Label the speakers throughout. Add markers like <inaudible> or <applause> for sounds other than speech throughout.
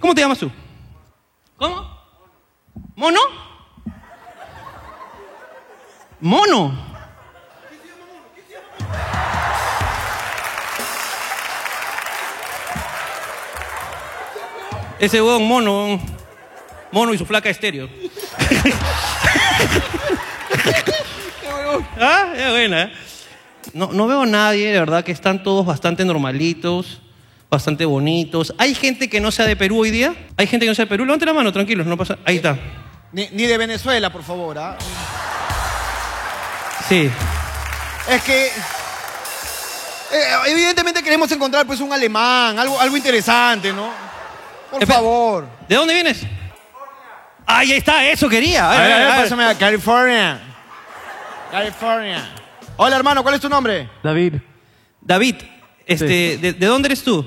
Speaker 1: ¿Cómo te llamas tú? ¿Cómo? ¿Mono? ¿Mono? Ese huevón mono, huevón. mono y su flaca estéreo. ah, es buena. ¿eh? No, no veo a nadie, de verdad que están todos bastante normalitos, bastante bonitos. ¿Hay gente que no sea de Perú hoy día? ¿Hay gente que no sea de Perú? Levante la mano, tranquilos, no pasa. Ahí está.
Speaker 2: Ni, ni de Venezuela, por favor. ¿ah?
Speaker 1: Sí.
Speaker 2: Es que. eh, evidentemente queremos encontrar pues un alemán, algo, algo interesante, ¿no? Por
Speaker 1: Espe-
Speaker 2: favor.
Speaker 1: ¿De dónde vienes? Ahí está, eso quería. A
Speaker 2: A
Speaker 1: ver, a ver, a ver.
Speaker 2: pásame a California. California. Hola, hermano, ¿cuál es tu nombre?
Speaker 3: David,
Speaker 1: David, este, de, de dónde eres tú?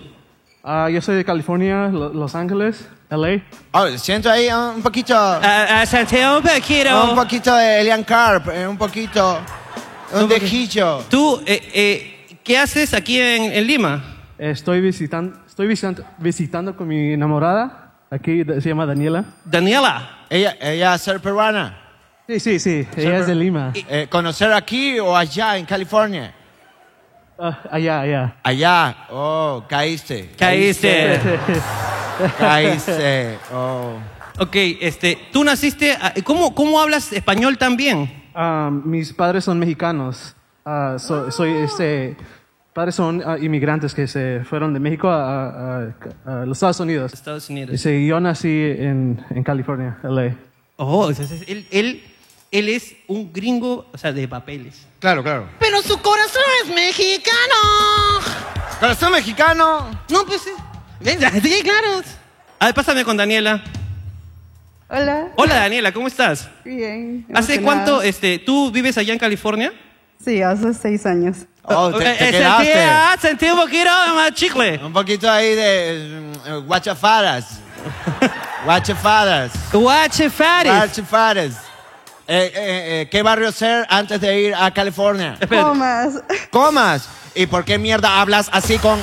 Speaker 3: ah, yo soy de California, Lo- Los Ángeles, LA.
Speaker 2: A ver, siento ahí ah, un poquito.
Speaker 1: A, Santiago
Speaker 2: Un poquito de Elian Carp, eh, un poquito. Un dejillo.
Speaker 1: Tú, eh, eh, ¿qué haces aquí en, en Lima?
Speaker 3: Estoy, visitan, estoy visitando, visitando con mi enamorada, aquí da- se llama Daniela.
Speaker 1: Daniela.
Speaker 2: Ella, ella ser peruana.
Speaker 3: Sí, sí, sí, ella es de
Speaker 1: Ah.
Speaker 3: Lima.
Speaker 2: Eh, conocer aquí o allá en California.
Speaker 3: Ah, allá, allá.
Speaker 2: Allá. Oh, caíste.
Speaker 1: Caíste. <laughs>
Speaker 2: Caíste. Oh.
Speaker 1: Ok, este, tú naciste. a- ¿Cómo, cómo hablas español tan bien?
Speaker 3: Ah, mis padres son mexicanos. Ah, so- soy este... Padres son ah, inmigrantes que se fueron de México a, a- a- a los Estados Unidos.
Speaker 1: Estados
Speaker 3: Y
Speaker 1: Unidos.
Speaker 3: sí, yo nací en, en California, LA.
Speaker 1: Oh, entonces él, él, él es un gringo, o sea, de papeles.
Speaker 2: Claro, claro.
Speaker 4: Pero su corazón es mexicano.
Speaker 2: Corazón mexicano.
Speaker 1: No, pues sí. Ven, Sí, claro. A ver, pásame con Daniela.
Speaker 5: Hola.
Speaker 1: Hola, Daniela, ¿cómo estás?
Speaker 5: Bien.
Speaker 1: ¿Hace
Speaker 5: emocionada.
Speaker 1: cuánto, este, tú vives allá en California?
Speaker 5: Sí, hace seis años.
Speaker 2: Oh, te,
Speaker 1: Ok,
Speaker 2: te
Speaker 1: eh, sentí,
Speaker 2: quedaste.
Speaker 1: ah, sentí un poquito más chicle.
Speaker 2: Un poquito ahí de mm,
Speaker 1: <laughs>
Speaker 2: guachafadas. guachafadas.
Speaker 1: Guache Faris.
Speaker 2: Guachafadas. Eh, eh, eh, ¿Qué barrio ser antes de ir a California?
Speaker 1: Espérate.
Speaker 5: Comas.
Speaker 2: Comas. ¿Y por qué mierda hablas así con,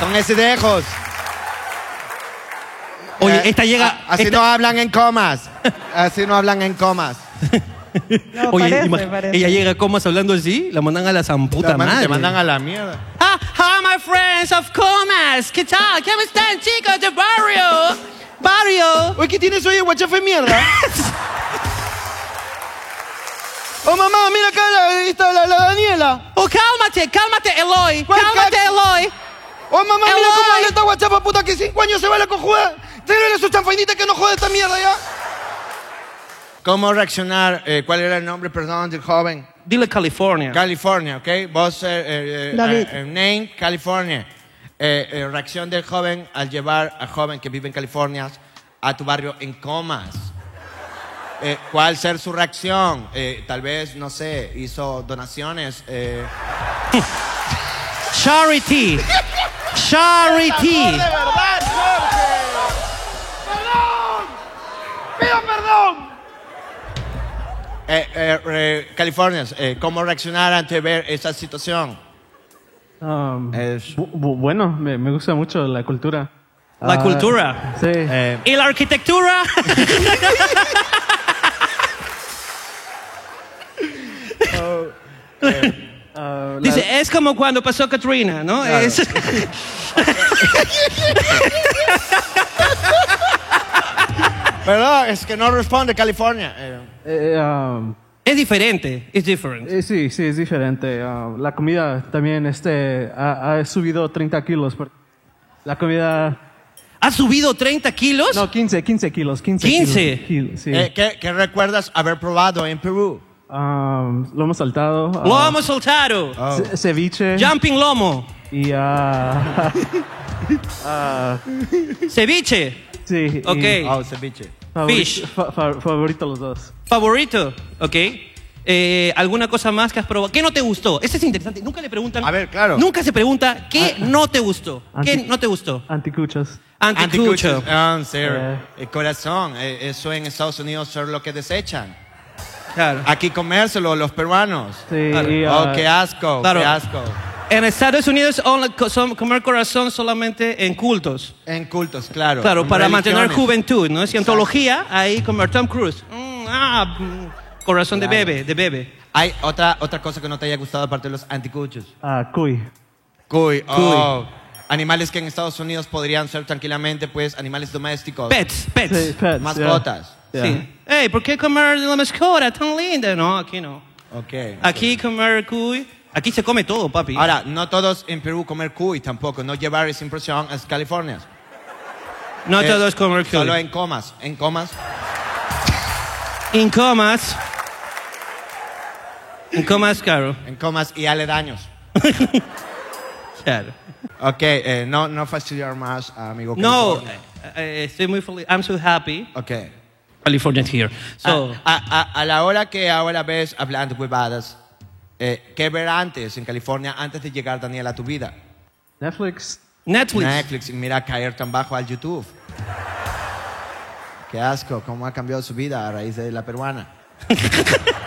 Speaker 2: con ese dejos? Eh,
Speaker 1: Oye, esta llega.
Speaker 2: a- así
Speaker 1: esta-
Speaker 2: no hablan en
Speaker 1: <laughs>
Speaker 2: comas. Así no hablan en comas.
Speaker 5: No,
Speaker 1: Oye,
Speaker 5: parece,
Speaker 1: imag-
Speaker 5: parece.
Speaker 1: ella llega comas hablando así, la mandan a la zamputa
Speaker 2: Te man-
Speaker 1: madre.
Speaker 2: Te mandan a la mierda.
Speaker 1: <laughs> Ah, hi, my friends of comas. ¿Qué tal? ¿Cómo están, chicos de barrio? Barrio.
Speaker 2: Oye, ¿qué tienes hoy, guachafe
Speaker 1: <laughs>
Speaker 2: mierda? oh, mamá, mira acá la, ahí está la, la Daniela.
Speaker 1: Oh, cálmate, cálmate, Eloy.
Speaker 2: ¿Cuál
Speaker 1: Cálmate,
Speaker 2: ca-
Speaker 1: Eloy.
Speaker 2: Oh, mamá, mira
Speaker 1: Eloy.
Speaker 2: cómo habla esta guachapa puta que cinco años se va a la conjugada. Tírale su chanfainita que no jode esta mierda ya. ¿Cómo reaccionar? Eh, ¿Cuál era el nombre, perdón, del joven?
Speaker 1: Dile California.
Speaker 2: California, ¿ok? Vos, eh, eh, eh,
Speaker 5: David.
Speaker 2: eh, eh, name, California. Eh, eh, reacción del joven al llevar al joven que vive en California a tu barrio en comas. Eh, ¿Cuál ser su reacción? Eh, tal vez, no sé, hizo donaciones. eh.
Speaker 1: <laughs> Charity. Charity.
Speaker 2: Eh, eh, eh, California, eh, ¿cómo reaccionar ante ver esa situación?
Speaker 3: Um,
Speaker 2: Es-
Speaker 3: bu- bu- bueno, me, me gusta mucho la cultura.
Speaker 1: La
Speaker 3: Ah,
Speaker 1: cultura.
Speaker 3: Sí.
Speaker 2: Eh,
Speaker 1: ¿Y la
Speaker 4: <laughs>
Speaker 1: arquitectura?
Speaker 3: Ah, la-
Speaker 1: Dice, es como cuando pasó Katrina, ¿no? Es- <laughs>
Speaker 2: Perdón, es que no responde California. Eh,
Speaker 3: eh, eh, um,
Speaker 1: es diferente. Es different.
Speaker 3: eh, sí, sí, es diferente. Ah, la comida también este, ha, ha subido 30 kilos. por- La comida...
Speaker 1: ¿Has subido 30 kilos?
Speaker 3: No, 15, 15 kilos. 15.
Speaker 1: 15.
Speaker 3: kilos, kilos, sí.
Speaker 2: eh, ¿qué- ¿Qué recuerdas haber probado en Perú?
Speaker 3: Um, lomo saltado. ah,
Speaker 1: Lomo soltado.
Speaker 2: Oh.
Speaker 3: ce- Ceviche.
Speaker 1: Jumping lomo.
Speaker 3: Y... ah,
Speaker 1: Ceviche.
Speaker 3: <laughs> sí. Ah, y
Speaker 1: Ok.
Speaker 2: Oh, ceviche.
Speaker 3: favori-
Speaker 1: Fish.
Speaker 3: fa- fa- favorito los dos.
Speaker 1: Favorito. Ok. Eh, ¿Alguna cosa más que has probado? ¿Qué no te gustó? Ese es interesante. Nunca le preguntan.
Speaker 2: A ver, claro.
Speaker 1: Nunca se pregunta qué no te gustó. ¿Qué
Speaker 3: Ah, Anti-
Speaker 1: no te gustó?
Speaker 3: Anticuchos.
Speaker 1: Anticucho.
Speaker 2: Ah, en serio.
Speaker 3: Eh.
Speaker 2: El corazón, eh, eso en Estados Unidos es lo que desechan.
Speaker 1: Claro.
Speaker 2: Aquí comérselo los peruanos.
Speaker 3: Sí,
Speaker 1: Claro.
Speaker 3: y, ah,
Speaker 2: Oh, qué asco,
Speaker 1: Claro.
Speaker 2: qué asco.
Speaker 1: En Estados Unidos only co- son- comer corazón solamente en cultos.
Speaker 2: En cultos, claro.
Speaker 1: Claro,
Speaker 2: En
Speaker 1: para mantener
Speaker 2: religiones.
Speaker 1: juventud, ¿no? Cientología, ahí comer Tom Cruise. Mm, ah, mm, corazón de
Speaker 2: Claro.
Speaker 1: bebé, de bebé.
Speaker 2: Hay otra, otra cosa que no te haya gustado aparte de los anticuchos.
Speaker 6: Ah, cuy.
Speaker 2: Cuy. Oh. Animales que en Estados Unidos podrían ser tranquilamente, pues, animales domésticos.
Speaker 1: Pets, pets.
Speaker 6: Sí, pets,
Speaker 2: Mascotas.
Speaker 6: yeah. Yeah.
Speaker 1: Sí. Hey, ¿por qué comer la mascota tan linda? No, aquí no.
Speaker 2: Ok.
Speaker 1: Aquí comer cuy. Aquí se come todo, papi.
Speaker 2: Ahora, no todos en Perú comer cuy tampoco. No llevar esa impresión a California.
Speaker 1: no
Speaker 2: Eh,
Speaker 1: todos comer cuy.
Speaker 2: Solo en comas. En comas.
Speaker 1: En comas. En comas, claro.
Speaker 2: En comas y aledaños.
Speaker 1: <laughs> Claro.
Speaker 2: Ok, eh, no, no fastidiar más, amigo.
Speaker 1: No,
Speaker 2: California.
Speaker 1: eh, estoy muy feliz. I'm so happy.
Speaker 2: Ok.
Speaker 1: California is here. So,
Speaker 2: a, a- a- a la hora que ahora ves hablando huevadas, eh, ¿qué ver antes en California antes de llegar, Daniel, a tu vida?
Speaker 6: Netflix.
Speaker 1: Netflix.
Speaker 2: Netflix y mira caer tan bajo al YouTube. Qué asco, cómo ha cambiado su vida a raíz de la peruana. <laughs>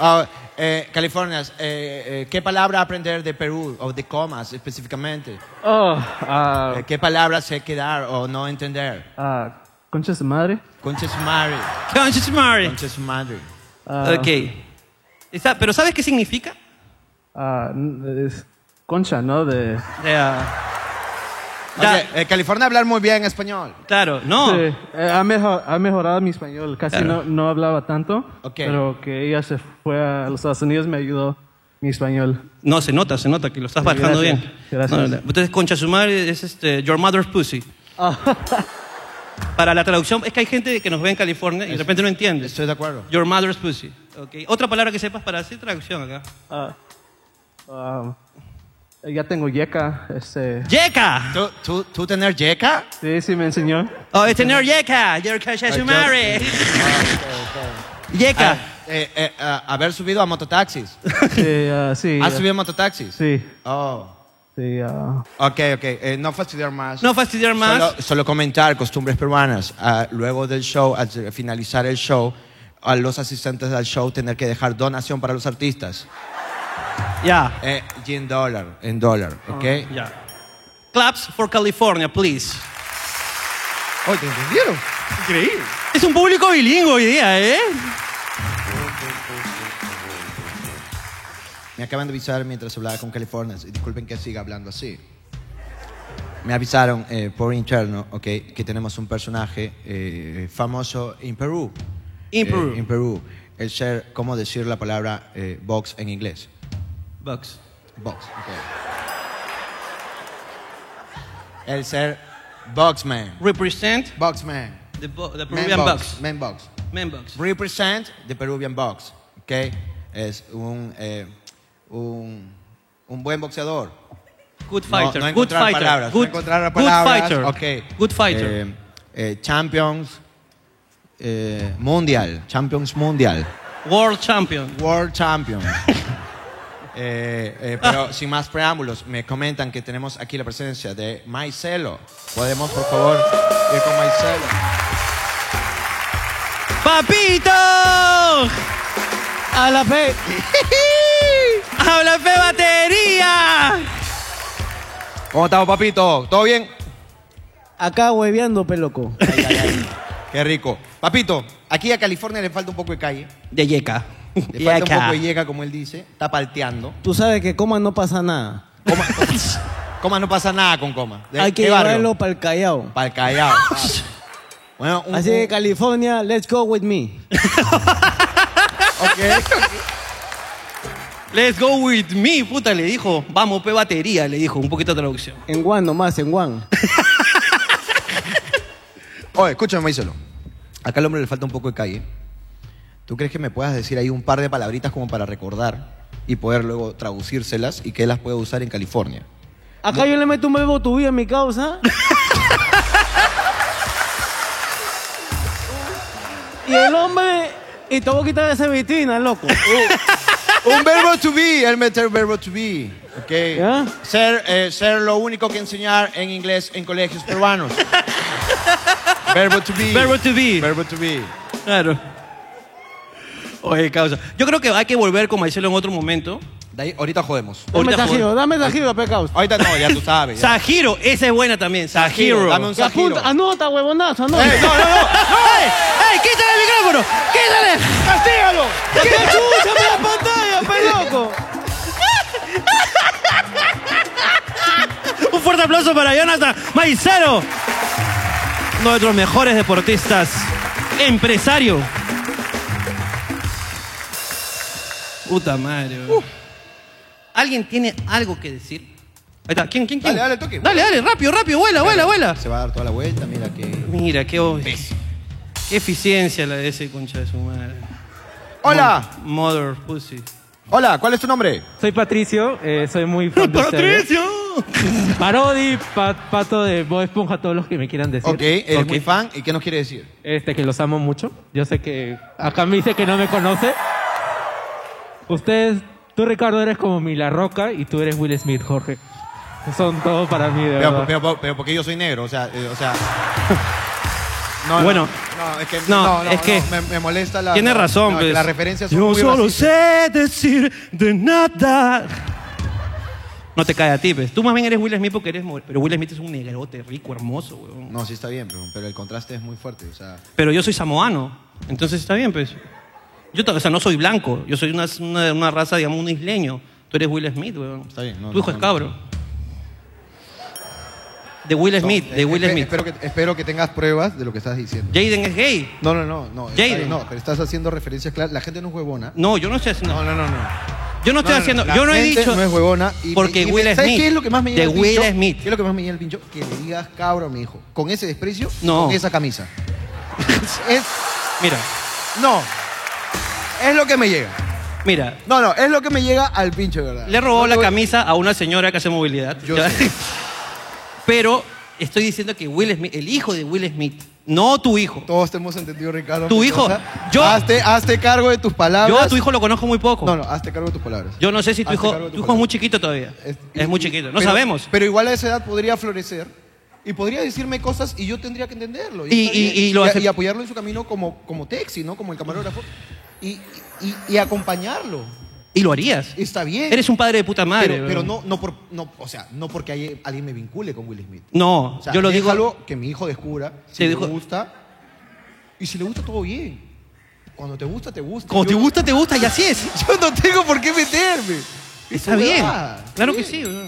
Speaker 2: Ah, eh, California, eh, eh, ¿qué palabra aprender de Perú o de comas específicamente?
Speaker 6: Oh, ah,
Speaker 2: Eh, ¿Qué palabras sé quedar o no entender?
Speaker 6: ah, conchas de madre.
Speaker 2: Conches madre,
Speaker 1: Conscious Mary.
Speaker 2: conches madre.
Speaker 6: Ah,
Speaker 1: ok. Está- ¿Pero sabes qué significa?
Speaker 6: ah, n- es concha, ¿no? De,
Speaker 1: Eh, da-
Speaker 2: Oye, eh, California hablar muy bien español.
Speaker 1: Claro, no.
Speaker 6: Sí, eh, ha, mejo- ha mejorado mi español. Casi no,
Speaker 1: Claro.
Speaker 6: no hablaba tanto.
Speaker 2: Ok.
Speaker 6: Pero que ella se fue a los Estados Unidos me ayudó mi español.
Speaker 1: No, se nota, se nota que lo estás bajando
Speaker 6: gracias,
Speaker 1: bien.
Speaker 6: gracias.
Speaker 1: No, no, no. entonces, concha su madre es este, your mother's pussy.
Speaker 2: Ah.
Speaker 1: <laughs> Para la traducción, es que hay gente que nos ve en California y de repente no entiende.
Speaker 2: Estoy de acuerdo.
Speaker 1: Your mother's pussy. Ok. Otra palabra que sepas para hacer traducción acá.
Speaker 6: Ah, ah, ya tengo yeca.
Speaker 1: <laughs>
Speaker 6: Este,
Speaker 1: ¡Yeca!
Speaker 2: ¿Tú, tú, tú tener yeca?
Speaker 6: sí, sí me enseñó.
Speaker 1: Oh, es tener yeca. Your concha su madre. Yeca.
Speaker 2: Ah, eh, eh, ah, haber subido a mototaxis.
Speaker 6: Sí, ah, sí.
Speaker 2: ¿Has
Speaker 6: ah,
Speaker 2: subido a mototaxis?
Speaker 6: Sí,
Speaker 2: Oh.
Speaker 6: sí. ah,
Speaker 2: Ok, ok. eh, no fastidiar más.
Speaker 1: No fastidiar más.
Speaker 2: Solo, solo comentar costumbres peruanas. Ah, luego del show, al finalizar el show, a los asistentes del show tener que dejar donación para los artistas.
Speaker 1: Ya. Ah,
Speaker 2: Eh, y en dólar, en dólar, ¿ok?
Speaker 1: Ya. Claps for California, please.
Speaker 2: Oh, ¿te entendieron?
Speaker 1: Increíble. Es un público bilingüe hoy día, ¿eh?
Speaker 2: Me acaban de avisar mientras hablaba con California. y Disculpen que siga hablando así. Me avisaron eh, por interno, ok, que tenemos un personaje eh, famoso en Perú.
Speaker 1: In
Speaker 2: Eh,
Speaker 1: Peru.
Speaker 2: en Perú. El ser, ¿cómo decir la palabra eh, box en inglés?
Speaker 1: Bucks.
Speaker 2: Box. ok. El ser boxman.
Speaker 1: Represent
Speaker 2: Boxman.
Speaker 1: the, bo- the
Speaker 2: Men
Speaker 1: Peruvian
Speaker 2: box.
Speaker 1: Bucks.
Speaker 2: Men box.
Speaker 1: Men Bucks.
Speaker 2: Represent the Peruvian Box, ¿ok? Es un, eh, un, un buen boxeador.
Speaker 1: Good
Speaker 2: No-
Speaker 1: fighter.
Speaker 2: no
Speaker 1: good
Speaker 2: encontrar
Speaker 1: fighter.
Speaker 2: palabras. no
Speaker 1: good,
Speaker 2: encontrar
Speaker 1: good
Speaker 2: palabras.
Speaker 1: fighter.
Speaker 2: ok.
Speaker 1: Good fighter.
Speaker 2: Eh, eh, champions eh, Mundial. Champions Mundial.
Speaker 1: World champion.
Speaker 2: World Champions. <laughs> Eh, eh, pero sin más preámbulos, me comentan que tenemos aquí la presencia de Maicelo. ¿Podemos, por favor, ir con Maicelo?
Speaker 1: ¡Papito! ¡Habla <laughs> fe! ¡Habla fe batería!
Speaker 2: ¿Cómo estamos, papito? ¿Todo bien?
Speaker 7: Acá hueveando, peloco.
Speaker 2: <laughs> Ay, ay, ay. Qué rico. Papito, aquí a California le falta un poco de calle.
Speaker 1: De Yeca.
Speaker 2: Le falta un poco de llega, como él dice. Está palteando.
Speaker 7: Tú sabes que coma no pasa nada.
Speaker 2: Coma, coma no pasa nada con coma. ¿De
Speaker 7: Hay que
Speaker 2: qué barrio?
Speaker 7: llevarlo para el Callao.
Speaker 2: Pa'l
Speaker 7: <laughs>
Speaker 2: Callao. Bueno, un-
Speaker 7: Así que California, let's go with me. <laughs>
Speaker 2: ok.
Speaker 1: Let's go with me, puta, le dijo. Vamos, pe batería, le dijo. Un poquito de traducción.
Speaker 7: En Juan nomás, en Juan.
Speaker 2: <laughs> Oye, escúchame, Maíselo. Acá al hombre le falta un poco de calle. ¿Tú crees que me puedas decir ahí un par de palabritas como para recordar y poder luego traducírselas y que él las pueda usar en California?
Speaker 7: Acá yo le meto un bebo tu vida a mi causa. y el hombre. Y te voy a quitar esa vitrina, loco.
Speaker 2: Uh. Un verbo to be, él mete el verbo to be. ok.
Speaker 7: ¿Ya?
Speaker 2: Ser, eh, ser lo único que enseñar en inglés en colegios peruanos. verbo to be.
Speaker 1: Verbo to be.
Speaker 2: Verbo to be.
Speaker 1: Claro. Oye, causa. Yo creo que hay que volver con Maicelo en otro momento.
Speaker 8: De ahí, ahorita jodemos.
Speaker 4: Dame
Speaker 1: Ahorita
Speaker 4: Sajiro,
Speaker 1: juego.
Speaker 4: dame Sajiro, pecaos.
Speaker 8: Ahorita no, ya tú sabes. ya.
Speaker 1: Sajiro, esa es buena también. Sajiro.
Speaker 8: Dame un
Speaker 4: Que
Speaker 8: Sajiro.
Speaker 4: apunta, anota, huevonazo, anota.
Speaker 8: ¡Ey, no, no, no!
Speaker 1: ¡Ey! ¡Ey! ¡Quítale el micrófono! ¡Quítale!
Speaker 8: ¡Castígalo!
Speaker 4: ¡Qué chucha me la pantalla, pe loco!
Speaker 1: <laughs> Un fuerte aplauso para Jonathan Maizaro, uno de nuestros mejores deportistas, empresario. Puta madre.
Speaker 8: Uh.
Speaker 1: weón. ¿Alguien tiene algo que decir? Ahí está. ¿Quién, quién, quién?
Speaker 8: Dale, dale, toque.
Speaker 1: Dale, dale, rápido, rápido. Vuela, vuela, vuela.
Speaker 8: Se va a dar toda la vuelta, mira que.
Speaker 1: Mira, qué, ob- qué eficiencia la de ese concha de su madre.
Speaker 8: ¡Hola!
Speaker 1: Mother pussy.
Speaker 8: Hola, ¿cuál es tu nombre?
Speaker 3: Soy Patricio, eh, soy muy fan de ustedes. Parodi, pa- pato de Bob Esponja, todos los que me quieran decir.
Speaker 8: Ok, eres
Speaker 3: Ok.
Speaker 8: muy fan. ¿Y qué nos quiere decir?
Speaker 3: Este, que los amo mucho. Yo sé que acá me dice que no me conoce. Ustedes, tú Ricardo eres como mi La Roca y tú eres Will Smith, Jorge. Son todo para mí, de
Speaker 8: Pero,
Speaker 3: verdad.
Speaker 8: pero- pero porque yo soy negro, o sea. eh,
Speaker 1: <laughs>
Speaker 8: o sea no, no,
Speaker 1: Bueno.
Speaker 8: No, es que.
Speaker 1: No,
Speaker 8: No, no,
Speaker 1: es que-
Speaker 8: no, me, me molesta la.
Speaker 1: Tienes
Speaker 8: no,
Speaker 1: razón,
Speaker 8: no, que
Speaker 1: pues.
Speaker 8: Las referencias son
Speaker 1: Yo
Speaker 8: muy
Speaker 1: solo
Speaker 8: racistas.
Speaker 1: sé decir de nada. No te cae a ti, pues. Tú más bien eres Will Smith porque eres... mo- Pero Will Smith es un negrote rico, hermoso, weón.
Speaker 8: No, sí está bien, pero, pero el contraste es muy fuerte, o sea.
Speaker 1: Pero yo soy samoano, entonces está bien, pues. Yo, ta- o sea, no soy blanco. Yo soy una, una, una raza, digamos, un isleño. Tú eres Will Smith, weón.
Speaker 8: Está bien, no,
Speaker 1: Tu hijo
Speaker 8: no,
Speaker 1: es
Speaker 8: no.
Speaker 1: cabro. De Will Smith, de
Speaker 8: Eh,
Speaker 1: Will
Speaker 8: espe-
Speaker 1: Smith.
Speaker 8: Espero que, espero que tengas pruebas de lo que estás diciendo.
Speaker 1: Jaden es gay.
Speaker 8: No, no, no, no. está
Speaker 1: Jaden.
Speaker 8: bien, No, pero estás haciendo referencias claras. La gente no es huevona.
Speaker 1: No, yo no estoy haciendo...
Speaker 8: No, no, no, no.
Speaker 1: Yo no estoy haciendo...
Speaker 8: la
Speaker 1: yo no he
Speaker 8: gente
Speaker 1: dicho...
Speaker 8: No es huevona. y-
Speaker 1: porque
Speaker 8: y- y-
Speaker 1: Will
Speaker 8: ¿sabes
Speaker 1: Smith.
Speaker 8: ¿Qué es lo que más me
Speaker 1: de
Speaker 8: llena el
Speaker 1: Will
Speaker 8: pincho?
Speaker 1: Smith.
Speaker 8: ¿Qué es lo que más me llena el pincho? Que le digas cabro a mi hijo. Con ese desprecio,
Speaker 1: No.
Speaker 8: con esa camisa. es.
Speaker 1: Mira,
Speaker 8: No. Es lo que me llega.
Speaker 1: mira.
Speaker 8: No, no, es lo que me llega al pincho, de verdad.
Speaker 1: Le robó
Speaker 8: No te
Speaker 1: la
Speaker 8: voy-
Speaker 1: camisa a una señora que hace movilidad.
Speaker 8: Yo
Speaker 1: ¿ya?
Speaker 8: sé.
Speaker 1: <laughs> Pero estoy diciendo que Will Smith, el hijo de Will Smith, no tu hijo.
Speaker 8: Todos te hemos entendido, Ricardo.
Speaker 1: Tu hijo,
Speaker 8: Mendoza.
Speaker 1: yo-
Speaker 8: Hazte, hazte cargo de tus palabras.
Speaker 1: Yo a tu hijo lo conozco muy poco.
Speaker 8: No, no, hazte cargo de tus palabras.
Speaker 1: Yo no sé si tu
Speaker 8: Hazte
Speaker 1: hijo,
Speaker 8: cargo de tu
Speaker 1: tu hijo es
Speaker 8: palabra.
Speaker 1: muy chiquito todavía. Es, muy
Speaker 8: y-
Speaker 1: chiquito, no
Speaker 8: pero-
Speaker 1: sabemos.
Speaker 8: Pero igual a esa edad podría florecer y podría decirme cosas y yo tendría que entenderlo.
Speaker 1: Y-
Speaker 8: está
Speaker 1: y-
Speaker 8: bien.
Speaker 1: y lo
Speaker 8: a-
Speaker 1: acep-
Speaker 8: apoyarlo en su camino como, como Texi, ¿no? Como el camarógrafo. Y, y- y acompañarlo.
Speaker 1: y lo harías.
Speaker 8: Está bien.
Speaker 1: Eres un padre de puta madre.
Speaker 8: Pero,
Speaker 1: bro.
Speaker 8: pero no, no, por, no, o sea, no porque hay- alguien me vincule con Will Smith.
Speaker 1: No,
Speaker 8: O sea,
Speaker 1: yo lo digo.
Speaker 8: déjalo que mi hijo descubra si
Speaker 1: Te
Speaker 8: le
Speaker 1: dijo-
Speaker 8: gusta. Y si le gusta, todo bien. Cuando te gusta, te gusta.
Speaker 1: Como
Speaker 8: Yo-
Speaker 1: te gusta, te gusta y
Speaker 2: <laughs>
Speaker 1: así es.
Speaker 8: Yo no tengo por qué meterme.
Speaker 1: Está
Speaker 8: Es
Speaker 1: bien.
Speaker 8: verdad.
Speaker 1: Claro que sí.
Speaker 2: <laughs>
Speaker 1: bro.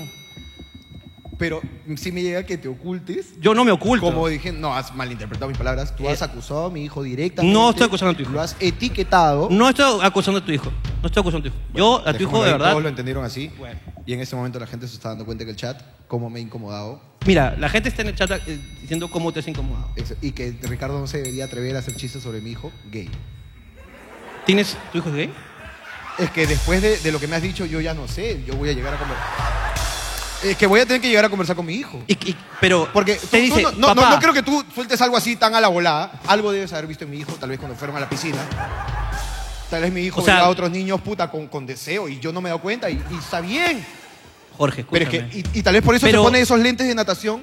Speaker 8: Pero si me llega que te ocultes.
Speaker 1: Yo no me oculto. Eh,
Speaker 8: Como dije, no, has malinterpretado mis palabras. Tú has acusado a mi hijo directamente.
Speaker 1: No estoy acusando a tu hijo.
Speaker 8: Lo has etiquetado.
Speaker 1: No estoy acusando a tu hijo. No estoy acusando a tu hijo. yo a tu hijo,
Speaker 8: Dejémoslo
Speaker 1: de
Speaker 8: ahí,
Speaker 1: verdad.
Speaker 8: Todos lo entendieron así.
Speaker 1: Bueno.
Speaker 8: Y en ese momento la gente se está dando cuenta que el chat, como me he incomodado.
Speaker 1: Mira, la gente está en el chat eh, diciendo cómo te has incomodado.
Speaker 8: ex- Y que Ricardo no se debería atrever a hacer chistes sobre mi hijo gay.
Speaker 1: ¿Tienes tu hijo es gay?
Speaker 8: Es que después de, de lo que me has dicho, yo ya no sé. Yo voy a llegar a conversar. Es que voy a tener que llegar a conversar con mi hijo.
Speaker 1: Y, y- pero
Speaker 8: Porque tú-
Speaker 1: te
Speaker 8: tú
Speaker 1: dice,
Speaker 8: no, no-
Speaker 1: papá,
Speaker 8: no- no creo que tú sueltes algo así tan a la volada. Algo debes haber visto en mi hijo, tal vez cuando fueron a la piscina. Tal vez mi hijo
Speaker 1: O sea-
Speaker 8: veía a otros niños, puta, con, con deseo y yo no me he dado cuenta y, y está bien.
Speaker 1: Jorge, escúchame.
Speaker 8: Pero es que, y, y tal vez por eso
Speaker 1: Pero-
Speaker 8: te pone esos lentes de natación.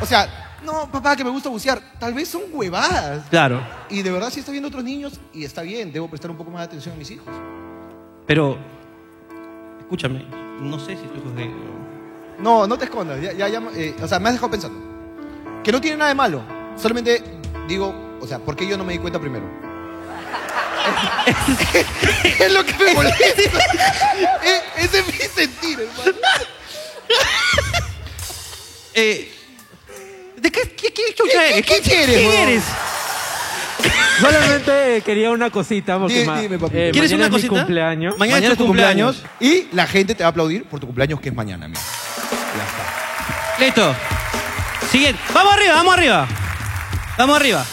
Speaker 8: O sea, no, papá, que me gusta bucear. Tal vez son huevadas.
Speaker 1: Claro,
Speaker 8: Y de verdad sí está viendo otros niños y está bien, debo prestar un poco más de atención a mis hijos.
Speaker 1: pero escúchame, no sé si tu hijo es gay.
Speaker 8: No, no te escondas. Ya, ya, ya, eh, o sea, me has dejado pensando. Que no tiene nada de malo. Solamente digo, o sea, ¿por qué yo no me di
Speaker 1: <laughs>
Speaker 8: cuenta primero? <laughs> es lo que me molesta. Eh, Ese es mi sentir, hermano.
Speaker 1: Eh, ¿De qué, qué, qué chucha
Speaker 8: ¿Qué-
Speaker 1: eres?
Speaker 8: qué- qué quieres,
Speaker 1: ¿Quién
Speaker 8: huevón?
Speaker 1: eres?
Speaker 3: Solamente eh, quería una cosita porque
Speaker 8: Dime,
Speaker 3: ma-
Speaker 8: dime, papi.
Speaker 3: eh,
Speaker 1: ¿Quieres
Speaker 3: mañana
Speaker 1: una
Speaker 3: es mi
Speaker 1: cosita?
Speaker 3: cumpleaños.
Speaker 1: Mañana, es tu cumpleaños.
Speaker 8: Y la gente te va a aplaudir por tu cumpleaños, que es mañana, mira.
Speaker 1: Listo. Siguiente. Vamos arriba, vamos arriba. Vamos arriba.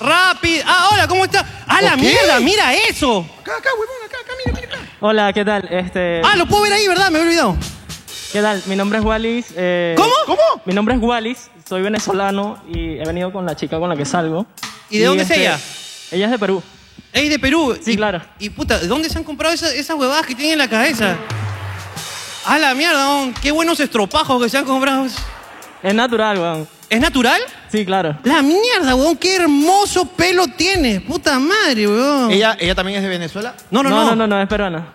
Speaker 1: Rápido. Ah, hola, ¿cómo estás? ¡A la
Speaker 8: Ok.
Speaker 1: mierda! ¡Mira eso!
Speaker 8: Acá, acá, huevón, acá, acá, mira, mira, acá.
Speaker 9: Hola, ¿qué tal? Este,
Speaker 1: Ah, lo puedo ver ahí, ¿verdad? Me he olvidado.
Speaker 9: ¿Qué tal? Mi nombre es Wallis. eh,
Speaker 1: ¿Cómo? ¿Cómo?
Speaker 9: Mi nombre es Wallis, soy venezolano y he venido con la chica con la que salgo. este,
Speaker 1: ¿Y de dónde es ella?
Speaker 9: Ella es de Perú.
Speaker 1: Ey, de Perú.
Speaker 9: Sí,
Speaker 1: Y-
Speaker 9: claro.
Speaker 1: Y puta, ¿de dónde se han comprado esa- esas huevadas que tienen en la cabeza? A la mierda, don. qué buenos estropajos que se han comprado.
Speaker 9: Es natural, weón.
Speaker 1: ¿Es natural?
Speaker 9: Sí, claro.
Speaker 1: La mierda, weón, qué hermoso pelo tienes, puta madre, weón.
Speaker 8: ¿Ella, ¿Ella también es de Venezuela?
Speaker 1: No, no, no,
Speaker 9: no, no, no, es peruana.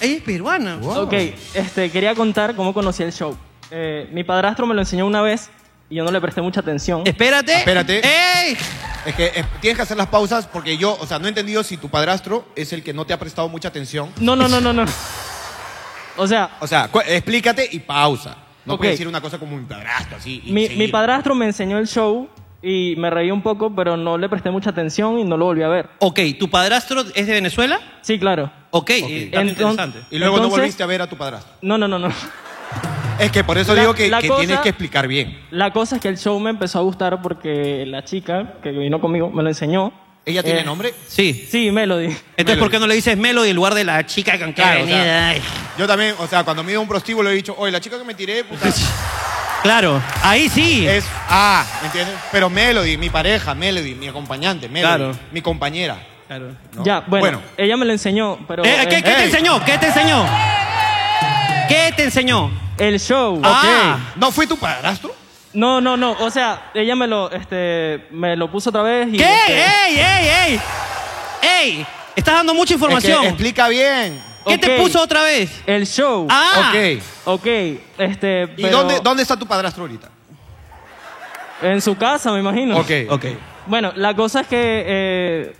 Speaker 1: Ella es peruana.
Speaker 9: Ok, este, quería contar cómo conocí el show. Eh, mi padrastro me lo enseñó una vez y yo no le presté mucha atención.
Speaker 1: Espérate. Eh,
Speaker 2: Espérate.
Speaker 1: ¡Ey!
Speaker 2: Es que eh, tienes que hacer las pausas porque yo, o sea, no he entendido si tu padrastro es el que no te ha prestado mucha atención.
Speaker 9: No, no, no, no, no. O sea,
Speaker 2: O sea, cu- explícate y pausa. No
Speaker 9: Ok.
Speaker 2: puedes decir una cosa como mi padrastro, así. y
Speaker 9: mi,
Speaker 2: seguir.
Speaker 9: mi padrastro me enseñó el show y me reí un poco, pero no le presté mucha atención y no lo volví a ver.
Speaker 1: Ok, ¿tu padrastro es de Venezuela?
Speaker 9: Sí, claro.
Speaker 1: Ok, eh, dato
Speaker 9: Enton-
Speaker 1: interesante.
Speaker 2: Y luego no
Speaker 9: Entonces-
Speaker 2: volviste a ver a tu padrastro.
Speaker 9: No, no, no, no.
Speaker 2: Es que por eso
Speaker 9: La-
Speaker 2: digo que,
Speaker 9: la
Speaker 2: que
Speaker 9: cosa-
Speaker 2: tienes que explicar bien.
Speaker 9: La cosa es que el show me empezó a gustar porque la chica que vino conmigo me lo enseñó.
Speaker 2: ¿Ella tiene
Speaker 9: Eh,
Speaker 2: nombre?
Speaker 1: Sí.
Speaker 9: Sí, Melody.
Speaker 1: Entonces, ¿por qué no le dices Melody en lugar de la chica con que
Speaker 2: Claro, o sea,
Speaker 1: venida? Ay.
Speaker 2: Yo también, o sea, cuando me he ido a un prostíbulo he dicho, oye, la chica que me tiré, puta,
Speaker 1: Claro, <laughs> ahí sí.
Speaker 2: es ah, ¿me entiendes? Pero Melody, mi pareja, Melody, mi acompañante, Melody,
Speaker 1: Claro.
Speaker 2: mi compañera.
Speaker 1: Claro.
Speaker 2: ¿no?
Speaker 9: Ya, bueno, Ella me lo enseñó, pero.
Speaker 1: Eh, ¿Qué,
Speaker 9: eh,
Speaker 1: qué te
Speaker 2: ey.
Speaker 1: enseñó? ¿Qué te enseñó? ¿Qué te enseñó?
Speaker 9: El show.
Speaker 1: Ah,
Speaker 2: ¿No fue tu padrastro?
Speaker 9: No, no, no. O sea, ella me lo, este, me lo puso otra vez y.
Speaker 1: ¿qué?
Speaker 9: este,
Speaker 1: ¡Ey, ey, ey! ¡Ey! Estás dando mucha
Speaker 2: Es
Speaker 1: información.
Speaker 2: que explica bien.
Speaker 1: ¿Qué te
Speaker 9: Ok.
Speaker 1: puso otra vez?
Speaker 9: El show.
Speaker 1: Ah,
Speaker 2: Ok.
Speaker 9: Ok, este.
Speaker 2: ¿Y
Speaker 9: pero
Speaker 2: dónde, dónde está tu padrastro ahorita?
Speaker 9: En su casa, me imagino.
Speaker 2: Ok.
Speaker 1: ok.
Speaker 9: Bueno, la cosa es que eh,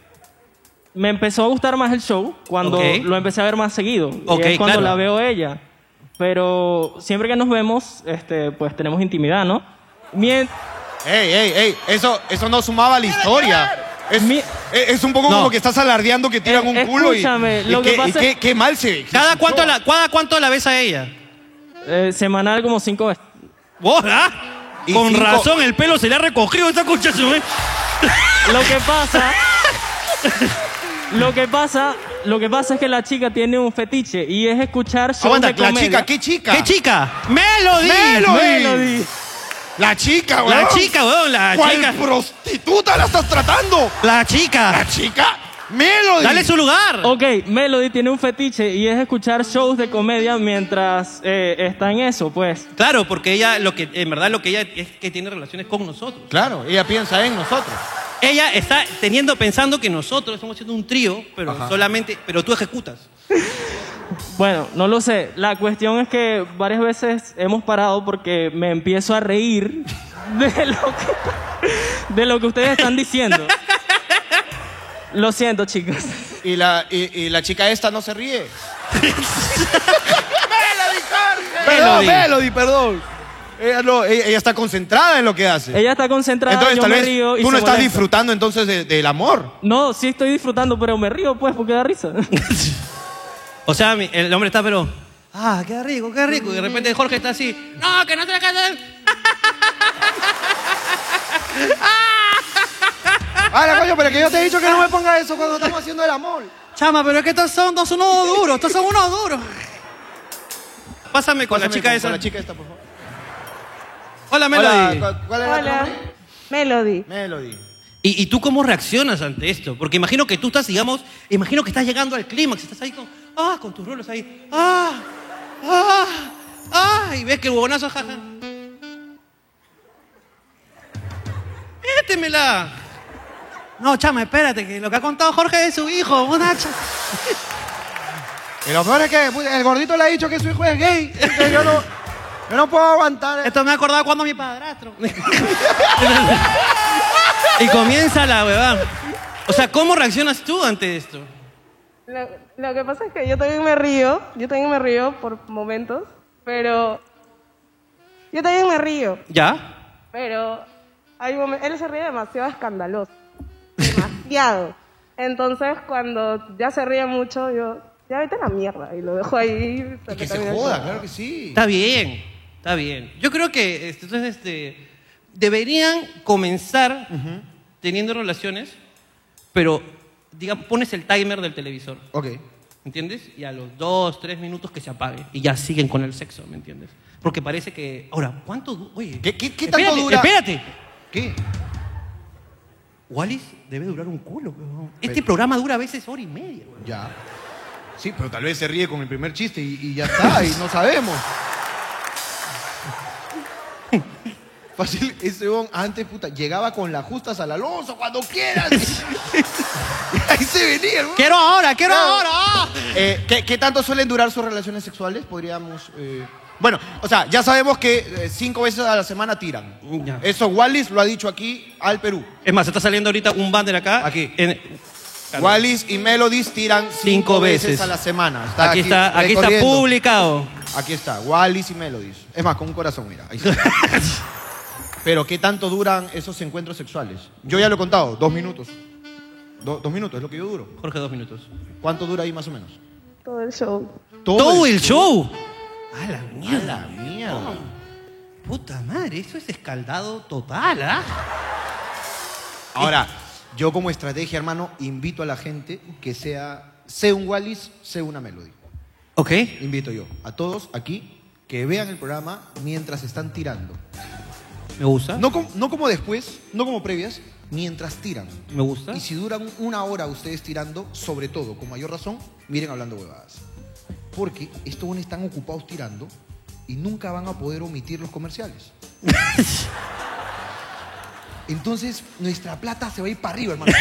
Speaker 9: me empezó a gustar más el show cuando
Speaker 1: Ok.
Speaker 9: lo empecé a ver más seguido. Y
Speaker 1: Ok,
Speaker 9: es cuando
Speaker 1: claro.
Speaker 9: la veo a ella. Pero siempre que nos vemos, este, pues tenemos intimidad, ¿no? Mien-
Speaker 2: Ey, ey, ey, eso, eso no sumaba a la historia. Es,
Speaker 9: Mi-
Speaker 2: e- es un poco
Speaker 1: No.
Speaker 2: como que estás alardeando que tiran
Speaker 9: Eh,
Speaker 2: un culo y,
Speaker 9: escúchame,
Speaker 2: y
Speaker 9: lo que
Speaker 2: qué- y
Speaker 9: pasa
Speaker 2: qué,
Speaker 9: es-
Speaker 2: qué mal se
Speaker 1: ¿Cada cuánto, la, cada cuánto la ves a ella?
Speaker 9: eh, semanal como cinco veces.
Speaker 1: ¿Vos, ah?
Speaker 2: Y
Speaker 1: Con
Speaker 2: cinco-
Speaker 1: razón, el pelo se le ha recogido esa concha de su madre.
Speaker 9: Lo que pasa.
Speaker 1: <laughs>
Speaker 9: lo que pasa. Lo que pasa es que la chica tiene un fetiche y es escuchar shows
Speaker 2: Aguanta,
Speaker 9: de
Speaker 2: la
Speaker 9: comedia.
Speaker 2: chica, ¿qué chica?
Speaker 1: ¿Qué chica? ¡Melody!
Speaker 2: Melody. La chica, weón.
Speaker 1: La chica, weón, la
Speaker 2: ¿Cuál
Speaker 1: chica.
Speaker 2: prostituta ¡Ah, la estás tratando?
Speaker 1: La chica.
Speaker 2: La chica, Melody.
Speaker 1: Dale su lugar.
Speaker 9: Ok, Melody tiene un fetiche y es escuchar shows de comedia mientras eh, está en eso, pues.
Speaker 1: Claro, porque ella, lo que, en verdad, lo que ella es que tiene relaciones con nosotros.
Speaker 2: Claro, ella piensa en nosotros.
Speaker 1: Ella está teniendo, pensando que nosotros estamos siendo un trío, pero solamente, pero tú ejecutas.
Speaker 9: Bueno, no lo sé. La cuestión es que varias veces hemos parado porque me empiezo a reír de lo que, de lo que ustedes están
Speaker 1: <laughs>
Speaker 9: diciendo. Lo siento, chicas.
Speaker 2: Y la, y, y la chica esta no se ríe. Melody,
Speaker 1: Melody.
Speaker 2: Melody, perdón. Ella, no, ella, ella está concentrada en lo que hace.
Speaker 9: Ella está concentrada,
Speaker 2: Entonces,
Speaker 9: yo
Speaker 2: tal
Speaker 9: me
Speaker 2: vez
Speaker 9: río y
Speaker 2: tú no
Speaker 9: se
Speaker 2: estás
Speaker 9: molesta.
Speaker 2: disfrutando entonces de- del amor.
Speaker 9: No, sí estoy disfrutando, pero me río, pues, porque
Speaker 2: <laughs>
Speaker 9: da risa.
Speaker 1: O sea, mi- el hombre está, pero. Ah, qué rico, qué rico. Y de repente Jorge está así. No, que no te la casas. "Ah,
Speaker 2: Ahora, coño, pero que yo te he dicho que no me ponga eso cuando estamos haciendo el amor.
Speaker 1: Chama, pero es que estos son dos unos duros, estos son unos duros. Pásame con la chica esa.
Speaker 2: la chica esta, por favor.
Speaker 1: Hola,
Speaker 2: Hola,
Speaker 1: Melody.
Speaker 2: ¿cu- ¿cuál era tu
Speaker 10: Hola.
Speaker 2: nombre?
Speaker 10: Melody.
Speaker 2: Melody.
Speaker 1: ¿Y, y tú cómo reaccionas ante esto? Porque imagino que tú estás, digamos, imagino que estás llegando al clímax, estás ahí con, ah, con tus rolos ahí, ah, ah, ah, y ves que el huevonazo, jaja. ¡Métemela! No, chama, espérate, que lo que ha contado Jorge de su hijo, una cha-
Speaker 2: Y lo peor es que puta, el gordito le ha dicho que su hijo es gay. que yo, no, yo no puedo aguantar.
Speaker 1: Esto me ha acordado cuando mi padrastro. <laughs> y comienza la huevada. O sea, ¿cómo reaccionas tú ante esto?
Speaker 10: Lo, lo que pasa es que yo también me río, yo también me río por momentos, pero yo también me río,
Speaker 1: ¿Ya?
Speaker 10: pero hay momen- él se ríe demasiado escandaloso, demasiado. Entonces cuando ya se ríe mucho, yo ya vete a la mierda y lo dejo ahí.
Speaker 2: Y que se joda, claro que <laughs> sí.
Speaker 1: Está bien, está bien. Yo creo que este, entonces este, deberían comenzar teniendo relaciones, pero digamos, pones el timer del televisor,
Speaker 2: Ok.
Speaker 1: ¿entiendes? Y a los dos, tres minutos que se apague y ya siguen con el sexo, ¿me entiendes? Porque parece que. Ahora, ¿cuánto du- Oye,
Speaker 2: ¿Qué, qué, qué tanto
Speaker 1: espérate,
Speaker 2: dura?
Speaker 1: Espérate.
Speaker 2: ¿Qué?
Speaker 1: Wallis debe durar un culo. weón. Este programa dura a veces hora y media. weón.
Speaker 2: Ya. Sí, pero tal vez se ríe con el primer chiste y, y ya está, y no sabemos. Fácil, ese bon antes, puta, llegaba con las justas al Alonso cuando
Speaker 1: <laughs>
Speaker 2: quieras. Ahí se venía, el huevón.
Speaker 1: ¡Quiero ahora! ¡Quiero
Speaker 2: Claro.
Speaker 1: ahora! ah!
Speaker 2: Eh, ¿qué, qué tanto suelen durar sus relaciones sexuales? Podríamos. eh, Bueno, o sea, ya sabemos que eh, cinco veces a la semana tiran.
Speaker 1: Mm, Ya.
Speaker 2: Eso Wallis lo ha dicho aquí al Perú.
Speaker 1: Es más, está saliendo ahorita un banner acá.
Speaker 2: Aquí.
Speaker 1: En-
Speaker 2: Wallis y Melodies tiran cinco,
Speaker 1: Cinco
Speaker 2: veces.
Speaker 1: veces.
Speaker 2: a la semana. Está
Speaker 1: aquí, está, aquí está
Speaker 2: recorriendo.
Speaker 1: publicado.
Speaker 2: Aquí está, Wallis y Melodies. Es más, con un corazón, mira. ahí
Speaker 1: <laughs>
Speaker 2: está. Pero ¿qué tanto duran esos encuentros sexuales? Yo ya lo he contado, dos minutos. Do- dos minutos es lo que yo duro.
Speaker 1: Jorge, dos minutos.
Speaker 2: ¿Cuánto dura ahí más o menos?
Speaker 10: Todo el show.
Speaker 1: Todo, el show. A la mierda.
Speaker 2: La mierda.
Speaker 1: Puta madre, eso es escaldado total, ¿ah?
Speaker 2: Ahora, yo como estrategia, hermano, invito a la gente que sea, sea un Wallis, sea una Melody.
Speaker 1: Ok.
Speaker 2: Invito yo a todos aquí que vean el programa mientras están tirando.
Speaker 1: Me gusta.
Speaker 2: No, com- no como después, no como previas, mientras tiran.
Speaker 1: Me gusta.
Speaker 2: Y si duran una hora ustedes tirando, sobre todo, con mayor razón, miren hablando huevadas. Porque estos buenos están ocupados tirando y nunca van a poder omitir los
Speaker 1: <laughs>
Speaker 2: comerciales. Entonces, nuestra plata se va a ir para arriba, hermano.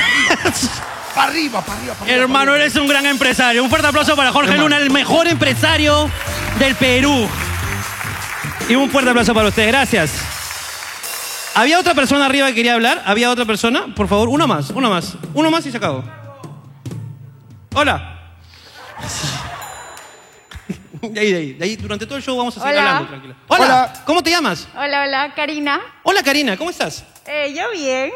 Speaker 2: Para arriba, para arriba, para arriba. pa' arriba.
Speaker 1: Hermano, eres un gran empresario. Un fuerte aplauso para Jorge Luna, el mejor empresario del Perú. Y un fuerte aplauso para usted, gracias. Había otra persona arriba que quería hablar. Había otra persona. Por favor, una más, una más. Uno más y se acabó. Hola. <laughs> De ahí, de ahí, de ahí. Durante todo el show vamos a seguir
Speaker 11: Hola.
Speaker 1: hablando, tranquila. Hola.
Speaker 2: Hola.
Speaker 1: ¿Cómo te llamas?
Speaker 11: Hola, hola, Karina.
Speaker 1: Hola, Karina, ¿cómo estás?
Speaker 11: Eh, yo bien.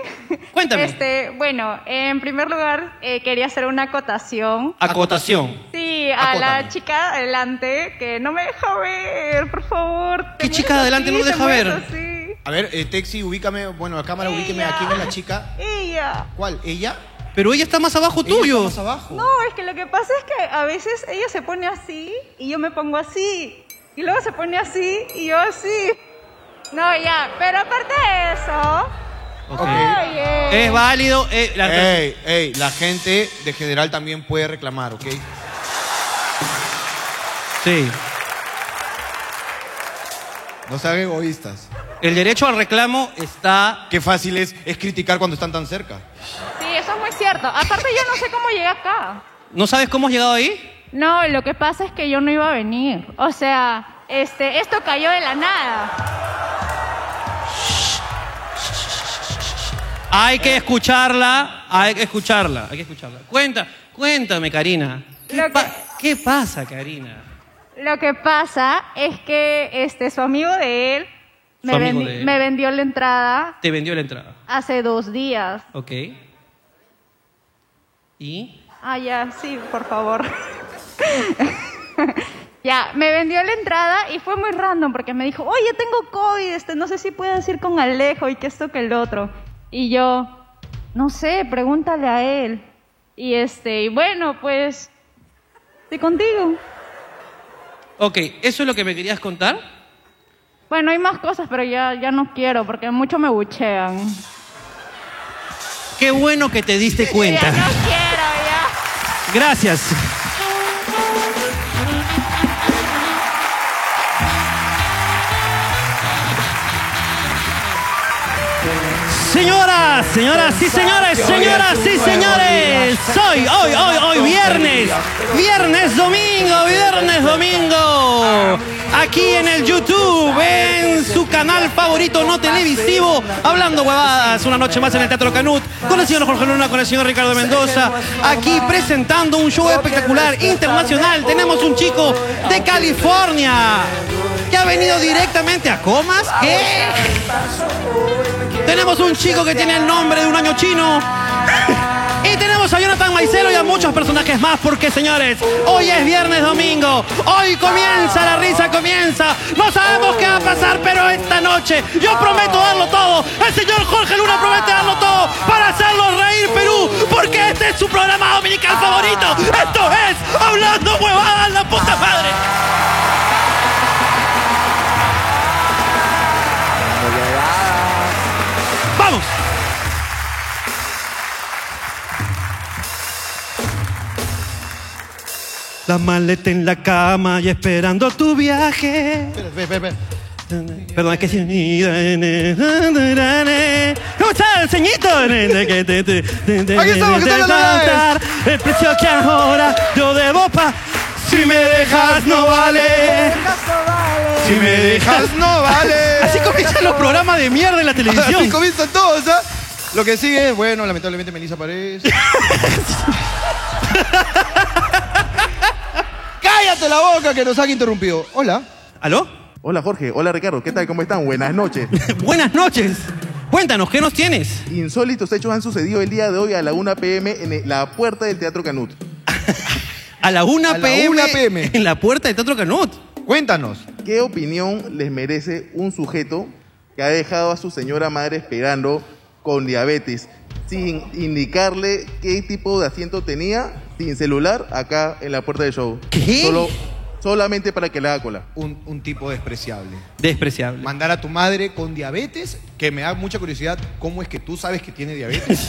Speaker 1: Cuéntame.
Speaker 11: Este, bueno, en primer lugar, eh, quería hacer una acotación.
Speaker 1: Acotación.
Speaker 11: Sí, a
Speaker 2: Acótame.
Speaker 11: la chica adelante que no me deja ver, por favor. Te
Speaker 1: ¿Qué
Speaker 11: mueves
Speaker 1: chica de adelante no
Speaker 11: así,
Speaker 1: deja
Speaker 11: te mueves
Speaker 2: A ver, eh, Texi, ubícame, bueno, la cámara, ubíqueme a quién es la chica.
Speaker 11: así. Ella.
Speaker 2: ¿Cuál? ¿Ella?
Speaker 1: Pero ella está más abajo
Speaker 2: ¿Ella
Speaker 1: tuyo.
Speaker 2: está más abajo?
Speaker 11: No, es que lo que pasa es que a veces ella se pone así y yo me pongo así. Y luego se pone así y yo así. No, ya, pero aparte de eso. Oye.
Speaker 1: Es válido. eh, la-
Speaker 2: Ey, ey, la gente de general también puede reclamar, ¿ok?
Speaker 1: Sí.
Speaker 2: No sean egoístas.
Speaker 1: El derecho al reclamo está.
Speaker 2: Qué fácil es, es criticar cuando están tan cerca.
Speaker 11: Sí, eso es muy cierto. Aparte yo no sé cómo llegué acá.
Speaker 1: ¿No sabes cómo has llegado ahí?
Speaker 11: No, lo que pasa es que yo no iba a venir. O sea, este, esto cayó de la nada.
Speaker 1: Hay que escucharla, hay que escucharla, hay que escucharla. Cuenta, cuéntame, Karina. ¿Qué,
Speaker 11: Lo que-
Speaker 1: pa- qué pasa, Karina?
Speaker 11: Lo que pasa es que este, su amigo de él me,
Speaker 1: Su amigo
Speaker 11: vendi-
Speaker 1: de él.
Speaker 11: me vendió la entrada
Speaker 1: Te vendió la entrada.
Speaker 11: hace dos días.
Speaker 1: Ok. ¿Y?
Speaker 11: Ah, ya, sí, por favor. <laughs> ya, me vendió la entrada y fue muy random porque me dijo, oye, tengo COVID, este, no sé si puedes ir con Alejo y que esto que el otro. Y yo, no sé, pregúntale a él. Y este, y bueno, pues, estoy contigo.
Speaker 1: Ok, ¿eso es lo que me querías contar?
Speaker 11: Bueno, hay más cosas, pero ya, ya no quiero porque mucho me buchean.
Speaker 1: Qué bueno que te diste
Speaker 11: Ya no
Speaker 1: cuenta.
Speaker 11: quiero, ya.
Speaker 1: Gracias. Señoras, señoras y señores, señoras y señores, soy hoy, hoy, hoy, viernes, viernes, domingo, viernes, domingo, aquí en el YouTube, en su canal favorito no televisivo, hablando huevadas, una noche más en el Teatro Canut, con el señor Jorge Luna, con el señor Ricardo Mendoza, aquí presentando un show espectacular, internacional, tenemos un chico de California, que ha venido directamente a Comas, ¿qué? Tenemos un chico que tiene el nombre de un año chino. <laughs> Y tenemos a Jonathan Maicelo y a muchos personajes más porque, señores, hoy es viernes domingo. Hoy comienza, la risa comienza. No sabemos qué va a pasar, pero esta noche yo prometo darlo todo. El señor Jorge Luna promete darlo todo para hacerlo reír Perú porque este es su programa dominical favorito. Esto es Hablando Huevadas, la puta madre. ¡Vamos! La maleta en la cama y esperando tu viaje.
Speaker 2: Espera, espera, espera.
Speaker 1: Perdón, es que sí. ¿Cómo está el ceñito? Aquí
Speaker 5: estamos, ¿qué tal, Andrés?
Speaker 1: El precio que ahora yo debo pa... Si me dejas no vale.
Speaker 5: Si me dejas, no vale.
Speaker 1: Así comienzan los programas de mierda en la televisión.
Speaker 5: Así comienzan todos, ¿ah? Lo que sigue es, bueno, lamentablemente Melissa Paredes. ¡Cállate la boca que nos han interrumpido! Hola.
Speaker 1: ¿Aló?
Speaker 12: Hola Jorge, hola Ricardo, ¿qué tal? ¿Cómo están? Buenas noches.
Speaker 1: <laughs> Buenas noches. Cuéntanos, ¿qué nos tienes?
Speaker 12: Insólitos hechos han sucedido el día de hoy a la 1 pm en el- la puerta del Teatro Canut.
Speaker 1: A la 1
Speaker 12: A la
Speaker 1: PM,
Speaker 12: 1 PM.
Speaker 1: En la puerta del Teatro Canut.
Speaker 5: Cuéntanos.
Speaker 12: ¿Qué opinión les merece un sujeto que ha dejado a su señora madre esperando con diabetes sin indicarle qué tipo de asiento tenía, sin celular, acá en la puerta del show?
Speaker 1: ¿Qué?
Speaker 12: Solo, solamente para que le haga cola.
Speaker 5: Un, un tipo despreciable.
Speaker 1: Despreciable.
Speaker 5: Mandar a tu madre
Speaker 1: <laughs>
Speaker 5: con diabetes, que me da mucha curiosidad, ¿cómo es que tú sabes que tiene diabetes?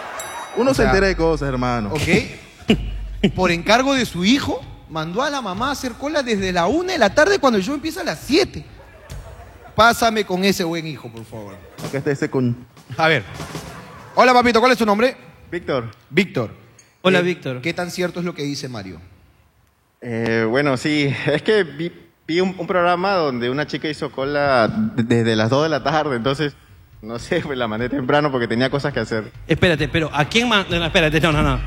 Speaker 12: <laughs> Uno
Speaker 5: O
Speaker 12: se
Speaker 5: sea,
Speaker 12: entera de cosas, hermano.
Speaker 5: ¿Ok? Por encargo de su hijo, mandó a la mamá a hacer cola desde la 1 de la tarde cuando el show empieza a las 7. Pásame con ese buen hijo, por favor.
Speaker 12: Acá está ese con
Speaker 5: A ver. Hola, papito, ¿cuál es tu nombre?
Speaker 13: Víctor.
Speaker 5: Víctor.
Speaker 1: Hola,
Speaker 5: Eh,
Speaker 1: Víctor.
Speaker 5: ¿Qué tan cierto es lo que dice Mario?
Speaker 13: Eh, bueno, sí, <laughs> es que vi, vi un, un programa donde una chica hizo cola de- desde las 2 de la tarde, entonces, no sé, pues la mandé temprano porque tenía cosas que hacer.
Speaker 1: Espérate, pero ¿a quién mandaste? Espérate, no, no, no.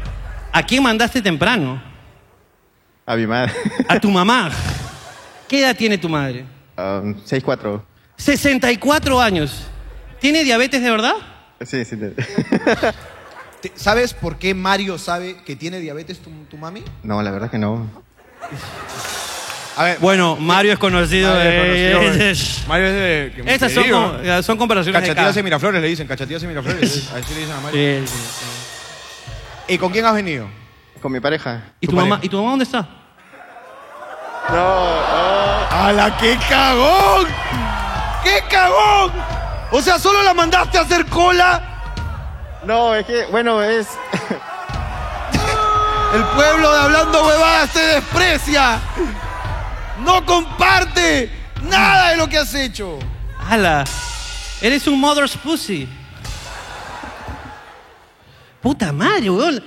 Speaker 1: ¿A quién mandaste temprano?
Speaker 13: A mi madre.
Speaker 1: A tu mamá. ¿Qué edad tiene tu madre?
Speaker 13: Um, 6-4.
Speaker 1: 64 años. ¿Tiene diabetes de verdad?
Speaker 13: Sí, sí. te-
Speaker 5: Te- ¿Sabes por qué Mario sabe que tiene diabetes tu, tu mami?
Speaker 13: No, la verdad que no.
Speaker 5: A ver.
Speaker 1: Bueno, Mario es conocido.
Speaker 5: Mario
Speaker 1: eh,
Speaker 5: es conocido,
Speaker 1: eh, <laughs>
Speaker 5: eh. Mario es de. que-
Speaker 1: Esas
Speaker 5: te
Speaker 1: son
Speaker 5: digo,
Speaker 1: como- eh, son comparaciones de
Speaker 5: Cachatías
Speaker 1: cada-
Speaker 5: y Miraflores le dicen, cachatías y
Speaker 1: <laughs>
Speaker 5: Miraflores. Así le dicen a Mario.
Speaker 1: eh,
Speaker 5: ¿Y con quién has venido?
Speaker 13: Con mi pareja.
Speaker 1: ¿Y tu, mamá, ¿Y tu mamá dónde está?
Speaker 5: ¡A la que cagón! ¡Qué cagón! O sea, solo la mandaste a hacer cola.
Speaker 13: No, es que, bueno, es.
Speaker 5: El pueblo de hablando huevadas te desprecia. No comparte nada de lo que has hecho.
Speaker 1: ¡Hala! Eres un mother's pussy. Puta madre, weón.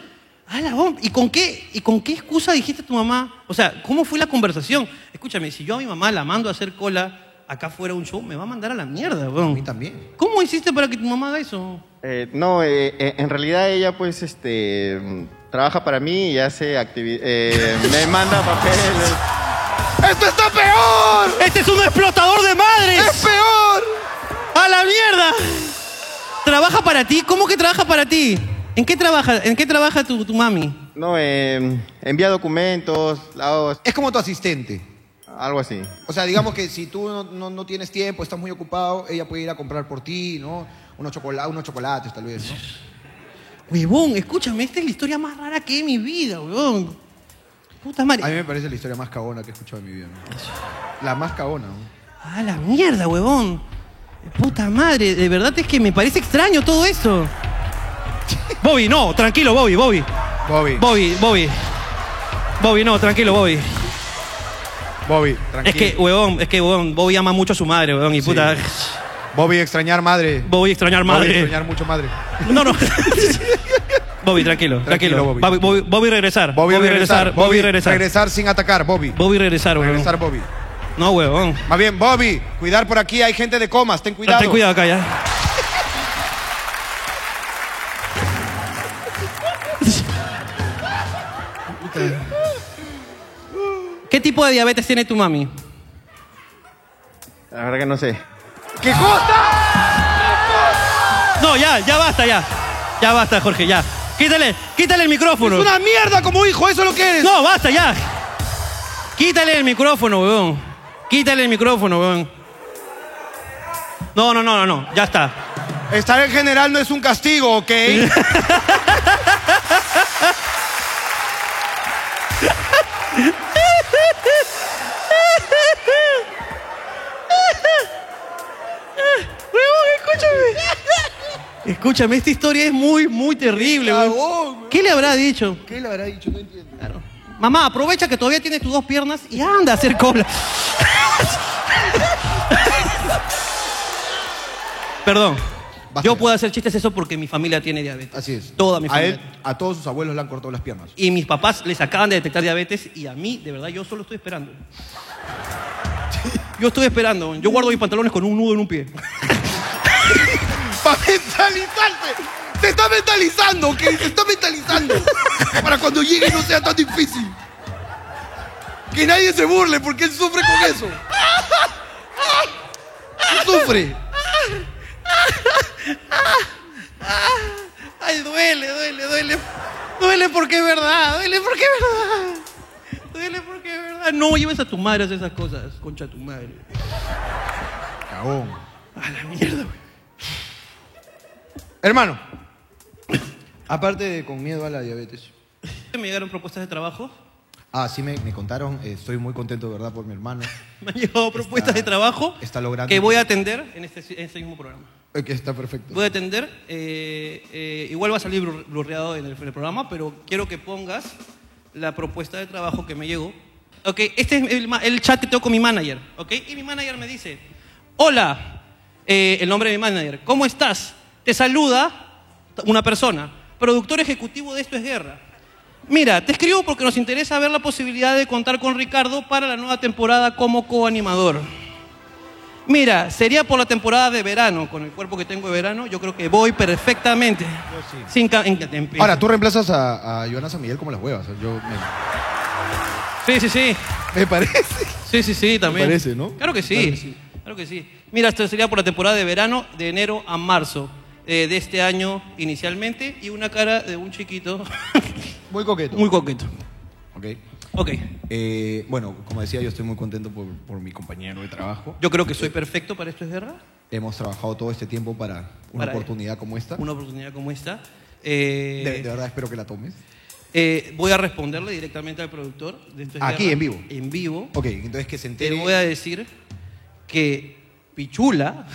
Speaker 1: ¡Hala, weón! ¿Y con, qué, ¿Y con qué excusa dijiste a tu mamá? O sea, ¿cómo fue la conversación? Escúchame, si yo a mi mamá la mando a hacer cola acá fuera un show, me va a mandar a la mierda, weón. A mí
Speaker 5: también.
Speaker 1: ¿Cómo hiciste para que tu mamá haga eso?
Speaker 13: Eh, no, eh, eh, en realidad ella, pues, este. mm, Trabaja para mí y hace actividad. me manda papeles.
Speaker 5: ¡Esto está peor!
Speaker 1: ¡Este es un explotador de madres!
Speaker 5: ¡Es peor!
Speaker 1: ¡A la mierda! ¿Trabaja para ti? ¿Cómo que trabaja para ti? ¿En qué trabaja, en qué trabaja tu, tu mami?
Speaker 13: No, eh, envía documentos, hago
Speaker 5: Es como tu asistente.
Speaker 13: algo así.
Speaker 5: O sea, digamos que si tú no, no- no tienes tiempo, estás muy ocupado, ella puede ir a comprar por ti, ¿no? Unos, chocola- unos chocolates, tal vez, ¿no?
Speaker 1: Huevón, escúchame, esta es la historia más rara que he en mi vida, huevón. Puta madre.
Speaker 5: A mí me parece la historia más cagona que he escuchado en mi vida. ¿no? La más cagona. ¿no?
Speaker 1: A la mierda, huevón. Puta madre, de verdad es que me parece extraño todo esto. Bobby, no, tranquilo, Bobby, Bobby.
Speaker 5: Bobby,
Speaker 1: Bobby, Bobby. Bobby, no, tranquilo, Bobby.
Speaker 5: Bobby,
Speaker 1: Es
Speaker 5: tranquilo.
Speaker 1: que, huevón, es que, huevón, Bobby ama mucho a su madre, huevón, y puta,
Speaker 5: Bobby, extrañar madre.
Speaker 1: Bobby extrañar
Speaker 5: Bobby,
Speaker 1: madre.
Speaker 5: extrañar mucho madre.
Speaker 1: No, no. Bobby, tranquilo, tranquilo.
Speaker 5: Tranquilo, Bobby.
Speaker 1: Bobby. Bobby, Bobby regresar.
Speaker 5: Bobby, regresar.
Speaker 1: Bobby regresar.
Speaker 5: Regresar sin atacar, Bobby.
Speaker 1: Bobby regresar, huevón.
Speaker 5: Regresar, Bobby.
Speaker 1: No, huevón.
Speaker 5: Más bien, Bobby, cuidar por aquí, hay gente de comas, ten cuidado.
Speaker 1: Ten cuidado acá ya. ¿Qué tipo de diabetes tiene tu mami?
Speaker 13: La verdad que no sé.
Speaker 5: ¡Qué cosa!
Speaker 1: No, ya, ya basta, ya. Ya basta, Jorge, ya. Quítale, quítale el micrófono.
Speaker 5: ¡Es una mierda como hijo! ¡Eso es lo que eres!
Speaker 1: No, basta, ya. Quítale el micrófono, weón. Quítale el micrófono, weón. No, no, no, no, no. Ya está.
Speaker 5: Estar en general no es un castigo, ¿ok?
Speaker 1: Escúchame, esta historia es muy, muy <laughs> terrible,
Speaker 5: cagón,
Speaker 1: weón. ¿Qué le habrá dicho?
Speaker 5: ¿Qué le habrá dicho? No entiendo.
Speaker 1: Mamá, aprovecha que todavía tienes tus dos piernas y anda a hacer cola. <laughs> Perdón. Yo puedo hacer chistes eso porque mi familia tiene diabetes. Así es. Toda mi
Speaker 5: A
Speaker 1: familia.
Speaker 5: él, a todos sus abuelos le han cortado las piernas.
Speaker 1: Y mis papás les acaban de detectar diabetes y a mí, de verdad, yo solo estoy esperando. Yo estoy esperando. Yo guardo mis pantalones con un nudo en un pie.
Speaker 5: ¡Para mentalizarte! ¡Te está mentalizando! ¡Que se está mentalizando! Para cuando llegue no sea tan difícil. Que nadie se burle porque él sufre con eso. ¡Sufre!
Speaker 1: Ay, duele, duele, duele. Duele porque es verdad, duele porque es verdad. Duele porque es verdad. No lleves a tu madre a hacer esas cosas, concha tu madre.
Speaker 5: Cagón.
Speaker 1: A la mierda, güey.
Speaker 5: Hermano. <coughs> Aparte de con miedo a la diabetes.
Speaker 1: Me llegaron propuestas de trabajo. <laughs>
Speaker 5: Ah, sí me, me contaron. eh, estoy muy contento, de verdad, por mi hermano. <laughs>
Speaker 1: Me han llegado propuestas de trabajo
Speaker 5: Está logrando.
Speaker 1: que voy a atender en este, en este mismo programa.
Speaker 5: Eh, Que está perfecto.
Speaker 1: Voy a atender. eh, eh, igual va a salir blu- blurreado en el, en el programa, pero quiero que pongas la propuesta de trabajo que me llegó. Ok, este es el, ma- el chat que tengo con mi manager. Ok, y mi manager me dice: Hola, eh, el nombre de mi manager, ¿cómo estás? Te saluda una persona, productor ejecutivo de Esto es Guerra. Mira, te escribo porque nos interesa ver la posibilidad de contar con Ricardo para la nueva temporada como coanimador. Mira, sería por la temporada de verano, con el cuerpo que tengo de verano, yo creo que voy perfectamente. Sin ca- en- en-
Speaker 5: Ahora, tú reemplazas a, a Joana San Miguel como las huevas. Yo me,
Speaker 1: Sí, sí, sí.
Speaker 5: me parece.
Speaker 1: Sí, sí, sí, también.
Speaker 5: Me parece, ¿no?
Speaker 1: Claro que sí. Claro que sí. Mira, esto sería por la temporada de verano, de enero a marzo eh, de este año inicialmente, y una cara de un chiquito.
Speaker 5: Muy coqueto.
Speaker 1: Muy coqueto.
Speaker 5: Ok.
Speaker 1: Ok.
Speaker 5: Eh, bueno, como decía, yo estoy muy contento por, por mi compañero de trabajo.
Speaker 1: Yo creo que soy perfecto para esto es guerra.
Speaker 5: Hemos trabajado todo este tiempo para una
Speaker 1: Para-
Speaker 5: oportunidad como esta.
Speaker 1: Una oportunidad como esta. Eh,
Speaker 5: De, de verdad espero que la tomes.
Speaker 1: eh, voy a responderle directamente al productor. de Esto es
Speaker 5: Aquí,
Speaker 1: Guerra.
Speaker 5: en vivo.
Speaker 1: En vivo.
Speaker 5: Ok, entonces que se
Speaker 1: Te
Speaker 5: entere.
Speaker 1: voy a decir que Pichula <laughs>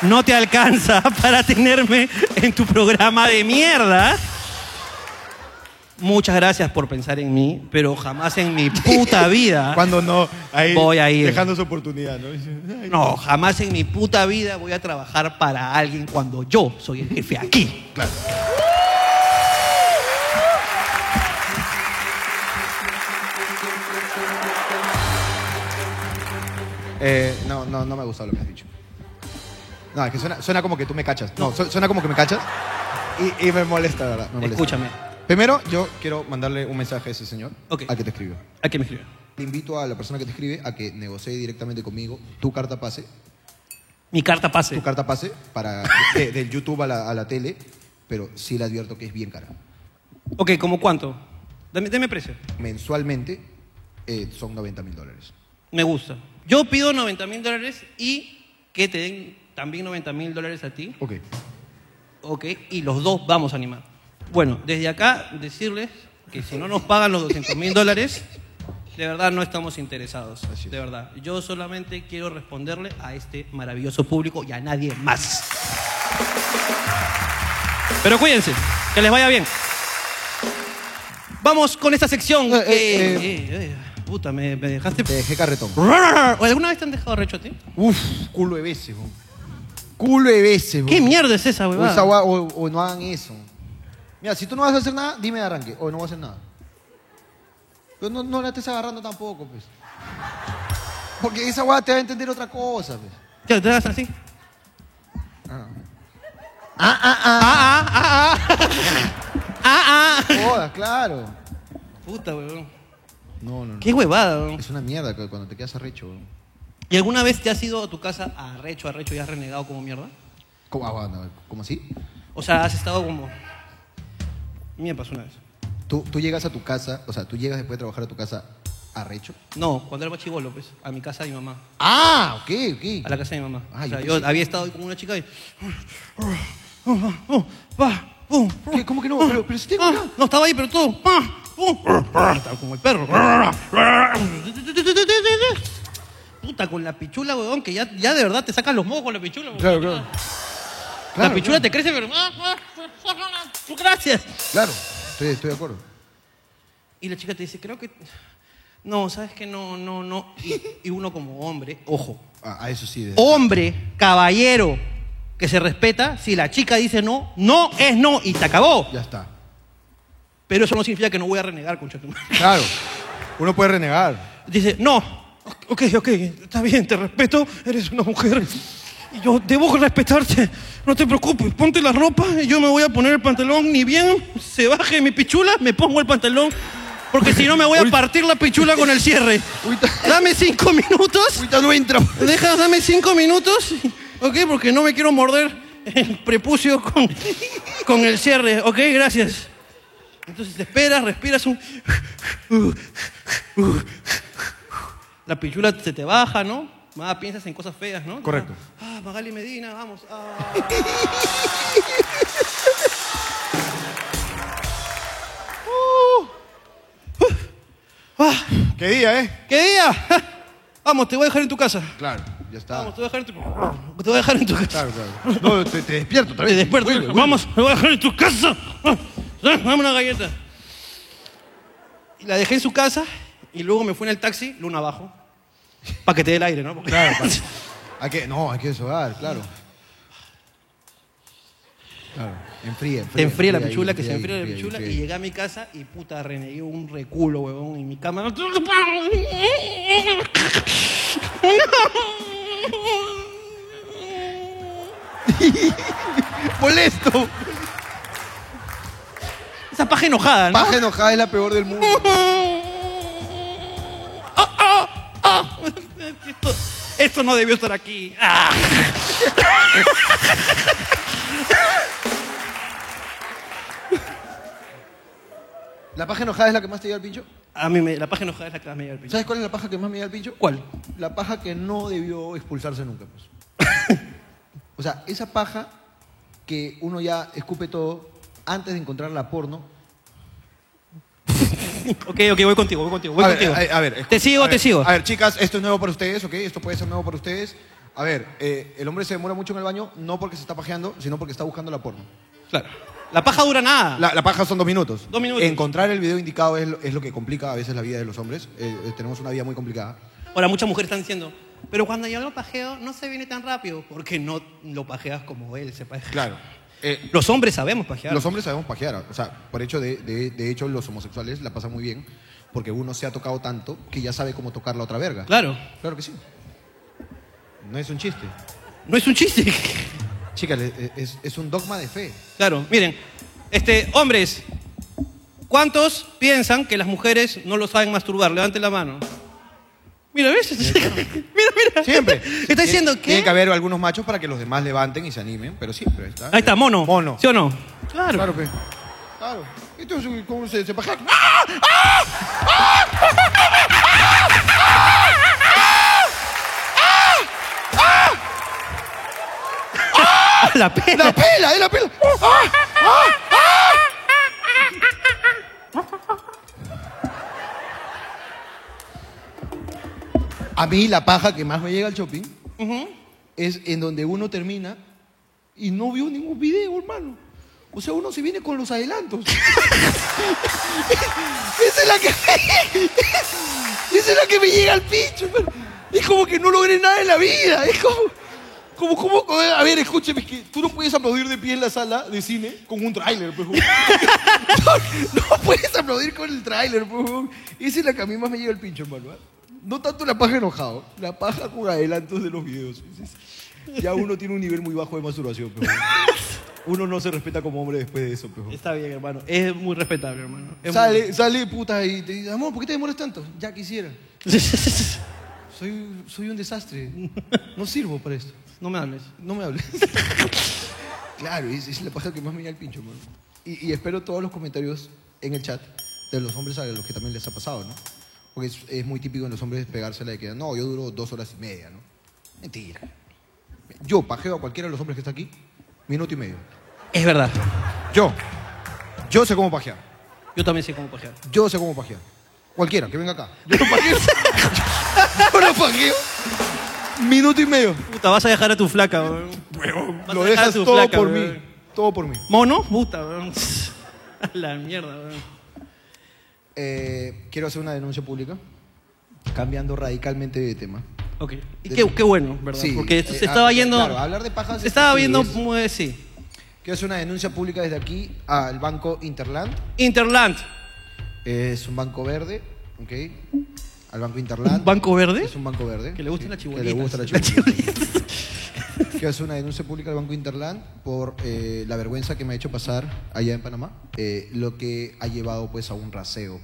Speaker 1: no te alcanza <laughs> para tenerme en tu programa de mierda. Muchas gracias por pensar en mí, pero jamás en mi puta
Speaker 5: <laughs>
Speaker 1: vida.
Speaker 5: Cuando no, ahí,
Speaker 1: Voy a ir.
Speaker 5: Dejando su oportunidad, ¿no? Dice, "Ay,
Speaker 1: No, jamás en mi puta vida voy a trabajar para alguien cuando yo soy el jefe aquí.
Speaker 5: Claro. Eh, no, no, no me ha gustado lo que has dicho. No, es que suena, suena como que tú me cachas. No, su- suena como que me cachas. Y, y me molesta, la verdad. me molesta.
Speaker 1: Escúchame.
Speaker 5: Primero, yo quiero mandarle un mensaje a ese señor.
Speaker 1: Ok.
Speaker 5: Al que te escribió.
Speaker 1: ¿A qué me escribe?
Speaker 5: Te invito a la persona que te escribe a que negocie directamente conmigo tu carta pase.
Speaker 1: Mi carta pase.
Speaker 5: Tu carta pase para, de- del YouTube a la, a la tele. Pero sí le advierto que es bien cara.
Speaker 1: Ok, ¿cómo cuánto? Dame, deme precio.
Speaker 5: Mensualmente eh, son 90 mil dólares.
Speaker 1: Me gusta. Yo pido 90 mil dólares y que te den también 90 mil dólares a ti.
Speaker 5: Ok.
Speaker 1: Ok, y los dos vamos a animar. Bueno, desde acá decirles que si no nos pagan los 200 mil dólares, de verdad no estamos interesados. De verdad. Yo solamente quiero responderle a este maravilloso público y a nadie más. Pero cuídense, que les vaya bien. Vamos con esta sección. que- eh, eh, puta, me, me dejaste. Te
Speaker 5: dejé carretón.
Speaker 1: ¿Alguna vez te han dejado recho a ti?
Speaker 5: Uf, culo de veces, bo. Culo de veces, bo.
Speaker 1: ¿Qué mierda es esa,
Speaker 5: O,
Speaker 1: huevada?
Speaker 5: esa gua- o- o no hagan eso. Mira, si tú no vas a hacer nada, dime de arranque. O no voy a hacer nada. Pero no, no la estés agarrando tampoco, pues. Porque esa guada te va a entender otra cosa, pues.
Speaker 1: Ya, ¿Te das así?
Speaker 5: Ah, ah,
Speaker 1: ah. Ah, ah,
Speaker 5: <laughs>
Speaker 1: ah. ah, ah.
Speaker 5: Jodas, claro.
Speaker 1: Puta, huevón.
Speaker 5: No, no, no.
Speaker 1: Qué huevada, huevón.
Speaker 5: Es una mierda cu- cuando te quedas arrecho, bo.
Speaker 1: ¿Y alguna vez te has ido a tu casa arrecho, arrecho y has renegado como mierda?
Speaker 5: ¿Cómo, ah, bueno, ¿cómo así?
Speaker 1: O sea, has estado como... Me pasó una vez.
Speaker 5: Tú, tú llegas a tu casa, o sea, tú llegas después de trabajar a tu casa arrecho.
Speaker 1: No, cuando era chivolo, pues, a mi casa de mi mamá.
Speaker 5: Ah, ok, ok.
Speaker 1: A la casa de mi mamá.
Speaker 5: Ah,
Speaker 1: o sea,
Speaker 5: yo
Speaker 1: yo
Speaker 5: pensé-
Speaker 1: había estado ahí con una chica y...
Speaker 5: ¿Qué? ¿Cómo que no? Pero, pero si tengo acá.
Speaker 1: Ah, No, estaba ahí, pero todo... ah, uh. pa, pum, Estaba como el perro. Puta, con la pichula, huevón, que ya, ya de verdad te sacan los mocos con la pichula. huevón.
Speaker 5: Claro, claro. Claro,
Speaker 1: la pichula
Speaker 5: claro.
Speaker 1: te crece, pero... Gracias.
Speaker 5: Claro, estoy, estoy de acuerdo.
Speaker 1: Y la chica te dice, creo que... No, sabes que no, no, no. Y, y uno como hombre, ojo,
Speaker 5: Ah,
Speaker 8: A, a eso sí. de-
Speaker 1: hombre, caballero, que se respeta, si la chica dice no, no es no y te acabó.
Speaker 8: Ya está.
Speaker 1: Pero eso no significa que no voy a renegar, concha tu madre.
Speaker 8: Claro. Uno puede renegar.
Speaker 1: Dice, no, ok, ok, está bien, te respeto, eres una mujer. Y yo debo respetarte, no te preocupes, ponte la ropa, y yo me voy a poner el pantalón, ni bien se baje mi pichula, me pongo el pantalón, porque si no me voy a partir la pichula con el cierre. Dame cinco minutos.
Speaker 8: no entra.
Speaker 1: Deja, dame cinco minutos, ok, porque no me quiero morder el prepucio con, con el cierre, ok, gracias. Entonces te esperas, respiras un... La pichula se te baja, ¿no? Más piensas en cosas feas, ¿no?
Speaker 8: Correcto.
Speaker 1: Ah, Magali Medina, vamos.
Speaker 5: <laughs>
Speaker 1: ah. Uh.
Speaker 5: Ah,
Speaker 8: ¿Qué día, eh?
Speaker 1: ¿Qué día? Ja. Ah, Vamos, te voy a dejar en tu casa.
Speaker 8: Claro, ya está.
Speaker 1: Vamos, te voy a dejar en tu Te voy a dejar en tu casa.
Speaker 8: Claro, claro. No, te, te despierto otra vez.
Speaker 1: Te despierto.
Speaker 8: Vuelve, vuelve.
Speaker 1: Vamos, te voy a dejar en tu casa. Ah, Dame una galleta. Y la dejé en su casa y luego me fui en el taxi, luna abajo. Para que te dé el aire, ¿no? Porque-
Speaker 8: Claro,
Speaker 1: <laughs>
Speaker 8: pa- hay que, no, hay que deshogar, claro. Claro, enfría, enfría.
Speaker 1: Te enfría la
Speaker 8: ahí,
Speaker 1: pichula, que se enfría
Speaker 8: ahí,
Speaker 1: la pichula
Speaker 8: enfría
Speaker 1: y
Speaker 8: ahí.
Speaker 1: llegué a mi casa y puta renegué un reculo, huevón, y mi cama.
Speaker 8: <laughs> ¡Molesto!
Speaker 1: Esa paja enojada, ¿no?
Speaker 8: Paja enojada es la peor del mundo.
Speaker 1: <laughs> ¡Ah, ah, ah! <laughs> Esto, esto no debió estar aquí. Ah.
Speaker 8: ¿La paja enojada es la que más te lleva al pincho?
Speaker 1: A mí me- la paja enojada es la que más me lleva al pinche.
Speaker 8: ¿Sabes cuál es la paja que más me lleva al pincho?
Speaker 1: ¿Cuál?
Speaker 8: La paja que no debió expulsarse nunca, pues.
Speaker 1: <laughs>
Speaker 8: o sea, esa paja que uno ya escupe todo antes de encontrar la porno.
Speaker 1: Ok, ok, voy contigo, voy contigo, voy
Speaker 8: a
Speaker 1: contigo.
Speaker 8: Ver, a, a ver,
Speaker 1: te
Speaker 8: escu-
Speaker 1: sigo,
Speaker 8: a
Speaker 1: te
Speaker 8: ver,
Speaker 1: sigo.
Speaker 8: A ver, chicas, esto es nuevo para ustedes, ¿ok? Esto puede ser nuevo para ustedes. A ver, eh, el hombre se demora mucho en el baño, no porque se está pajeando, sino porque está buscando la porno.
Speaker 1: Claro. La paja dura nada.
Speaker 8: La, la paja son dos minutos.
Speaker 1: Dos minutos.
Speaker 8: Encontrar el video indicado es lo, es lo que complica a veces la vida de los hombres. Eh, eh, tenemos una vida muy complicada.
Speaker 1: Ahora, muchas mujeres están diciendo, pero cuando yo lo pajeo no se viene tan rápido porque no lo pajeas como él se pajea.
Speaker 8: Claro.
Speaker 1: los hombres sabemos pajear.
Speaker 8: Los hombres sabemos pajear. O sea, por hecho de, de- de hecho, los homosexuales la pasan muy bien porque uno se ha tocado tanto que ya sabe cómo tocar la otra verga.
Speaker 1: Claro.
Speaker 8: Claro que sí. No es un chiste.
Speaker 1: No es un chiste.
Speaker 8: Chicas, le- eh, es, es un dogma de fe.
Speaker 1: Claro, miren, este, hombres, ¿cuántos piensan que las mujeres no lo saben masturbar? Levanten la mano. Mira, ¿ves? <laughs> mira, mira.
Speaker 8: Siempre.
Speaker 1: Está diciendo
Speaker 8: Tiene- Tiene
Speaker 1: que.
Speaker 8: que haber algunos machos para que los demás levanten y se animen, pero siempre está.
Speaker 1: Ahí está, mono. Mono. ¿Sí o no? Claro.
Speaker 8: Claro, pe. Claro. Esto es un- cómo se, se pajea.
Speaker 1: Ah, ah. <laughs> La pela.
Speaker 8: ¡La pela! ¡Es la pela! A mí la paja que más me llega al shopping es en donde uno termina y no vio ningún video, hermano. O sea, uno se viene con los adelantos. Esa es la que me... <laughs> Esa es la que me llega al pincho. hermano. Es como que no logré nada en la vida. Es como... Como, como, a ver, <laughs> escúcheme, que tú no puedes aplaudir de pie en la sala de cine con un tráiler, pues. huevón. <laughs> no, no puedes aplaudir con el tráiler, pues. huevón. Esa es la que a mí más me llega el pincho, hermano. ¿ah? No tanto la paja enojado, la paja con adelantos de los videos. Es- es- Ya uno tiene un nivel muy bajo de masturbación, pues. huevón. Uno no se respeta como hombre después de eso, pues. huevón.
Speaker 1: Está bien, hermano. Es muy respetable, hermano. Es
Speaker 8: Sale,
Speaker 1: muy-
Speaker 8: sale puta y te dice, amor, ¿por qué te demoras tanto?
Speaker 1: <laughs>
Speaker 8: Ya quisiera. Soy, soy un desastre. No sirvo para esto.
Speaker 1: No me hables.
Speaker 8: No me hables. claro, es, es la paja que más me llega al pincho, mano. Y, y espero todos los comentarios en el chat de los hombres a los que también les ha pasado, ¿no? Porque es, es muy típico en los hombres pegársela de que, no, yo duro dos horas y media, ¿no? Mentira. Yo pajeo a cualquiera de los hombres que está aquí, minuto y medio.
Speaker 1: Es verdad.
Speaker 8: Yo. Yo sé cómo pajear.
Speaker 1: Yo también sé cómo pajear.
Speaker 8: Yo sé cómo pajear. Cualquiera, que venga acá.
Speaker 1: <laughs>
Speaker 8: Yo lo pajeo. Yo lo pajeo. Minuto y medio.
Speaker 1: Puta, vas a dejar a tu flaca, weón. Vas a dejar
Speaker 8: Lo
Speaker 1: a
Speaker 8: dejas
Speaker 1: tu
Speaker 8: todo
Speaker 1: flaca,
Speaker 8: por
Speaker 1: weón.
Speaker 8: mí. Todo por mí.
Speaker 1: ¿Mono? Puta, weón. <laughs> A la mierda, weón.
Speaker 8: Eh, quiero hacer una denuncia pública, cambiando radicalmente de tema.
Speaker 1: Ok. Y qué, qué bueno, ¿verdad?
Speaker 8: Sí,
Speaker 1: Porque
Speaker 8: eh,
Speaker 1: se estaba
Speaker 8: ah,
Speaker 1: yendo.
Speaker 8: claro, hablar de pajas
Speaker 1: Se estaba
Speaker 8: es-
Speaker 1: viendo.
Speaker 8: sí, es-
Speaker 1: muy- Sí.
Speaker 8: Quiero hacer una denuncia pública desde aquí al banco Interland.
Speaker 1: Interland.
Speaker 8: Es un banco verde, ¿ok? Al banco Interland.
Speaker 1: ¿Banco verde?
Speaker 8: Es un banco verde.
Speaker 1: Que le gusta la
Speaker 8: Que le gusta la chibolita. <laughs> Quiero hacer una denuncia pública al banco Interland por eh, la vergüenza que me ha hecho pasar allá en Panamá. eh, lo que ha llevado pues a un raseo.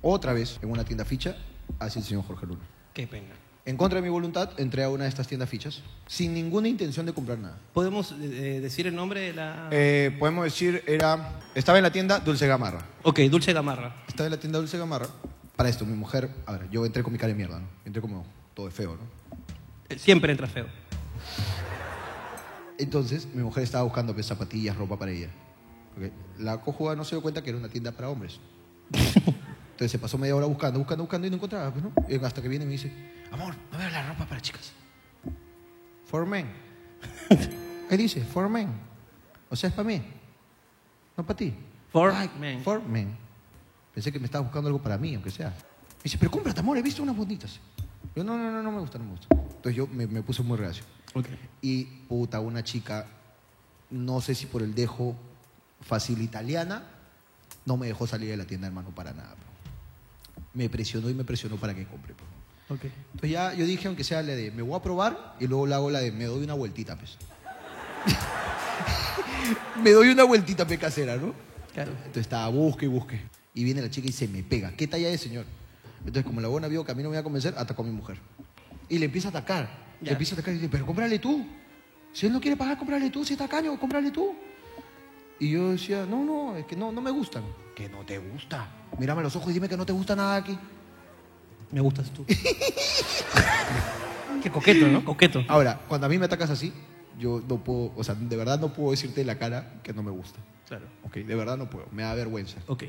Speaker 8: Otra vez en una tienda ficha hacia el señor Jorge Luna.
Speaker 1: Qué pena.
Speaker 8: En contra de mi voluntad, entré a una de estas tiendas fichas sin ninguna intención de comprar nada.
Speaker 1: ¿Podemos eh, decir el nombre de la.
Speaker 8: Eh, podemos decir, era. Estaba en la tienda Dulce Gamarra.
Speaker 1: Ok, Dulce Gamarra.
Speaker 8: Estaba en la tienda Dulce Gamarra. Para esto, mi mujer. A ver, yo entré con mi cara de mierda, ¿no? Entré como todo de feo, ¿no?
Speaker 1: Eh, Siempre entra feo.
Speaker 8: Entonces, mi mujer estaba buscando pues, zapatillas, ropa para ella. Ok. La cojuda no se dio cuenta que era una tienda para hombres. Entonces se pasó media hora buscando, buscando, buscando y no encontraba, pues, ¿no? Y hasta que viene y me dice, amor, no veo la ropa para chicas. For men.
Speaker 1: <laughs>
Speaker 8: Él dice, for men. O sea, es para mí. No para ti.
Speaker 1: For
Speaker 8: Ay,
Speaker 1: men.
Speaker 8: For men. Pensé que me estabas buscando algo para mí, aunque sea. Me dice, pero cómprate, amor, he visto unas bonitas. Yo, no, no, no, no me gusta, no me gusta. Entonces yo me, me puse muy reacio. Y, puta, una chica, no sé si por el dejo fácil italiana, no me dejó salir de la tienda, hermano, para nada. bro. Me presionó y me presionó para que compre. pues. bro.
Speaker 1: Ok.
Speaker 8: Entonces ya yo dije, aunque sea la de me voy a probar y luego la hago la de me doy una vueltita, pues. <laughs> me doy una vueltita, pe casera, ¿no? Entonces estaba busque y busque. Y viene la chica y se me pega. ¿Qué talla es, señor? Entonces, como la buena vio que a mí no me iba a convencer, atacó a mi mujer. Y le empieza a atacar. Le empieza a atacar y dice, pero cómprale tú. Si él no quiere pagar, cómprale tú. Si está caño, cómprale tú. Y yo decía, no, no, es que no, no me gustan. Que no te gusta. Mírame a los ojos y dime que no te gusta nada aquí.
Speaker 1: Me gustas tú. Qué coqueto, ¿no? Coqueto.
Speaker 8: Ahora, cuando a mí me atacas así, yo no puedo, o sea, de verdad no puedo decirte en la cara que no me gusta.
Speaker 1: Claro.
Speaker 8: Ok, de verdad no puedo, me da vergüenza.
Speaker 1: Ok.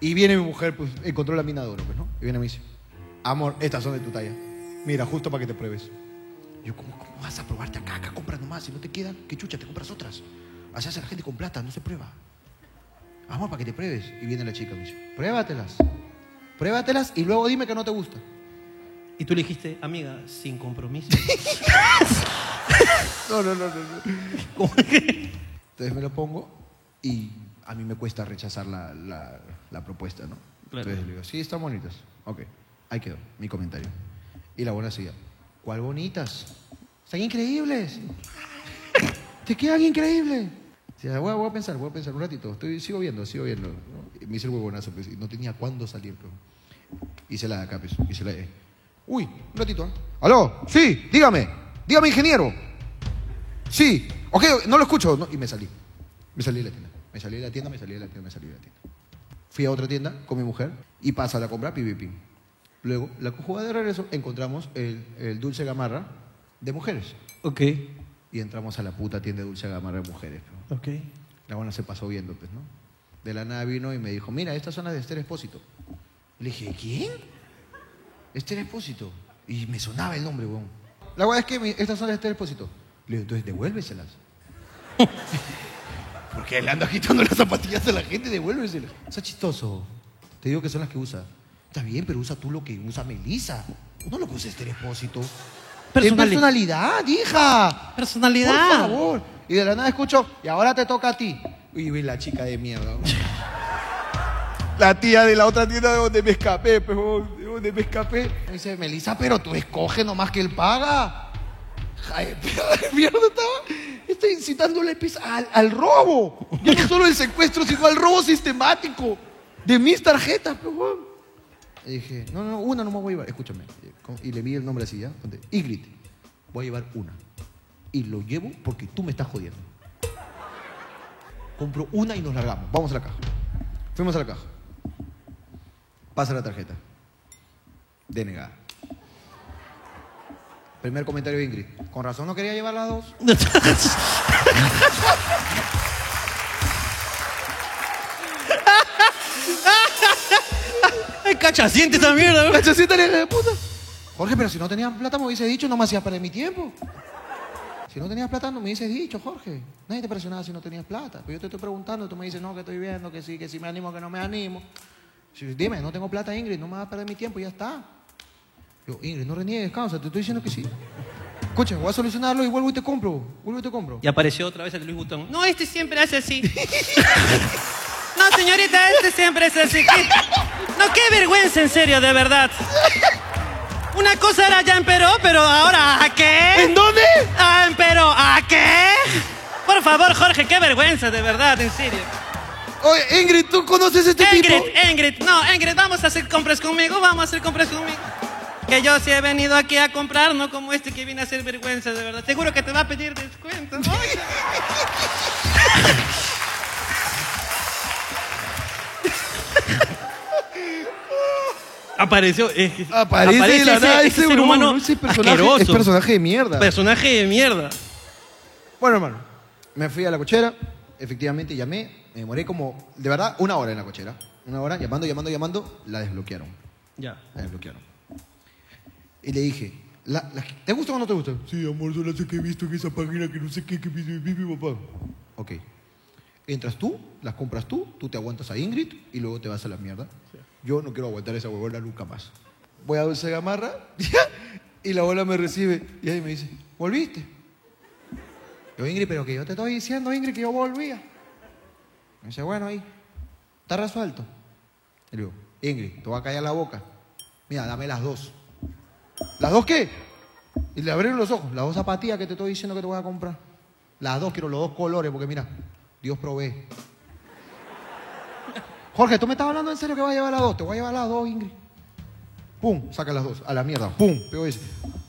Speaker 8: Y viene mi mujer, pues encontró la mina de oro, pues, ¿no? Y viene y me dice, amor, estas son de tu talla. Mira, justo para que te pruebes. Yo, ¿cómo, cómo vas a probarte acá? Acá compras nomás, si no te quedan, qué chucha, te compras otras. Así hace la gente con plata, no se prueba. Amor, para que te pruebes. Y viene la chica, me dice, pruébatelas. Pruébatelas y luego dime que no te gusta.
Speaker 1: Y tú le dijiste, amiga, sin
Speaker 8: <laughs>
Speaker 1: compromiso.
Speaker 8: No, no, no, no. no. Entonces me lo pongo y a mí me cuesta rechazar la, la- la propuesta, ¿no?
Speaker 5: Claro.
Speaker 8: Entonces le digo, sí, están bonitas. Ok, ahí quedó mi comentario. Y la buena decía, ¿cuál bonitas? Están increíbles. Te quedan increíbles. Decía, voy, a, voy a pensar, voy a pensar un ratito. Estoy, sigo viendo, sigo viendo. ¿no? Y me hice el huevonazo, pues, y no tenía cuándo salir. pero Hice la de acá, pues, hice la de... Uy, un ratito. ¿eh? ¿Aló? Sí, dígame. Dígame, ingeniero. Sí, ok, ok, no lo escucho. no, y me salí. Me salí de la tienda. Me salí de la tienda, me salí de la tienda, me salí de la tienda. Fui a otra tienda con mi mujer y pasa la compra, pim, pim, pim. Luego, la jugada de regreso, encontramos el, el dulce gamarra de mujeres.
Speaker 1: Ok.
Speaker 8: Y entramos a la puta tienda de dulce gamarra de mujeres. pe.
Speaker 1: Ok.
Speaker 8: La buena se pasó viendo, pues, ¿no? De la nada vino y me dijo, mira, estas son las de Esther Espósito. Le dije, ¿quién? Esther Espósito. Y me sonaba el nombre, weón. La weá es que mi- estas son las de Esther Espósito. Le digo, entonces devuélveselas. <laughs> Porque le anda quitando las zapatillas a la gente, devuélveselas. Eso es chistoso. Te digo que son las que usa. Está bien, pero usa tú lo que usa Melissa. No lo que usa Esther Espósito. Ten
Speaker 1: Personali-
Speaker 8: personalidad, hija.
Speaker 1: Personalidad.
Speaker 8: Por favor. Y de la nada escucho, y ahora te toca a ti. Uy, uy, la chica de mierda. <laughs> weón. La tía de la otra tienda de donde me escapé, pues, weón, de donde me escapé. Me dice, Melissa, pero tú escoges nomás que él paga. Ay, <laughs> de mierda estaba. Está incitando la pis- al, al robo. Ya no solo el secuestro, sino al robo sistemático de mis tarjetas, pues, weón. Y dije, no, no, no, una no me voy a llevar. Escúchame. Y le vi el nombre así, ¿ya? Ponte, Ingrid, voy a llevar una. Y lo llevo porque tú me estás jodiendo. Compro una y nos largamos. Vamos a la caja. Fuimos a la caja. Pasa la tarjeta. Denegada. Primer comentario de Ingrid. Con razón no quería llevar las dos.
Speaker 1: Ay, cachaciente esa mierda, ¿no?
Speaker 8: Cachaciente la hija de puta. Jorge, pero si no tenías plata me hubiese dicho, no me hacías perder mi tiempo. Si no tenías plata no me hubieses dicho, Jorge. Nadie te presionaba si no tenías plata. Pero yo te estoy preguntando, tú me dices, no, que estoy viendo, que sí, que si me animo, que no me animo. Si- dime, no tengo plata, Ingrid, no me vas a perder mi tiempo, ya está. Digo, Ingrid, no reniegues, causa, te estoy diciendo que sí. Escucha, voy a solucionarlo y vuelvo y te compro. Vuelvo y te compro.
Speaker 1: Y apareció otra vez el Luis Butón.
Speaker 14: No, este siempre hace así. <laughs> No, señorita, este
Speaker 8: <laughs>
Speaker 14: siempre hace así.
Speaker 1: No, qué vergüenza, en serio, de verdad. Una cosa era ya en Perú, pero ahora, ¿a qué? ¿En dónde? Ah, en Perú, ¿a qué? Por favor, Jorge, qué vergüenza, de verdad, en serio.
Speaker 5: Oye, Ingrid, ¿tú conoces este
Speaker 1: Ingrid,
Speaker 5: tipo?
Speaker 1: Ingrid, no, Ingrid, vamos a hacer compras conmigo, vamos a hacer compras conmigo. Que yo sí he venido aquí a comprar, no como este que viene a hacer vergüenza, de verdad. Seguro que te va a pedir descuento. Ay, <laughs> Apareció. es que-
Speaker 5: Aparece, de la
Speaker 1: ese-
Speaker 5: nada
Speaker 1: ese
Speaker 5: ese,
Speaker 1: ser
Speaker 5: huevón,
Speaker 1: humano
Speaker 5: ese personaje,
Speaker 1: asqueroso.
Speaker 5: Es personaje de mierda.
Speaker 1: Personaje de mierda.
Speaker 8: Bueno, hermano, me fui a la cochera, efectivamente llamé, me demoré como, de verdad, una hora en la cochera. Una hora, llamando, llamando, llamando, la desbloquearon.
Speaker 1: Ya.
Speaker 8: La desbloquearon. Y le dije, la- la- ¿te gusta o no te gusta? Sí, amor, solo sé que he visto en esa página que no sé qué, que vi, vi mi papá. Ok. Entras tú, las compras tú, tú te aguantas a Ingrid y luego te vas a la mierda. Yo no quiero aguantar esa huevona nunca más. Voy a Dulce Gamarra <laughs> y la abuela me recibe y ahí me dice, ¿volviste? Yo, Ingrid, pero que yo te estoy diciendo, Ingrid, que yo volvía. Me dice, bueno, ahí, está resuelto. Y le digo, Ingrid, te voy a callar la boca. Mira, dame las dos. ¿Las dos qué? Y le abrieron los ojos. Las dos zapatillas que te estoy diciendo que te voy a comprar. Las dos, quiero los dos colores, porque mira, Dios provee. Jorge, ¿tú me estás hablando en serio que vas a llevar las dos? Te voy a llevar las dos, Ingrid. Pum, saca las dos, a la mierda, pum. Pero dice,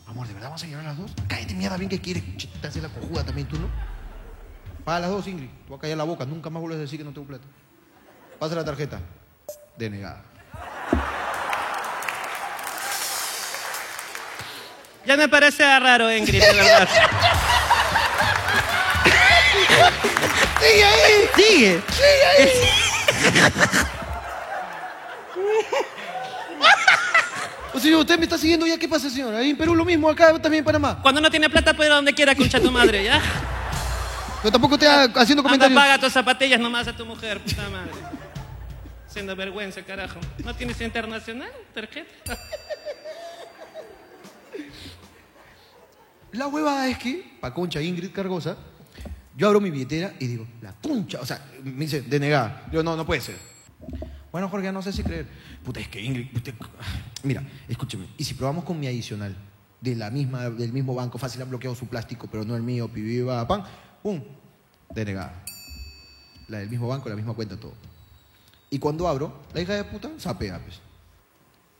Speaker 8: amor, ¿de verdad vamos a llevar las dos? Cállate, mierda, bien que quieres. Ch, Te haces la cojuda también, tú, ¿no? Paga las dos, Ingrid. Tú vas a callar la boca, nunca más vuelves a decir que no tengo plata. Pasa la tarjeta. Denegada.
Speaker 1: Ya me parece raro, Ingrid, de
Speaker 4: <laughs>
Speaker 1: verdad.
Speaker 5: Sigue ahí.
Speaker 1: Sigue.
Speaker 5: Sigue
Speaker 8: O sea, Pues, usted me está siguiendo ya, ¿qué pasa, señor? Ahí en Perú lo mismo, acá también en Panamá.
Speaker 1: Cuando no tiene plata, puede ir a donde quiera, concha tu madre, ¿ya?
Speaker 8: Yo tampoco te ha- haciendo
Speaker 1: Anda,
Speaker 8: comentarios.
Speaker 1: paga tus zapatillas nomás a tu mujer, puta madre. Siendo vergüenza, carajo. ¿No tienes internacional, tarjeta?
Speaker 8: La huevada es que, pa' concha Ingrid Cargosa, yo abro mi billetera y digo, la concha. O sea, me dice, denegada. Yo, no, no puede ser. Bueno, Jorge, no sé si creer. Puta, es que Ingrid, usted- Mira, escúcheme. ¿Y si probamos con mi adicional? De la misma, del mismo banco, fácil han bloqueado su plástico, pero no el mío, pibiba, pan, pum, denegada. La del mismo banco, la misma cuenta, todo. Y cuando abro, la hija de puta sapea, pues.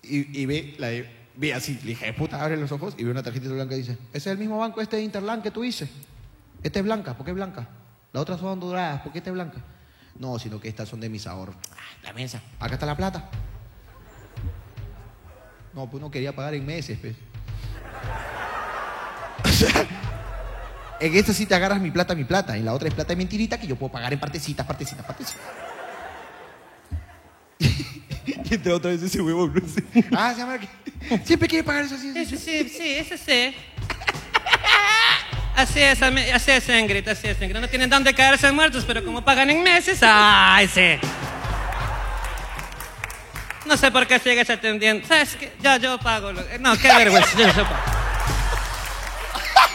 Speaker 8: Y, y ve, la de- ve así, la hija de puta abre los ojos y ve una tarjetita blanca y dice, ese es el mismo banco, este de Interland que tú dices. Esta es blanca, ¿por qué es blanca? Las otras son doradas, ¿por qué esta es blanca? No, sino que estas son de mis ahorros. Ah, la mesa, acá está la plata. No, pues no quería pagar en meses, pues. <laughs> O sea, en esta sí te agarras mi plata, mi plata. En la otra es plata de mentirita que yo puedo pagar en partecitas, partecitas, partecitas. <laughs> y entra otra vez ese huevo, no sé. <laughs> Ah, se llama... <laughs> Siempre quiere pagar eso así.
Speaker 1: Sí, sí, sí, ese sí. Así es, ami- así es, Ingrid, así es, Ingrid. No tienen dónde caerse muertos, pero como pagan en meses, ¡ay, sí! No sé por qué sigues atendiendo. ¿Sabes qué? Ya yo pago lo... eh, No, qué vergüenza, yo, yo pago.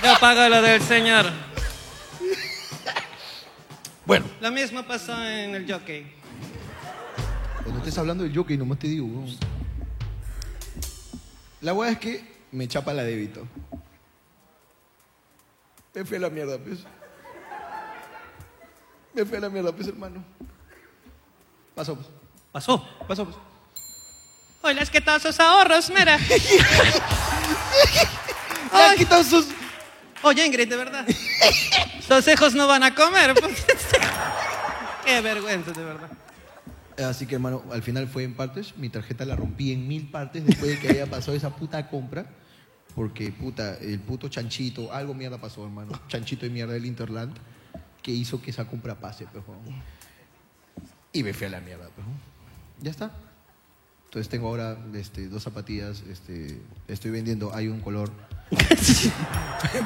Speaker 1: Yo pago lo del señor.
Speaker 8: Bueno.
Speaker 1: Lo mismo pasó en el jockey.
Speaker 8: Cuando estés hablando del jockey, nomás te digo, weón. La weá es que me chapa la débito. Me fui a la mierda, pues. Me fui a la mierda, pues, hermano. Pasó, pues.
Speaker 1: ¿Pasó?
Speaker 8: Pasó, pues.
Speaker 1: Hoy les quitado sus ahorros,
Speaker 8: <laughs>
Speaker 1: mira.
Speaker 5: ahí. Le quitan sus...
Speaker 1: Oye, Ingrid, de verdad. Los hijos no van a comer. pues. <laughs> Qué vergüenza, de verdad.
Speaker 8: Así que, hermano, al final fue en partes. Mi tarjeta la rompí en mil partes después de que haya pasado esa puta compra. Porque, puta, el puto chanchito, algo mierda pasó, hermano. Chanchito de mierda del Interland, que hizo que esa compra pase, pero Y me fui a la mierda,
Speaker 1: pues.
Speaker 8: pero Ya está. Entonces tengo ahora este, dos zapatillas, este, estoy vendiendo, hay un
Speaker 1: <laughs>
Speaker 8: color.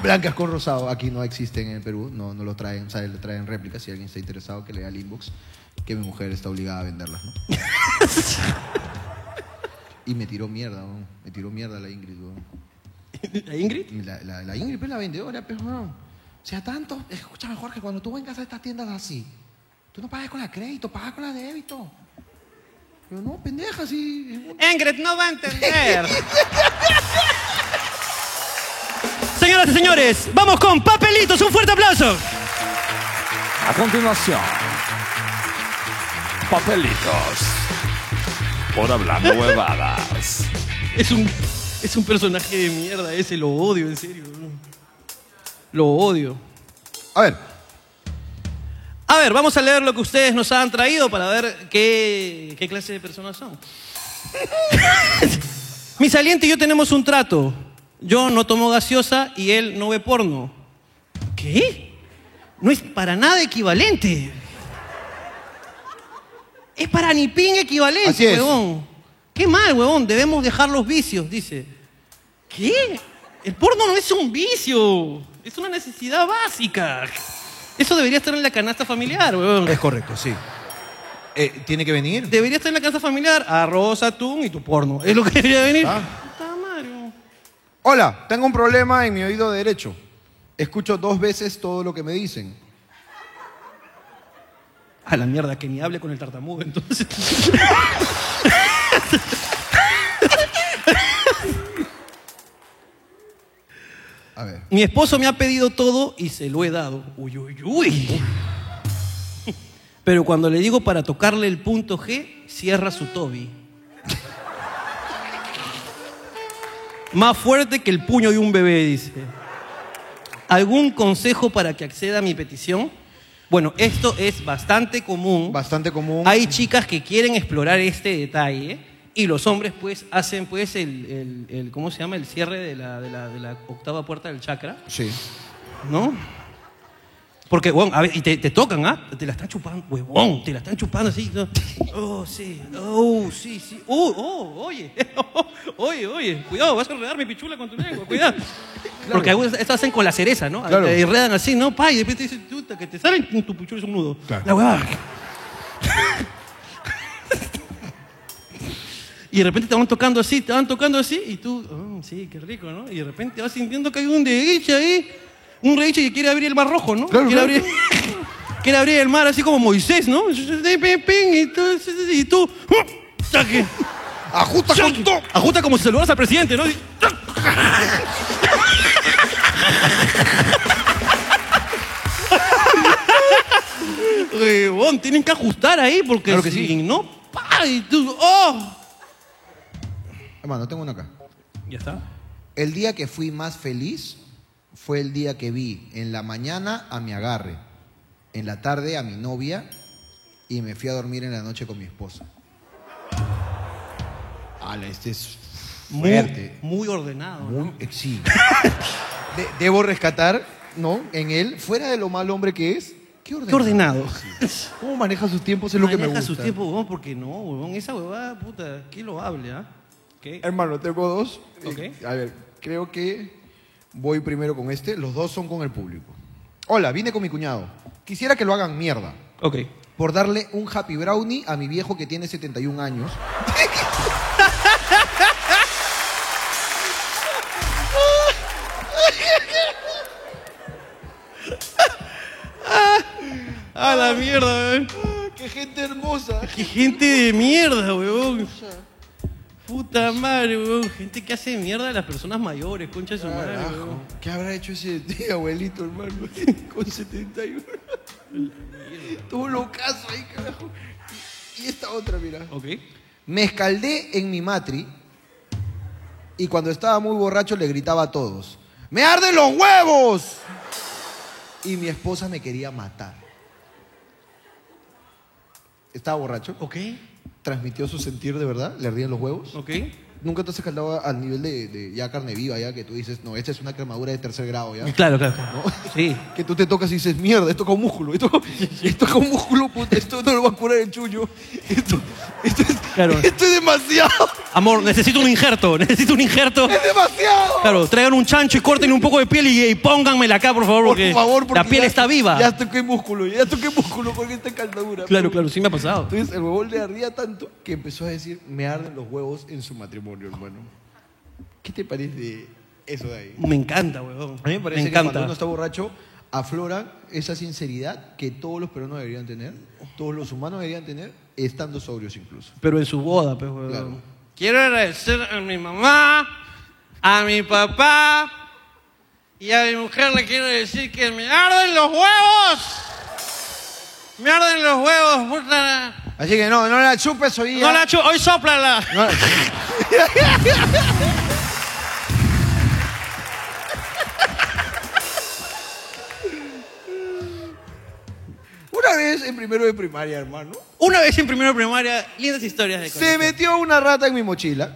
Speaker 8: Blancas con rosado, aquí no existen en el Perú, no, no lo traen, o sea, le traen réplicas si alguien está interesado que le
Speaker 1: <laughs>
Speaker 8: da el inbox, que mi mujer está obligada a venderlas, ¿no? Y me tiró mierda, weón. me tiró mierda la Ingrid. weón.
Speaker 1: ¿La Ingrid?
Speaker 8: La, la, Ingrid, pues la vendedora, pero O sea, tanto, escúchame Jorge, cuando tú vengas a estas tiendas así, tú no pagas con la crédito, pagas con la débito. Yo no, pendeja, sí.
Speaker 1: Ingrid no va a
Speaker 8: <laughs>
Speaker 1: entender. Señoras y señores, vamos con papelitos, un fuerte aplauso.
Speaker 15: A continuación, papelitos por
Speaker 1: <laughs>
Speaker 15: hablando huevadas.
Speaker 1: Es un, es un personaje de mierda ese, lo odio, en serio. Lo odio.
Speaker 8: A ver.
Speaker 1: A ver, vamos a leer lo que ustedes nos han traído para ver qué, qué clase de personas son. <laughs> Mi saliente y yo tenemos un trato. Yo no tomo gaseosa y él no ve porno. ¿Qué? No es para nada equivalente. Es para ni pin equivalente,
Speaker 5: Así es.
Speaker 1: huevón. Qué mal, huevón. Debemos dejar los vicios, dice. ¿Qué? El porno no es un vicio. Es una necesidad básica. Eso debería estar en la canasta familiar, huevón.
Speaker 8: Es correcto, sí. Eh, ¿Tiene que venir?
Speaker 1: Debería estar en la canasta familiar arroz, atún y tu porno. Es lo que debería venir.
Speaker 8: Ah. Hola, tengo un problema en mi oído derecho. Escucho dos veces todo lo que me dicen.
Speaker 1: A la mierda, que ni hable con el tartamudo, entonces.
Speaker 8: A ver.
Speaker 1: Mi esposo me ha pedido todo y se lo he dado. Uy, uy, uy. Pero cuando le digo para tocarle el punto G, cierra su tobi. Más fuerte que el puño de un bebé, dice. ¿Algún consejo para que acceda a mi petición? Bueno, esto es bastante común.
Speaker 8: Bastante común.
Speaker 1: Hay chicas que quieren explorar este detalle y los hombres pues hacen pues el, el- el- ¿cómo se llama? El cierre de la, de la- de la octava puerta del chakra.
Speaker 8: Sí.
Speaker 1: ¿No? Porque, bueno, a ver, y te, te tocan, ¿ah? Te la están chupando, huevón, te la están chupando así. ¿no? Oh, sí, oh, sí, sí. Oh, oh, oye, <laughs> oye, oye, cuidado, vas a enredar mi pichula con tu
Speaker 15: <laughs>
Speaker 1: lengua, cuidado. Porque algunos esto hacen con la cereza, ¿no?
Speaker 8: Claro.
Speaker 1: Te enredan así, ¿no? Pa, y de repente dicen, puta, que te salen con tu pichula es un nudo. La huevada. Y de repente te van tocando así, te van tocando así, y tú, "Oh, sí, qué rico, ¿no? Y de repente vas sintiendo que hay un derecha ahí, un derecha que quiere abrir el mar rojo, ¿no? quiere, Abrir, quiere abrir el mar así como Moisés, ¿no? Ping, ping, Y tú, y tú ajusta, ajusta como si saludas al presidente, ¿no? Y- Huevón, tienen que ajustar ahí porque
Speaker 8: Claro que
Speaker 1: si
Speaker 8: sí.
Speaker 1: no, pa, y tú,
Speaker 15: <laughs>
Speaker 1: ¡oh! <laughs>
Speaker 8: Hermano, tengo uno acá.
Speaker 1: Ya está.
Speaker 8: El día que fui más feliz fue el día que vi en la mañana a mi agarre, en la tarde a mi novia y me fui a dormir en la noche con mi esposa.
Speaker 1: Ah,
Speaker 8: Ala, este es
Speaker 1: Muy,
Speaker 8: fuerte.
Speaker 1: muy ordenado. ¿no?
Speaker 8: Muy- eh, sí. <laughs> De- debo rescatar, ¿no? En él, fuera de lo mal hombre que es, qué ordenado.
Speaker 1: ordenado.
Speaker 8: Sí. ¿Cómo maneja sus tiempos? Es lo que me gusta.
Speaker 1: Maneja su tiempo, huevón, porque no, huevón. Esa huevada, puta, ¿quién lo hable, ah? ¿Qué?
Speaker 8: Hermano, tengo dos. Eh,
Speaker 1: Ok.
Speaker 8: A ver, creo que voy primero con este. Los dos son con el público. Hola, vine con mi cuñado. Quisiera que lo hagan mierda.
Speaker 1: Ok.
Speaker 8: Por darle un happy brownie a mi viejo que tiene 71 años. Ah.
Speaker 1: A la mierda, weón.
Speaker 5: ¡Qué gente hermosa!
Speaker 1: Qué gente de mierda, huevón. Puta madre, huevón. Gente que hace mierda a las personas mayores, concha de su madre,
Speaker 5: Carajo.
Speaker 1: huevón.
Speaker 5: ¿Qué habrá hecho ese día, abuelito,
Speaker 8: <laughs>
Speaker 5: hermano? Con 71. Tuvo locazo ahí, carajo. Y esta otra, mira.
Speaker 1: Ok.
Speaker 8: Me escaldé en mi matri y cuando estaba muy borracho le gritaba a todos. ¡Me arden los huevos! Y mi esposa me quería matar. Estaba borracho.
Speaker 1: Ok.
Speaker 8: Transmitió su sentir de verdad. Le ardían los huevos.
Speaker 1: Ok.
Speaker 8: nunca te has escaldado al nivel de, de ya carne viva, ya que tú dices, no, esta es una cremadura de tercer grado, ya.
Speaker 1: Eh, Claro, claro. Sí.
Speaker 8: <laughs> Que tú te tocas y dices, mierda, esto con músculo, esto, <laughs> esto con músculo, puta, esto no lo va a curar el chullo. Esto, esto es, esto es demasiado.
Speaker 1: Amor, necesito un injerto, <laughs> necesito un injerto.
Speaker 8: ¡Es demasiado!
Speaker 1: Claro, traigan un chancho y corten un poco de piel y, y pónganmela acá, por favor, porque,
Speaker 8: favor, porque
Speaker 1: la piel
Speaker 8: ya-
Speaker 1: está viva.
Speaker 8: Ya toqué músculo, ya toqué músculo con esta caldadura.
Speaker 1: Claro, claro, sí me ha pasado.
Speaker 8: Entonces el huevón le ardía tanto que empezó a decir, me arden los huevos en su matrimonio, hermano. ¿Qué te parece eso de ahí?
Speaker 1: Me encanta, huevón.
Speaker 8: A mí me parece
Speaker 1: Me
Speaker 8: que
Speaker 1: encanta.
Speaker 8: cuando uno está borracho, aflora esa sinceridad que todos los peruanos deberían tener, todos los humanos deberían tener, estando sobrios incluso.
Speaker 1: Pero en su boda, pues, huevón.
Speaker 14: Quiero agradecer a mi mamá, a mi papá y a mi mujer le quiero decir que me arden los huevos. Me arden los huevos, puta.
Speaker 8: Así que no, no la chupes hoy ¿eh?
Speaker 14: No la chu- hoy soplala.
Speaker 8: Una vez en primero de primaria, hermano,
Speaker 1: Una vez en primero de primaria, lindas historias de
Speaker 8: se metió una rata en mi mochila.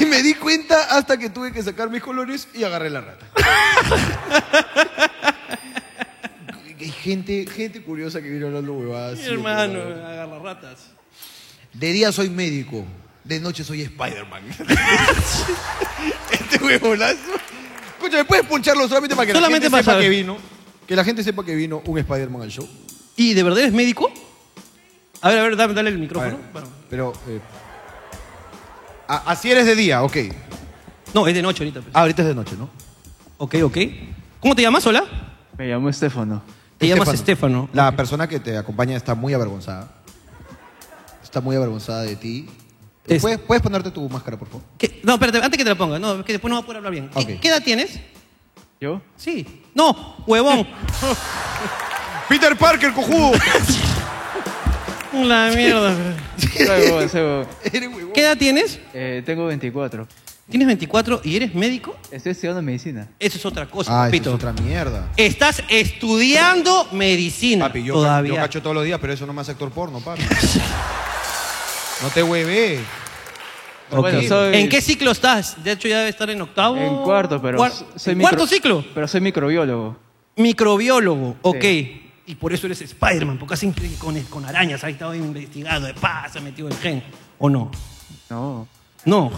Speaker 8: y me di cuenta hasta que tuve que sacar mis colores y agarré la rata. Hay gente, gente curiosa que viene hablando huevadas.
Speaker 1: Mi
Speaker 8: sí,
Speaker 1: hermano,
Speaker 8: huevadas.
Speaker 1: agarra ratas.
Speaker 8: De día soy médico, de noche
Speaker 1: <laughs>
Speaker 8: soy Spider-Man. este huevolazo. <laughs> Escúchame, ¿puedes poncharlo solamente para que
Speaker 1: Solamente
Speaker 8: la gente
Speaker 1: para
Speaker 8: sepa
Speaker 1: saber.
Speaker 8: que vino? Que la gente sepa que vino un Spider-Man al show.
Speaker 1: ¿Y de verdad eres médico? A ver, a ver, dame, dale el micrófono.
Speaker 8: Pero. eh, a- así eres de día, ok. Ah,
Speaker 1: No, es de noche ahorita. pues.
Speaker 8: Ahorita es de noche, ¿no?
Speaker 1: Ok, ok. ¿Cómo te llamas, hola?
Speaker 8: Me llamo Estefano.
Speaker 1: Te llamas Estefano.
Speaker 8: La persona que te acompaña está muy avergonzada. Está muy avergonzada de ti.
Speaker 1: Es-
Speaker 8: ¿Puedes, puedes ponerte tu máscara, por favor?
Speaker 1: ¿Qué? No, espérate, antes que te la ponga. No, es que después no va a poder hablar bien. ¿Qué, qué edad tienes?
Speaker 8: ¿Yo?
Speaker 1: Sí. No, huevón.
Speaker 8: <laughs> Peter Parker,
Speaker 1: <laughs>
Speaker 8: cojudo.
Speaker 1: La mierda.
Speaker 8: <laughs>
Speaker 3: Soy huevón, soy huevón.
Speaker 1: ¿Qué edad tienes?
Speaker 3: Eh, tengo 24.
Speaker 1: ¿Tienes 24 y eres médico?
Speaker 3: Estoy estudiando medicina.
Speaker 1: Eso es otra cosa,
Speaker 8: Ah, esa es
Speaker 1: papito.
Speaker 8: otra mierda.
Speaker 1: Estás estudiando medicina
Speaker 8: Yo,
Speaker 1: todavía.
Speaker 8: yo cacho todos los días, pero eso no me hace actor porno, papi. no te hueve.
Speaker 1: Ok.
Speaker 3: Bueno, soy-
Speaker 1: ¿En qué ciclo estás? De hecho, ya debe estar en octavo.
Speaker 3: En cuarto, pero
Speaker 1: Cuar-
Speaker 3: soy
Speaker 1: ¿en
Speaker 3: micro-
Speaker 1: ¿Cuarto ciclo?
Speaker 3: Pero soy microbiólogo.
Speaker 1: Microbiólogo, ok.
Speaker 3: Sí.
Speaker 1: Y por eso eres Spider-Man, porque has incre- con, con arañas, ahí estado investigado, de paz, ha metido el gen. ¿O no?
Speaker 3: No.
Speaker 1: No.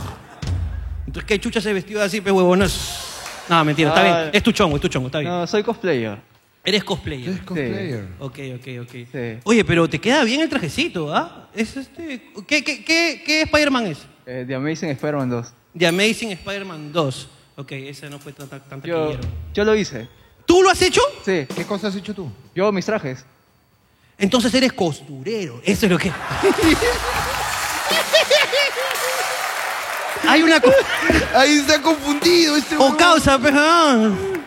Speaker 1: Entonces, ¿qué chucha se vestido así, pe huevonas? No, mentira, está
Speaker 3: Ah.
Speaker 1: bien. Es tu chongo, es tu chongo, está bien.
Speaker 3: No, soy cosplayer.
Speaker 1: Eres cosplayer. Eres
Speaker 3: cosplayer.
Speaker 1: Ok, ok, ok. Oye, pero te queda bien el trajecito, ¿ah? Es este... ¿Qué, qué, qué, qué Spider-Man es?
Speaker 3: Eh, The Amazing Spider-Man 2.
Speaker 1: The Amazing Spider-Man 2. Ok, ese no fue tan, tan, tan
Speaker 3: Yo,
Speaker 1: taquillero.
Speaker 3: yo lo hice.
Speaker 1: ¿Tú lo has hecho?
Speaker 3: Sí.
Speaker 8: ¿Qué cosa has hecho tú?
Speaker 3: Yo mis trajes.
Speaker 1: Entonces eres
Speaker 8: <laughs>
Speaker 1: costurero. Eso es lo que... Hay una...
Speaker 8: Ahí se ha confundido este
Speaker 1: O causa, pejón.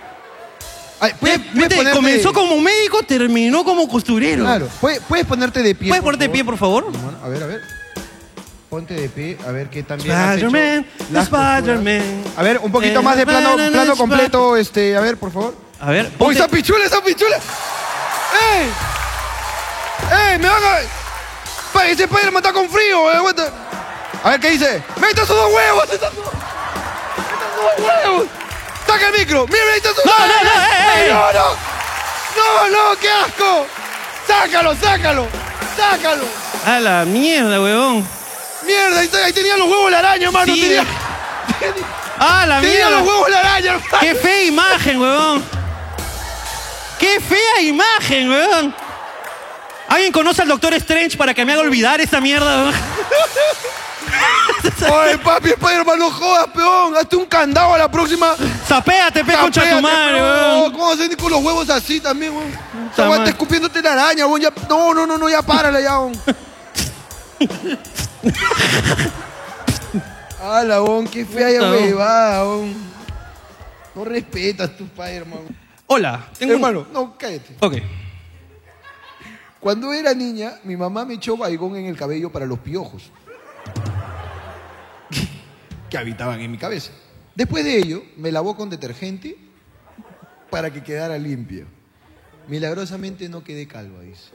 Speaker 8: ¿puedes,
Speaker 1: Vete,
Speaker 8: ponerte-
Speaker 1: Comenzó como médico, terminó como costurero.
Speaker 8: Claro. ¿Puedes, puedes ponerte de pie.
Speaker 1: ¿Puedes ponerte de pie, por favor?
Speaker 8: Bueno, a ver, a ver. Ponte de pie, a ver qué también. has hecho
Speaker 1: Spider-Man,
Speaker 8: las costuras.
Speaker 1: Spider-Man. Eh,
Speaker 8: A ver, un poquito más de plano,
Speaker 1: Spider-Man,
Speaker 8: plano
Speaker 1: Spider-
Speaker 8: completo, este, a ver, por favor.
Speaker 1: A ver,
Speaker 8: ¡Uy,
Speaker 1: ponte-
Speaker 8: esa pichula, esa pichula! ¡Ey! ¡Ey, me van a. Pa, ese padre me está con frío, eh, aguanta. A ver qué dice. ¡Meta sus dos huevos! ¡Meta sus dos huevos! ¡Saca el micro! ¡Mira, meta sus
Speaker 1: No, no, no, ey, ey.
Speaker 8: no, no! ¡No, no! ¡Qué asco! ¡Sácalo, sácalo! ¡Sácalo!
Speaker 1: A la mierda, huevón.
Speaker 8: ¡Mierda! Ahí, ahí tenía los huevos la araña, hermano.
Speaker 1: Sí.
Speaker 8: Tenía,
Speaker 1: ¡Ah, la
Speaker 8: tenía
Speaker 1: mierda!
Speaker 8: los huevos la araña, hermano.
Speaker 1: ¡Qué fea imagen, huevón! ¡Qué fea imagen, huevón! ¿Alguien conoce al Doctor Strange para que me haga olvidar esta mierda,
Speaker 8: <laughs>
Speaker 1: huevón?
Speaker 8: Oye, papi, Spider-Man, no jodas, peón. Hazte un candado a la próxima.
Speaker 1: ¡Zapéate, pe, concha de tu
Speaker 8: Tapéate,
Speaker 1: madre,
Speaker 8: peón.
Speaker 1: huevón!
Speaker 8: ¿Cómo hacer con los huevos así también, weón?
Speaker 1: Puta
Speaker 8: Esa weá está
Speaker 1: madre.
Speaker 8: escupiéndote la araña, weón. Ya, no, no, no, no, ya párala, ya, weón. Ala, weón, qué fea ya
Speaker 1: Puta, weón.
Speaker 8: huevada, weón. No respetas tu padre, hermano.
Speaker 1: Hola, tengo un-
Speaker 8: Hermano, no, cállate.
Speaker 1: Ok.
Speaker 8: Cuando era niña, mi mamá me echó baigón en el cabello para los piojos. <laughs> que habitaban en mi cabeza. Después de ello, me lavó con detergente
Speaker 1: <laughs>
Speaker 8: para que quedara limpio. Milagrosamente no quedé calva, dice.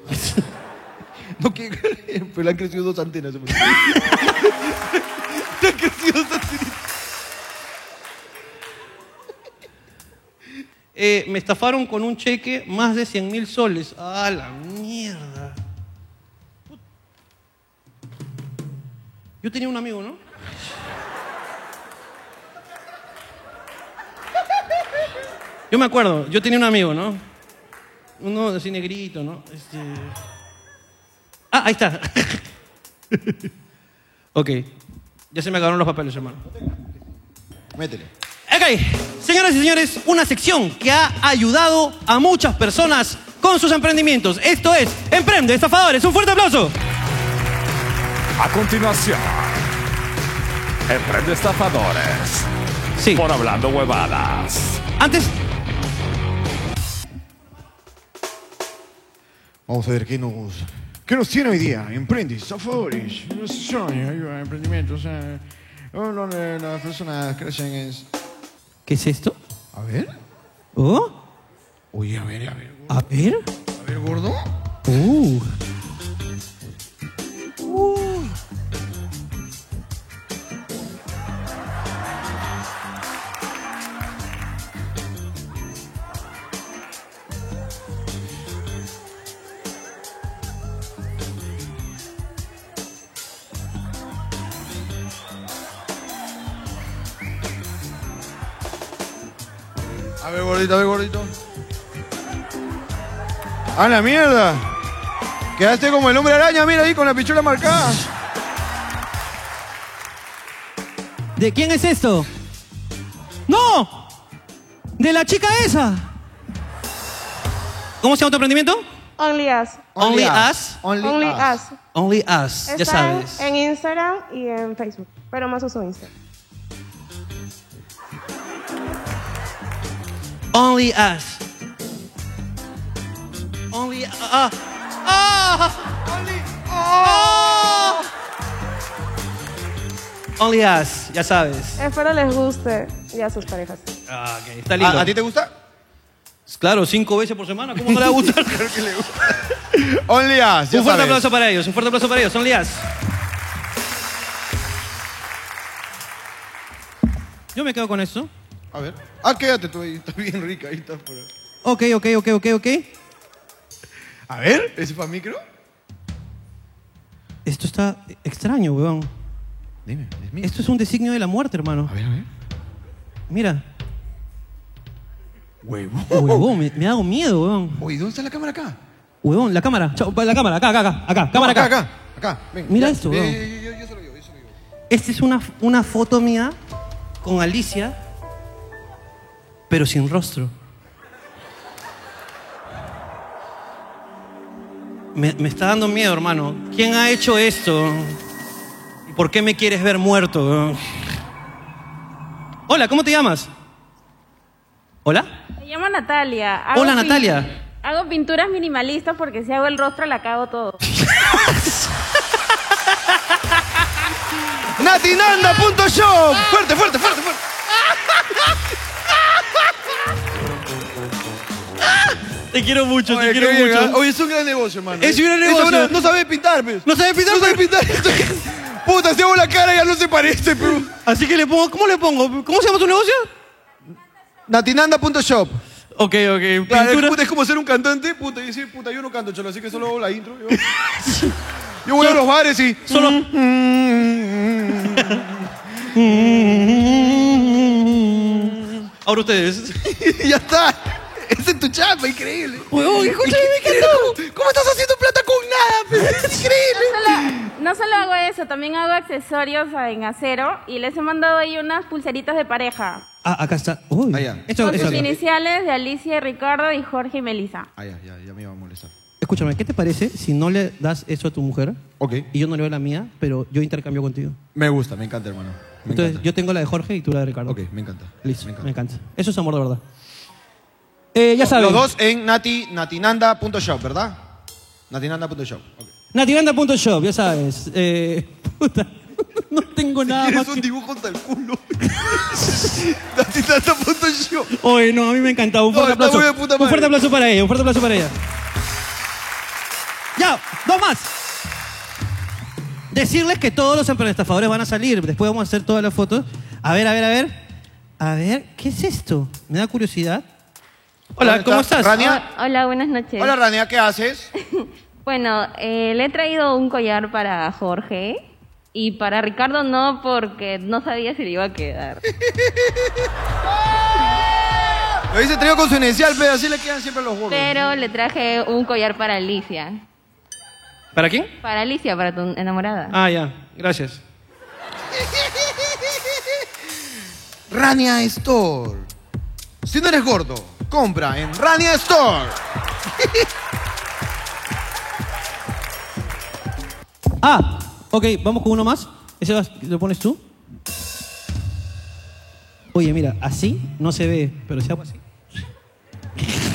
Speaker 8: No quiere creer, <laughs> pero le han crecido
Speaker 1: <laughs>
Speaker 8: dos antenas. hombre.
Speaker 5: Te han crecido esas tiritas.
Speaker 14: Eh, me estafaron con un cheque más de 100 mil soles. ¡Ah, la mierda! Yo tenía un amigo, ¿no? Yo me acuerdo, yo tenía un amigo, ¿no? Uno así negrito, ¿no? Este... Ah, ahí está. ok. Ya se me acabaron los papeles, hermano.
Speaker 8: Métele.
Speaker 1: Ok, señoras y señores, una sección que ha ayudado a muchas personas con sus emprendimientos. Esto es Emprende Estafadores. Un fuerte aplauso.
Speaker 15: A continuación, Emprende Estafadores. Por Hablando Huevadas.
Speaker 1: Antes,
Speaker 8: Vamos a ver qué nos, qué nos tiene hoy día. Emprende, favores.
Speaker 16: No sé, yo, ayuda, emprendimiento, o sea, uno de las personas crecen en...
Speaker 1: ¿qué es esto?
Speaker 8: A ver.
Speaker 1: ¿Oh?
Speaker 8: Oye, a ver, a ver.
Speaker 1: A ver.
Speaker 8: A ver, gordo.
Speaker 1: Uh.
Speaker 5: A ver, gordito, a ver, gordito. ¡A la mierda! Quedaste como el hombre araña, mira ahí con la pichula marcada.
Speaker 1: <laughs> ¿De quién es esto? ¡No! ¡De la chica esa! ¿Cómo se llama tu emprendimiento?
Speaker 10: Only Us.
Speaker 1: Only Us.
Speaker 10: Only, Us.
Speaker 1: Only Us,
Speaker 10: Está
Speaker 1: ya sabes.
Speaker 10: en Instagram y en Facebook, pero más uso Instagram.
Speaker 1: Only Us. Only ah, ah.
Speaker 5: Only- ¡Oh!
Speaker 1: Only Us, ya sabes.
Speaker 10: Espero les guste y a sus parejas.
Speaker 1: Ah, ok, está lindo.
Speaker 2: ¿A- a ti te gusta?
Speaker 1: Claro, cinco veces por semana, ¿cómo no le va a gustar?
Speaker 5: Only Us, ya
Speaker 1: un fuerte
Speaker 5: sabes.
Speaker 1: aplauso para ellos, un fuerte aplauso para ellos, Only Us. Yo me quedo con esto.
Speaker 5: A ver. Ah, quédate tú ahí. Está bien rica ahí, está por ahí.
Speaker 1: Ok, ok, ok, ok, ok.
Speaker 5: A ver, ¿ese es para micro?
Speaker 1: Esto está extraño, weón.
Speaker 8: Dime,
Speaker 1: Esto es un designio de la muerte, hermano. A ver,
Speaker 8: a ver.
Speaker 1: Mira.
Speaker 8: Huevo.
Speaker 1: Huevón, me, me hago miedo, weón.
Speaker 8: Oye, Oh. ¿dónde está la cámara acá?
Speaker 1: Huevón, la cámara. Chao, la cámara, acá, acá, acá. acá cámara acá.
Speaker 8: acá. Acá, acá. Ven,
Speaker 1: Mira
Speaker 8: ya.
Speaker 1: esto,
Speaker 8: Ve,
Speaker 1: weón.
Speaker 8: ve, ve,
Speaker 1: Esta es una, una foto mía con Alicia, pero sin rostro. Me, me está dando miedo, hermano. ¿Quién ha hecho esto? ¿Y por qué me quieres ver muerto? Hola, ¿cómo te llamas? ¿Hola?
Speaker 17: Me llamo Natalia.
Speaker 1: Hola,
Speaker 17: pin-
Speaker 1: Natalia.
Speaker 17: Hago pinturas minimalistas porque si hago el rostro la cago todo.
Speaker 5: Natinanda.shop. Fuerte, fuerte, fuerte, fuerte.
Speaker 1: Te quiero mucho,
Speaker 5: te
Speaker 1: quiero mucho.
Speaker 5: Oye, es un gran negocio, hermano.
Speaker 1: Es un gran negocio.
Speaker 5: Eso, no, no sabes pintar, pues.
Speaker 1: No sabes pintar,
Speaker 5: No sabes pintar.
Speaker 1: <laughs>
Speaker 5: Puta, si hago la cara ya no se parece, pero.
Speaker 1: Así que le pongo, ¿cómo le pongo? ¿Cómo se llama tu negocio?
Speaker 5: Natinanda.shop.
Speaker 1: Ok, ok.
Speaker 5: Claro, es,
Speaker 1: Pintura-
Speaker 5: puta, es como ser un cantante, puta, y decir, puta, yo no canto, cholo, así que solo hago la intro.
Speaker 1: <laughs>
Speaker 5: Yo, Yo voy a los bares y. Mm,
Speaker 1: Solo.
Speaker 5: <laughs>
Speaker 1: Ahora ustedes.
Speaker 5: mm. ya está. Ese es tu chapa, increíble.
Speaker 1: Huevón, escúchame,
Speaker 5: <laughs> ¿qué tal? ¿Cómo estás haciendo plata con nada?
Speaker 1: <laughs>
Speaker 5: <laughs> pues? Es
Speaker 17: No solo,
Speaker 5: increíble.
Speaker 17: no solo hago eso, también hago accesorios en acero y les he mandado ahí unas pulseritas de pareja.
Speaker 1: Ah, acá está. Uy. Esto,
Speaker 17: Con
Speaker 1: esto-
Speaker 17: sus iniciales de Alicia y Ricardo y Jorge y Melissa.
Speaker 8: Ah, ya, ya, ya me iba a molestar.
Speaker 1: Escúchame, ¿qué te parece si no le das eso a tu mujer?
Speaker 8: Ok.
Speaker 1: Y yo no le doy la mía, pero yo intercambio contigo.
Speaker 8: Me gusta, me encanta, hermano. Me
Speaker 1: Entonces,
Speaker 8: encanta.
Speaker 1: yo tengo la de Jorge y tú la de Ricardo.
Speaker 8: Ok, me encanta.
Speaker 1: Listo, me encanta. Eso es amor de verdad. Eh, ya saben.
Speaker 2: Los dos en nati, natinanda.shop, ¿verdad? Natinanda.shop.
Speaker 1: Nativanda.shop, ya sabes. Eh, puta, no tengo nada más.
Speaker 5: un dibujo hasta el
Speaker 1: <laughs>
Speaker 5: culo. Natinanda.shop.
Speaker 1: Oye, no, a mí me encantaba. Un
Speaker 5: No,
Speaker 1: fuerte
Speaker 5: está
Speaker 1: aplauso.
Speaker 5: muy de puta
Speaker 1: Un fuerte
Speaker 5: madre.
Speaker 1: aplauso para ella, un fuerte aplauso para ella. Ya ¡Cuidado! ¡Dos más! Decirles que todos los emprestafadores van a salir. Después vamos a hacer todas las fotos. A ver, a ver, a ver. A ver, ¿qué es esto? Me da curiosidad. Hola, ¿cómo estás?
Speaker 17: Ah, Hola, buenas noches.
Speaker 2: Hola, Rania, ¿qué haces?
Speaker 17: <laughs> Bueno, eh, le he traído un collar para Jorge y para Ricardo no porque no sabía si le iba a
Speaker 2: <laughs>
Speaker 17: quedar.
Speaker 5: Lo dice trío con su inicial, pero así le quedan siempre los huevos.
Speaker 17: Pero le traje un collar para Alicia.
Speaker 1: ¿Para quién?
Speaker 17: Para Alicia, para tu enamorada.
Speaker 1: Ah, ya. Gracias.
Speaker 5: Rania Store. Si no eres gordo, compra en Rania Store.
Speaker 1: Ah, ok, vamos con uno más. ¿Ese vas- lo pones tú? Oye, mira, así no se ve, pero si hago así. <laughs>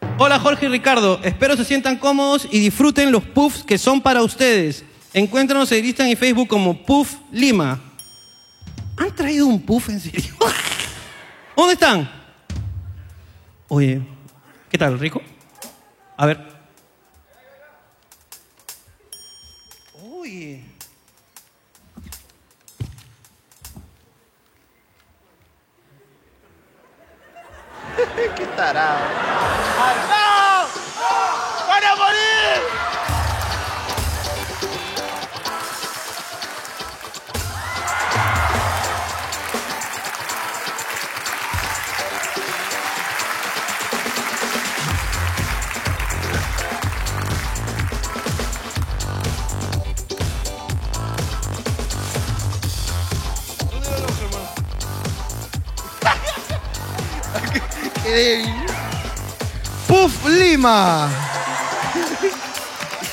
Speaker 1: ¿Qué? Hola Jorge y Ricardo, espero se sientan cómodos y disfruten los puffs que son para ustedes. Encuéntranos en Instagram y Facebook como Puff Lima. ¿Han traído un puff en serio? ¿Dónde están? Oye, ¿qué tal, rico? A ver.
Speaker 5: <laughs>
Speaker 1: Oye.
Speaker 5: ¡Qué tarado! ¡No! ¡Van a morir! ¡Qué débil! é ¡Puff Lima!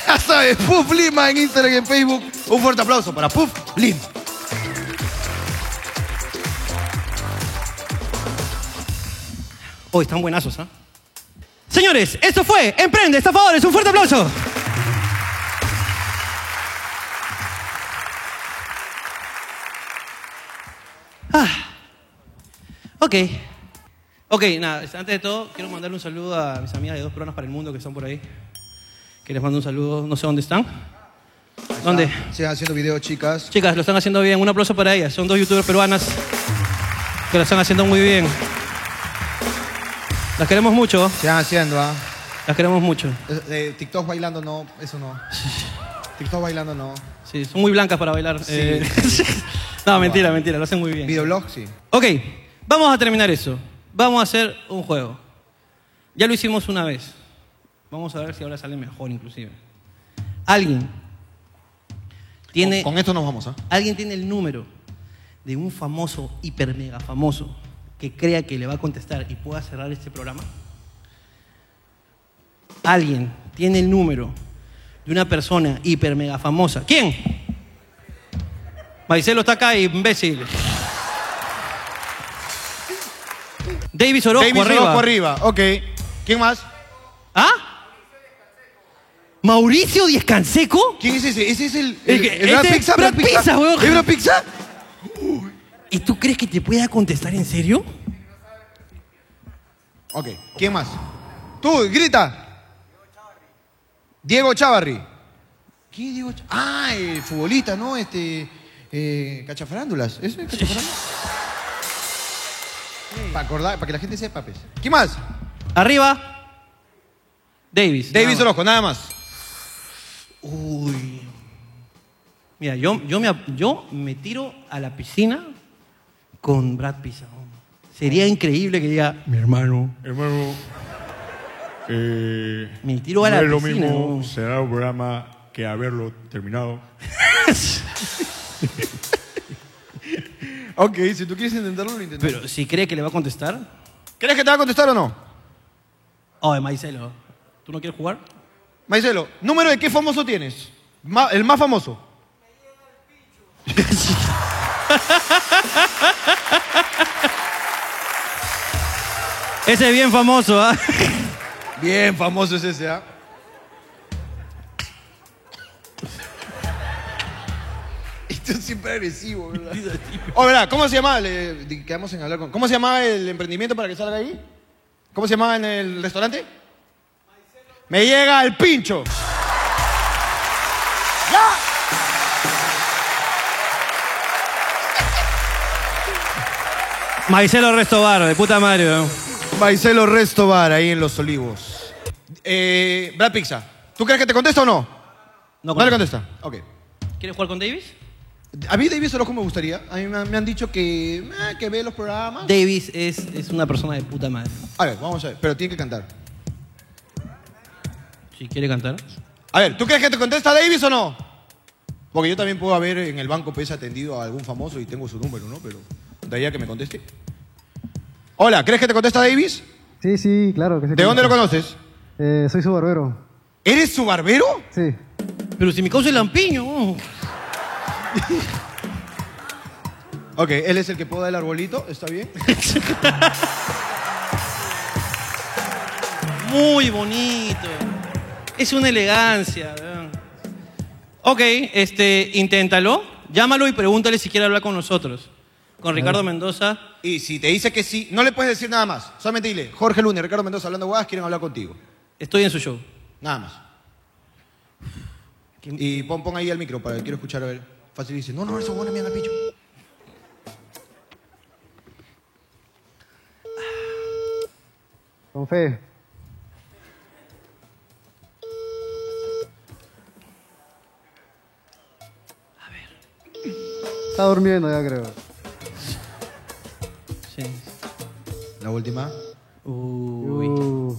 Speaker 5: Ya sabes, Puff Lima en Instagram y en Facebook. Un fuerte aplauso para Puff Lima.
Speaker 1: Hoy están buenazos, ¿ah? Señores, esto fue Emprende, estafadores, un fuerte aplauso. Ah. Ok. Ok, nada, antes de todo, quiero mandarle un saludo a mis amigas de Dos Pronas para el Mundo que están por ahí. Que les mando un saludo, no sé dónde están. ¿Dónde?
Speaker 8: Se haciendo videos, chicas.
Speaker 1: Chicas, lo están haciendo bien. Un aplauso para ellas. Son dos youtubers peruanas que lo están haciendo muy bien. Las queremos mucho. Se están haciendo, ¿ah? Las queremos mucho.
Speaker 8: Eh, eh, TikTok bailando no,
Speaker 5: <laughs>
Speaker 8: eso no. TikTok bailando no.
Speaker 1: Sí, son muy blancas para bailar.
Speaker 8: Sí.
Speaker 1: Eh, <laughs> no, mentira, mentira, lo hacen muy bien.
Speaker 8: Videoblog, sí.
Speaker 1: Ok, vamos a terminar eso. Vamos a hacer un juego. Ya lo hicimos una vez. Vamos a ver si ahora sale mejor, inclusive. Alguien tiene.
Speaker 8: Con, con esto nos vamos, ¿ah?
Speaker 1: Alguien tiene el número de un famoso, hiper mega famoso, que crea que le va a contestar y pueda cerrar este programa. Alguien tiene el número de una persona hiper mega famosa. ¿Quién? Maricelo está acá, imbécil. Davis Orozco
Speaker 2: Davis
Speaker 1: arriba.
Speaker 2: Orozco arriba, ok. ¿Quién más?
Speaker 1: ¿Ah? ¿Mauricio Díaz Canseco?
Speaker 5: ¿Quién es ese? ¿Ese es el,
Speaker 1: El
Speaker 5: el,
Speaker 1: que-
Speaker 5: el
Speaker 1: este
Speaker 5: Brad
Speaker 1: es
Speaker 5: Pizza?
Speaker 1: Brad Pizza, weón.
Speaker 5: ¿Es Brad Pizza?
Speaker 1: ¿Y tú crees que te pueda contestar en serio?
Speaker 8: Ok, ¿quién más? Tú, grita. Diego Chavarri. ¿Quién es Diego Chavarri? Ah, el futbolista, ¿no? Este. eh, cachafrándulas. ¿Eso es cachafrándulas? Para acordar, para que la gente sepa, pues. ¿Quién más?
Speaker 1: Arriba. Davis. Uh,
Speaker 2: Davis Orozco, nada más.
Speaker 1: Uy. Mira, yo, yo, me, ap- yo me tiro a la piscina con Brad Pizza. Sería increíble que diga, mi hermano.
Speaker 18: Hermano, eh,
Speaker 1: Me tiro a la
Speaker 18: no es lo
Speaker 1: piscina,
Speaker 18: mismo
Speaker 1: ¿no?
Speaker 18: cerrar un programa que haberlo terminado.
Speaker 5: <laughs> Ok, si tú quieres intentarlo, lo intentamos.
Speaker 1: Pero si cree que le va a contestar.
Speaker 5: ¿Crees que te va a contestar o no?
Speaker 1: Oye, Maicelo, ¿tú no quieres jugar?
Speaker 5: Maicelo, ¿número de qué famoso tienes? Ma- el más
Speaker 1: <laughs>
Speaker 5: famoso. <laughs>
Speaker 1: Ese es bien famoso, ¿ah? <laughs>
Speaker 5: Bien famoso es ese, ¿ah?
Speaker 4: Siempre agresivo,
Speaker 5: né?
Speaker 4: ¿verdad?
Speaker 2: Oh, ¿verdad? ¿Cómo se llamaba? Le- di- quedamos en hablar con- ¿Cómo se llamaba el emprendimiento para que salga ahí? ¿Cómo se llamaba en el restaurante? Me llega el pincho. ¡Ya!
Speaker 5: Maicelo Resto Bar, de puta madre. weón.
Speaker 2: Maicelo Resto Bar, ahí en Los Olivos. Eh, Brad Pizza, ¿tú crees que te contesta o no? No, le contesta. Ok.
Speaker 1: ¿Quieres jugar con Davis?
Speaker 2: A mí David Orozco me gustaría. A mí me han me han dicho que, eh, que ve los programas.
Speaker 1: Davis es, es una persona de puta madre.
Speaker 2: A ver, vamos a ver. Pero tiene que cantar.
Speaker 1: Si quiere cantar.
Speaker 2: A ver, ¿tú crees que te contesta Davis o no? Porque yo también puedo haber en el banco pues atendido a algún famoso y tengo su número, ¿no? Pero de ahí a que me conteste. Hola, ¿crees que te contesta Davis?
Speaker 13: Sí, sí, claro. Que
Speaker 2: ¿De dónde lo conoces?
Speaker 13: Eh, soy su barbero.
Speaker 2: ¿Eres su barbero?
Speaker 13: Sí.
Speaker 1: Pero si mi causa es lampiño. oh.
Speaker 2: Ok, él es el que poda el arbolito, ¿está
Speaker 13: <laughs>
Speaker 2: bien?
Speaker 1: Muy bonito. Es una elegancia. weón. Ok, este, inténtalo. Llámalo y pregúntale si quiere hablar con nosotros. Con Ricardo Mendoza.
Speaker 2: Y si te dice que sí, no le puedes decir nada más. Solamente dile, Jorge Luna y Ricardo Mendoza hablando guadas quieren hablar contigo.
Speaker 1: Estoy en su show.
Speaker 2: Nada más. Y pon, pon ahí el micro para que quiero escuchar a ver. Fácil dice, no, no, eso bueno, mierda, picho.
Speaker 13: Con fe. Está durmiendo ya, creo.
Speaker 1: Sí.
Speaker 2: La última.
Speaker 1: Uy.
Speaker 13: Uh.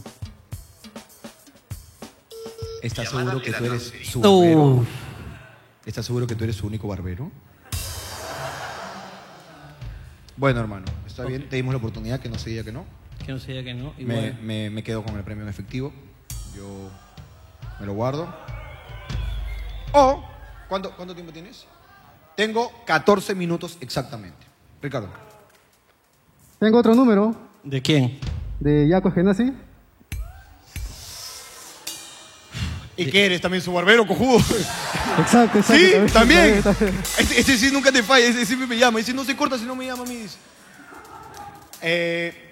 Speaker 2: ¿Estás seguro que tú eres su
Speaker 1: No.
Speaker 2: barbero? ¿Estás seguro que tú eres su único barbero? Bueno, hermano, está bien. Te dimos la oportunidad que no se diga que no.
Speaker 1: Que no se diga que no. y
Speaker 2: Me,
Speaker 1: bueno.
Speaker 2: me- me quedo con el premio en efectivo. Yo me lo guardo. O, ¿cuánto, cuánto tiempo tienes? Tengo 14 minutos exactamente. Ricardo.
Speaker 13: Tengo otro número
Speaker 1: ¿De quién?
Speaker 13: de Yaco Genasi.
Speaker 2: ¿Y qué eres? ¿También su barbero, cojudo?
Speaker 13: Exacto, exacto.
Speaker 2: Sí,
Speaker 13: <laughs>
Speaker 2: también.
Speaker 13: está bien.
Speaker 2: Ese, ese sí nunca te falla, ese siempre me llama. Ese no se corta si no me llama a mí. dice. Eh,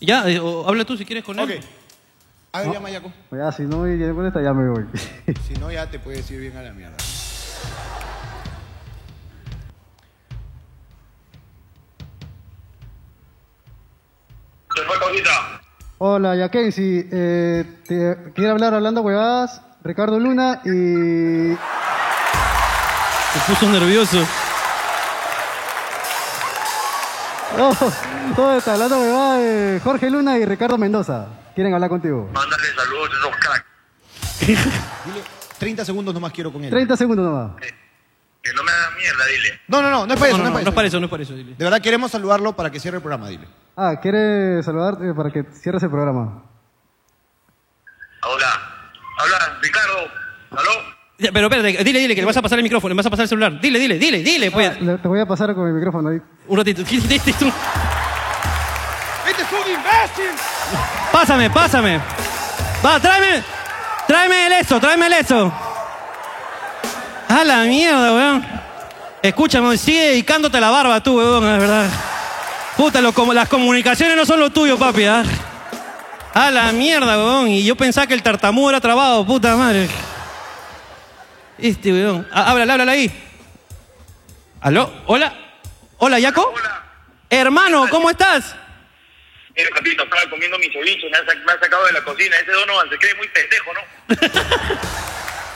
Speaker 1: Ya, eh, o habla tú si quieres con él.
Speaker 2: a ver,
Speaker 13: No.
Speaker 2: llama a Yaco.
Speaker 13: Ya, si no me llego con esta, ya me voy.
Speaker 2: Si no, ya te puedes ir bien a la mierda.
Speaker 13: Hola, ya Kenzie. Eh, te quiero hablar hablando huevadas. Ricardo Luna y.
Speaker 1: Se puso nervioso.
Speaker 13: No, todo Oh, está hablando huevadas. eh, Jorge Luna y Ricardo Mendoza. Quieren hablar contigo.
Speaker 4: Mándale saludos a esos cracks.
Speaker 2: Dile, 30 segundos nomás quiero con él.
Speaker 13: 30 segundos nomás.
Speaker 4: Que no me hagan mierda, dile.
Speaker 2: No, no, no, no es para eso.
Speaker 13: No,
Speaker 2: No,
Speaker 13: no,
Speaker 2: es
Speaker 13: no, no
Speaker 2: para eso.
Speaker 13: es para
Speaker 1: eso, no es para eso. Dile.
Speaker 2: De verdad queremos saludarlo para que cierre el programa, dile.
Speaker 13: Ah, quiere saludarte para que cierres el programa.
Speaker 4: Habla, Ricardo. ¿Aló?
Speaker 1: Ya, Pero espérate, dile, dile, que le vas a pasar el micrófono, le vas a pasar el celular. Dile, dile, dile, dile, pues.
Speaker 13: Ah, Le- te voy a pasar con el micrófono ahí.
Speaker 1: Un ratito. <laughs>
Speaker 2: ¡Este es un imbécil!
Speaker 5: Pásame, pásame. Va, tráeme. Tráeme el eso, tráeme el eso.
Speaker 1: A la mierda, weón. Escúchame, sigue dedicándote la barba tú, weón, es verdad. Puta, lo- como, las comunicaciones no son lo tuyo, papi, ¿ah? A la mierda, weón. Y yo pensaba que el tartamudo era trabado, puta madre. Este, weón. Ah, Háblale, háblale ahí. ¿Aló? ¿Hola? ¿Hola, Yaco? Hermano, ¿cómo estás?
Speaker 4: Mira, papito, eh, estaba comiendo mi ceviche, me ha sac- me ha sacado de la cocina. Ese Donovan se cree muy pendejo, ¿no?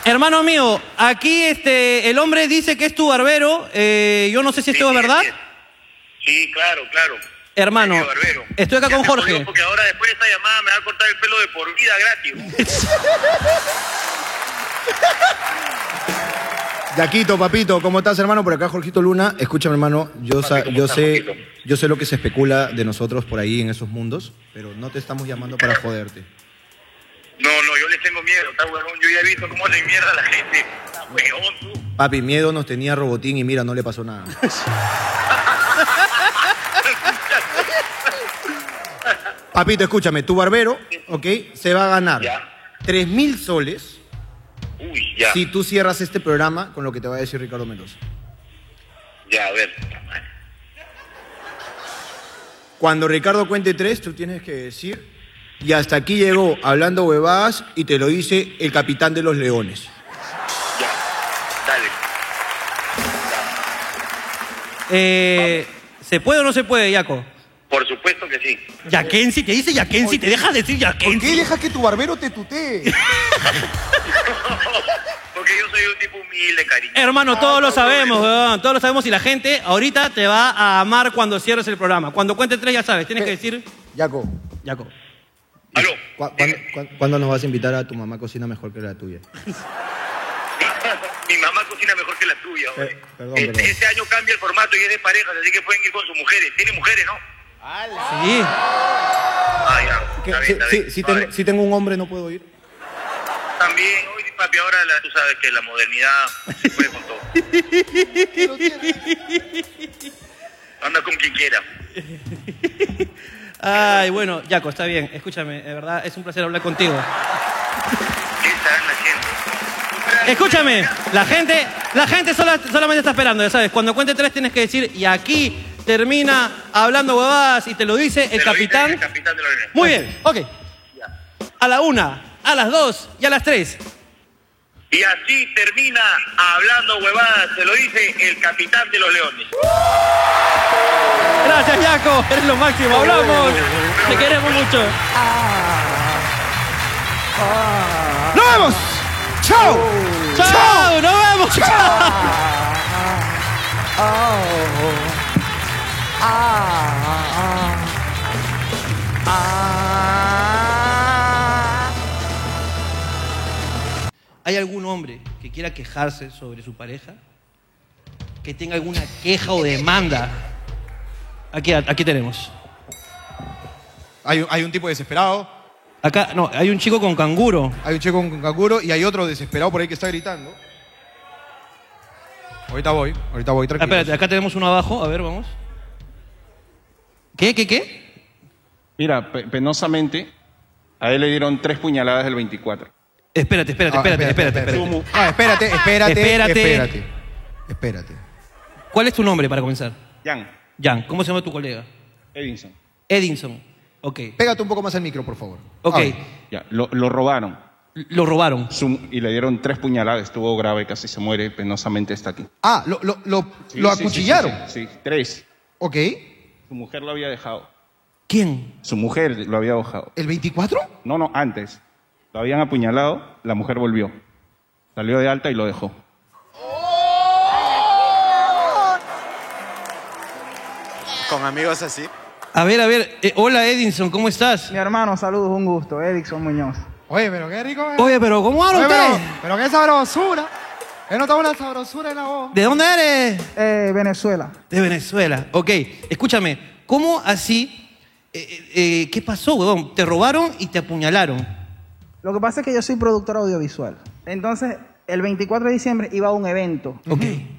Speaker 1: Hermano mío, aquí este, el hombre dice que es tu barbero. eh, yo no sé si esto es verdad.
Speaker 4: Sí, claro, claro.
Speaker 1: Hermano, estoy acá con Jorge.
Speaker 4: Porque ahora después de esta llamada me va a cortar el pelo de por vida gratis.
Speaker 1: <laughs>
Speaker 2: Yaquito, papito, ¿cómo estás, hermano? Por acá, Jorgito Luna. Escúchame, hermano, yo, sa- yo sé, yo sé lo que se especula de nosotros por ahí en esos mundos, pero no te estamos llamando para joderte.
Speaker 4: No, no, yo les tengo miedo, está huevón. Yo ya he visto cómo le mierda a la gente. Está huevón, tú.
Speaker 2: Papi, miedo nos tenía Robotín y mira, no le pasó <laughs> nada. Papito, escúchame, tu barbero, ¿ok? Se va a ganar 3.000 soles
Speaker 4: Uy, ya.
Speaker 2: Si tú cierras este programa con lo que te va a decir Ricardo Mendoza.
Speaker 4: Ya, a ver.
Speaker 2: Cuando Ricardo cuente tres, tú tienes que decir, y hasta aquí llegó hablando huevadas y te lo dice el capitán de los leones.
Speaker 4: Ya. Dale.
Speaker 1: Eh, ¿Se puede o no se puede, Yaco?
Speaker 4: Por supuesto que sí.
Speaker 1: Yakensi, te dice Yakensi, te deja decir Yakensi.
Speaker 8: ¿Por qué dejas que tu barbero
Speaker 1: <laughs>
Speaker 8: te tutee?
Speaker 4: Porque yo soy un tipo humilde, cariño.
Speaker 8: Ah,
Speaker 1: Hermano, todos lo sabemos, weón. Todos lo sabemos y la gente ahorita te va a amar cuando cierres el programa. Cuando cuente tres, ya sabes, tienes que
Speaker 8: Eh,
Speaker 1: decir.
Speaker 2: Yaco.
Speaker 1: Yaco.
Speaker 2: ¿cu- cuándo, cu- cuándo nos vas a invitar a tu mamá cocina mejor que la tuya?
Speaker 4: Mi mamá cocina mejor que la tuya. oye.
Speaker 2: Eh, perdón,
Speaker 4: este,
Speaker 2: perdón.
Speaker 4: este año cambia el formato y es de parejas, así que pueden ir con sus mujeres. Tiene mujeres, ¿no?
Speaker 1: Sí.
Speaker 4: Ah, ya.
Speaker 2: Que-
Speaker 4: Está
Speaker 2: si,
Speaker 4: bien, está
Speaker 2: si-
Speaker 4: bien.
Speaker 2: si
Speaker 4: No,
Speaker 2: tengo, si tengo un hombre, no puedo ir.
Speaker 4: También, hoy papi, ahora la- tú sabes que la modernidad se puede con todo. Anda con quien quiera.
Speaker 1: Ay, bueno, Yaco, está bien. Escúchame, de verdad, es un placer hablar contigo. Escúchame, la gente, la gente sola- solamente está esperando, ya sabes. Cuando cuente tres tienes que decir, y aquí termina hablando huevadas y te lo dice el capitán. Muy bien, ok. A la una, a las dos y a las tres.
Speaker 4: Y así termina hablando huevadas, se lo dice el capitán de los leones.
Speaker 1: Gracias, Yaco, eres lo máximo, hablamos. Te queremos mucho.
Speaker 8: ¡Nos vemos! ¡Chao!
Speaker 1: ¡Chao! ¡Nos vemos! ¡Chao! ¿Hay algún hombre que quiera quejarse sobre su pareja? ¿Que tenga alguna queja o demanda? Aquí, aquí tenemos.
Speaker 2: Hay, hay un tipo desesperado.
Speaker 1: Acá, no, hay un chico con canguro.
Speaker 2: Hay un chico con canguro y hay otro desesperado por ahí que está gritando. Ahorita voy, ahorita voy,
Speaker 1: Ah,
Speaker 2: tranquilo.
Speaker 1: espérate, acá tenemos uno abajo. A ver, vamos. ¿Qué, qué, qué?
Speaker 19: Mira, pe- penosamente, a él le dieron tres puñaladas del 24.
Speaker 1: Espérate, espérate,
Speaker 19: Ah,
Speaker 1: espérate, espérate,
Speaker 19: espérate,
Speaker 1: espérate.
Speaker 19: espérate.
Speaker 2: Ah, espérate, espérate,
Speaker 1: Espérate.
Speaker 2: espérate. Espérate. espérate.
Speaker 1: ¿Cuál es tu nombre para comenzar?
Speaker 19: Jan.
Speaker 1: Jan, ¿cómo se llama tu colega?
Speaker 19: Edinson.
Speaker 1: Edinson. Ok.
Speaker 2: Pégate un poco más al micro, por favor.
Speaker 1: Ok.
Speaker 19: Ah, Ya, lo, lo robaron.
Speaker 1: Lo robaron.
Speaker 19: y le dieron tres puñaladas, estuvo grave, casi se muere, penosamente está aquí.
Speaker 2: Ah, lo, lo, lo,
Speaker 19: Sí,
Speaker 2: lo
Speaker 19: sí, sí,
Speaker 2: acuchillaron.
Speaker 19: Sí, sí, sí, tres.
Speaker 2: Ok.
Speaker 19: Su mujer lo había dejado.
Speaker 1: ¿Quién?
Speaker 19: Su mujer lo había dejado.
Speaker 2: ¿El 24?
Speaker 19: No, no, antes. Lo habían apuñalado, la mujer volvió. Salió de alta y lo dejó.
Speaker 20: Con amigos así.
Speaker 1: A ver, a ver. eh, hola, Edinson, ¿cómo estás?
Speaker 21: Mi hermano, saludos, un gusto. Edison Muñoz.
Speaker 8: Oye, pero qué rico. eh.
Speaker 1: Oye, pero ¿cómo habla
Speaker 8: Oye,
Speaker 1: usted?
Speaker 8: Pero, pero qué sabrosura. He notado una sabrosura en la voz.
Speaker 1: ¿De dónde eres?
Speaker 21: Eh, Venezuela.
Speaker 1: De Venezuela. Ok. Escúchame, ¿cómo así? eh, eh, eh, ¿Qué pasó, huevón? Te robaron y te apuñalaron.
Speaker 21: Lo que pasa es que yo soy productor audiovisual. Entonces, el 24 de diciembre iba a un evento.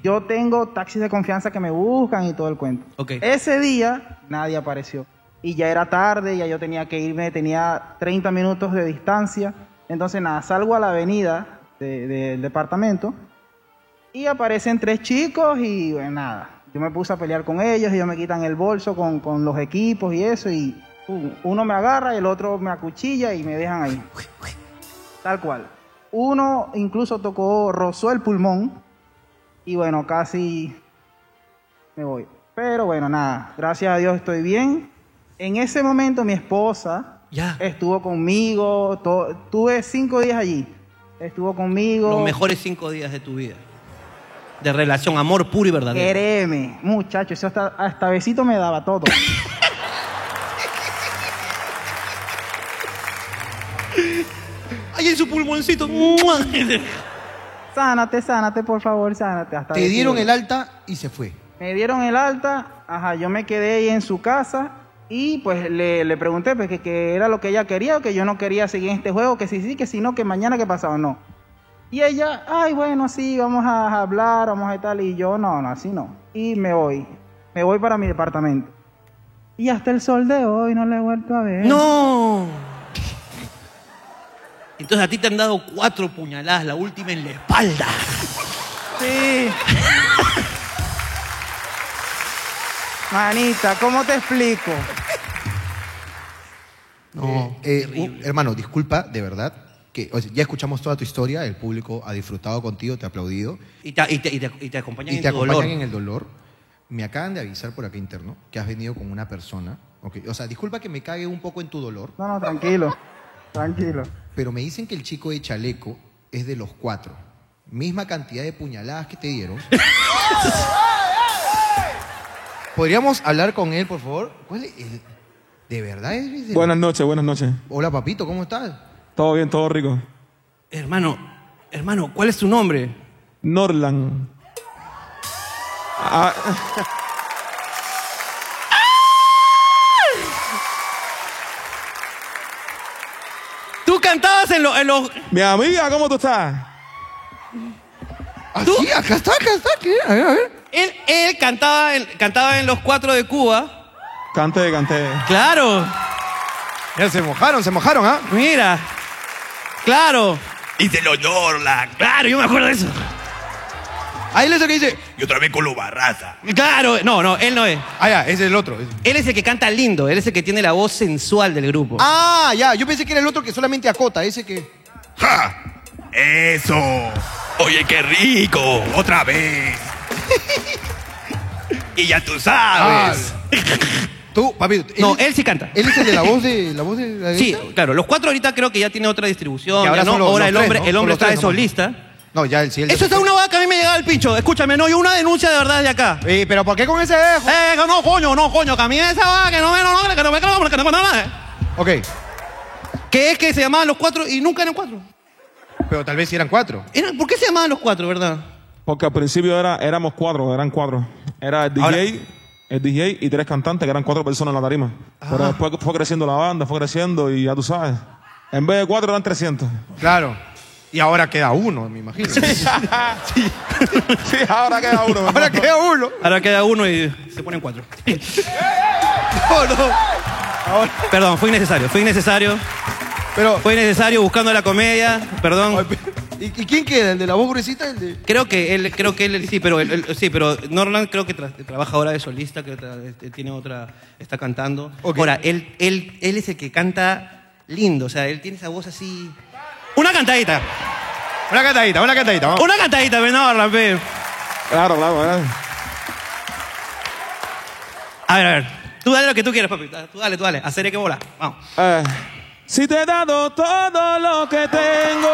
Speaker 21: Yo tengo taxis de confianza que me buscan y todo el cuento.
Speaker 1: Ok.
Speaker 8: Eh,
Speaker 21: Ese día nadie apareció. Y ya era tarde, ya yo tenía que irme, tenía 30 minutos de distancia. Entonces, nada, salgo a la avenida de- del departamento y aparecen tres chicos y bueno, nada. Yo me puse a pelear con ellos, ellos me quitan el bolso con, con los equipos y eso. Y pum, uno me agarra, el otro me acuchilla y me dejan ahí. Tal cual. Uno incluso tocó, rozó el pulmón y bueno, casi me voy. Pero bueno, nada, gracias a Dios estoy bien. En ese momento mi esposa estuvo conmigo, to- tuve cinco días allí. Estuvo conmigo.
Speaker 1: Los mejores cinco días de tu vida. De relación, amor puro y verdadero.
Speaker 21: Quereme, muchacho, eso hasta, hasta besito me daba todo.
Speaker 1: Ahí en su pulmoncito.
Speaker 21: sánate, sánate, por favor, sánate. Hasta
Speaker 2: Te
Speaker 21: besito.
Speaker 2: dieron el alta y se fue.
Speaker 21: Me dieron el alta, ajá, yo me quedé ahí en su casa y pues le, le pregunté pues, que, que era lo que ella quería o que yo no quería seguir en este juego, que sí, sí, que si no, que mañana que pasaba, no. Y ella, ay, bueno, sí, vamos a hablar, vamos a tal, y yo, no, no, así no. Y me voy, me voy para mi departamento. Y hasta el sol de hoy no la he vuelto a ver.
Speaker 1: ¡No! Entonces a ti te han dado cuatro puñaladas, la última en la espalda.
Speaker 21: Sí. <laughs> Manita, ¿cómo te explico?
Speaker 8: No, eh, uh, hermano, disculpa, de verdad, que o sea, ya escuchamos toda tu historia, el público ha disfrutado contigo, te ha aplaudido
Speaker 1: Y te, y te- y te- y te acompañan
Speaker 8: y
Speaker 1: en
Speaker 8: te
Speaker 1: tu
Speaker 8: acompañan
Speaker 1: dolor.
Speaker 8: en el dolor. Me acaban de avisar por acá interno que has venido con una persona. ok, O sea, disculpa que me cague un poco en tu dolor.
Speaker 21: No, no, tranquilo, tranquilo.
Speaker 8: Pero me dicen que el chico de chaleco es de los cuatro. Misma cantidad de puñaladas que te dieron. ¿Podríamos hablar con él, por favor? ¿Cuál es el- ¿De verdad es? de-
Speaker 6: Buenas noches, buenas noches.
Speaker 8: Hola, papito, ¿cómo estás?
Speaker 6: Todo bien, todo rico.
Speaker 1: Hermano, hermano, ¿cuál es tu nombre?
Speaker 6: Norlan. Ah,
Speaker 1: Tú cantabas en los... En los...
Speaker 6: Mi amiga, ¿cómo tú estás?
Speaker 1: ¿Tú?
Speaker 8: Ah, acá está, acá está. A ver, a ver.
Speaker 1: Él, él cantaba, en, cantaba en los cuatro de Cuba.
Speaker 6: Canté, canté.
Speaker 1: Claro.
Speaker 8: se mojaron, se mojaron, ¿ah?
Speaker 1: Mira. Claro. Y te lo Norlan. Claro, yo me acuerdo de eso.
Speaker 8: Ahí es el que dice.
Speaker 1: Yo trabé con los barraza. Claro, no, no, él no es.
Speaker 8: Ah, ya, ese es el otro.
Speaker 1: Él es el que canta lindo, él es el que tiene la voz sensual del grupo.
Speaker 8: Ah, ya, yo pensé que era el otro que solamente acota, ese que.
Speaker 4: Eso. Oye, qué rico. Otra vez. y ya tú sabes.
Speaker 8: Tú, papito.
Speaker 1: No, él sí canta.
Speaker 8: Él es el de la voz de. La voz de la
Speaker 1: Sí,
Speaker 8: derecha?
Speaker 1: claro, los cuatro ahorita creo que ya tiene otra distribución.
Speaker 8: Que ahora
Speaker 1: ya no,
Speaker 8: son los-
Speaker 1: ahora
Speaker 8: los
Speaker 1: el
Speaker 8: tres,
Speaker 1: hombre,
Speaker 8: ¿no?
Speaker 1: el
Speaker 8: Son
Speaker 1: hombre
Speaker 8: los
Speaker 1: está
Speaker 8: tres
Speaker 1: de
Speaker 8: nomás.
Speaker 1: solista.
Speaker 8: No, ya él sí. él-
Speaker 1: Eso está una vaca, a mí me llegaba el pincho. Escúchame, no, yo una denuncia de verdad de acá.
Speaker 8: Sí, pero ¿por qué con ese dejo?
Speaker 1: Eh, que no, coño, no, coño, que a mí esa vaca, que no me no, no, que no me que no me
Speaker 8: Ok,
Speaker 1: Que es que se llamaban los cuatro y nunca eran cuatro.
Speaker 8: pero tal vez sí eran cuatro.
Speaker 1: Eran- ¿Por qué se llamaban los cuatro, verdad?
Speaker 6: Porque al principio era, éramos cuatro, eran cuatro. Era el DJ,
Speaker 1: Ahora-
Speaker 6: el DJ y tres cantantes, que eran cuatro personas en la tarima.
Speaker 8: Ah.
Speaker 6: Pero después fue creciendo la banda, fue creciendo y ya tú sabes. En vez de cuatro eran 300.
Speaker 8: Claro. Y ahora queda uno,
Speaker 6: <laughs>
Speaker 8: me imagino. Sí,
Speaker 6: ahora queda uno.
Speaker 8: ahora queda uno.
Speaker 1: Ahora queda uno y se ponen cuatro. Perdón, fue innecesario, fue innecesario.
Speaker 8: Pero
Speaker 1: fue innecesario buscando la comedia, perdón.
Speaker 8: ¿Y, y quién queda? ¿El de la voz gruesita? ¿El de.?
Speaker 1: Creo que él, creo que él sí, pero él- él- sí, pero Norland creo que tra- trabaja ahora de solista, que tra- este, tiene otra, está cantando. Ahora él, él, él es el que canta lindo, o sea, él tiene esa voz así. Una cantadita,
Speaker 8: Una cantadita, una cantadita. vamos.
Speaker 1: una cantadita, ve, Norland, ve.
Speaker 6: Claro, claro, claro.
Speaker 1: A ver, a ver, tú dale lo que tú quieras, papi, tú dale, tú dale, haceré que bola, vamos.
Speaker 6: Eh, si te he dado todo lo que tengo,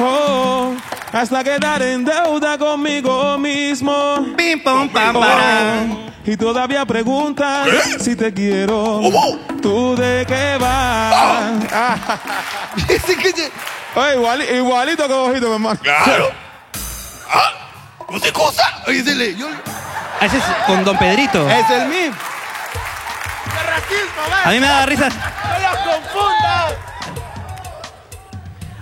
Speaker 6: oh, hasta quedar en deuda conmigo mismo.
Speaker 1: Pim, pam, pam,
Speaker 6: pam. Y todavía preguntas si te quiero. ¿Tú de qué vas? Oye, igual, Oh, igualito que ojito, mi hermano.
Speaker 5: Ah.
Speaker 4: Claro.
Speaker 5: ¿No te Ah. cosa? Oye, dele, yo.
Speaker 1: Ese es con Don Pedrito.
Speaker 5: Es el mismo.
Speaker 1: A mí me da risa.
Speaker 5: ¡No los confundas!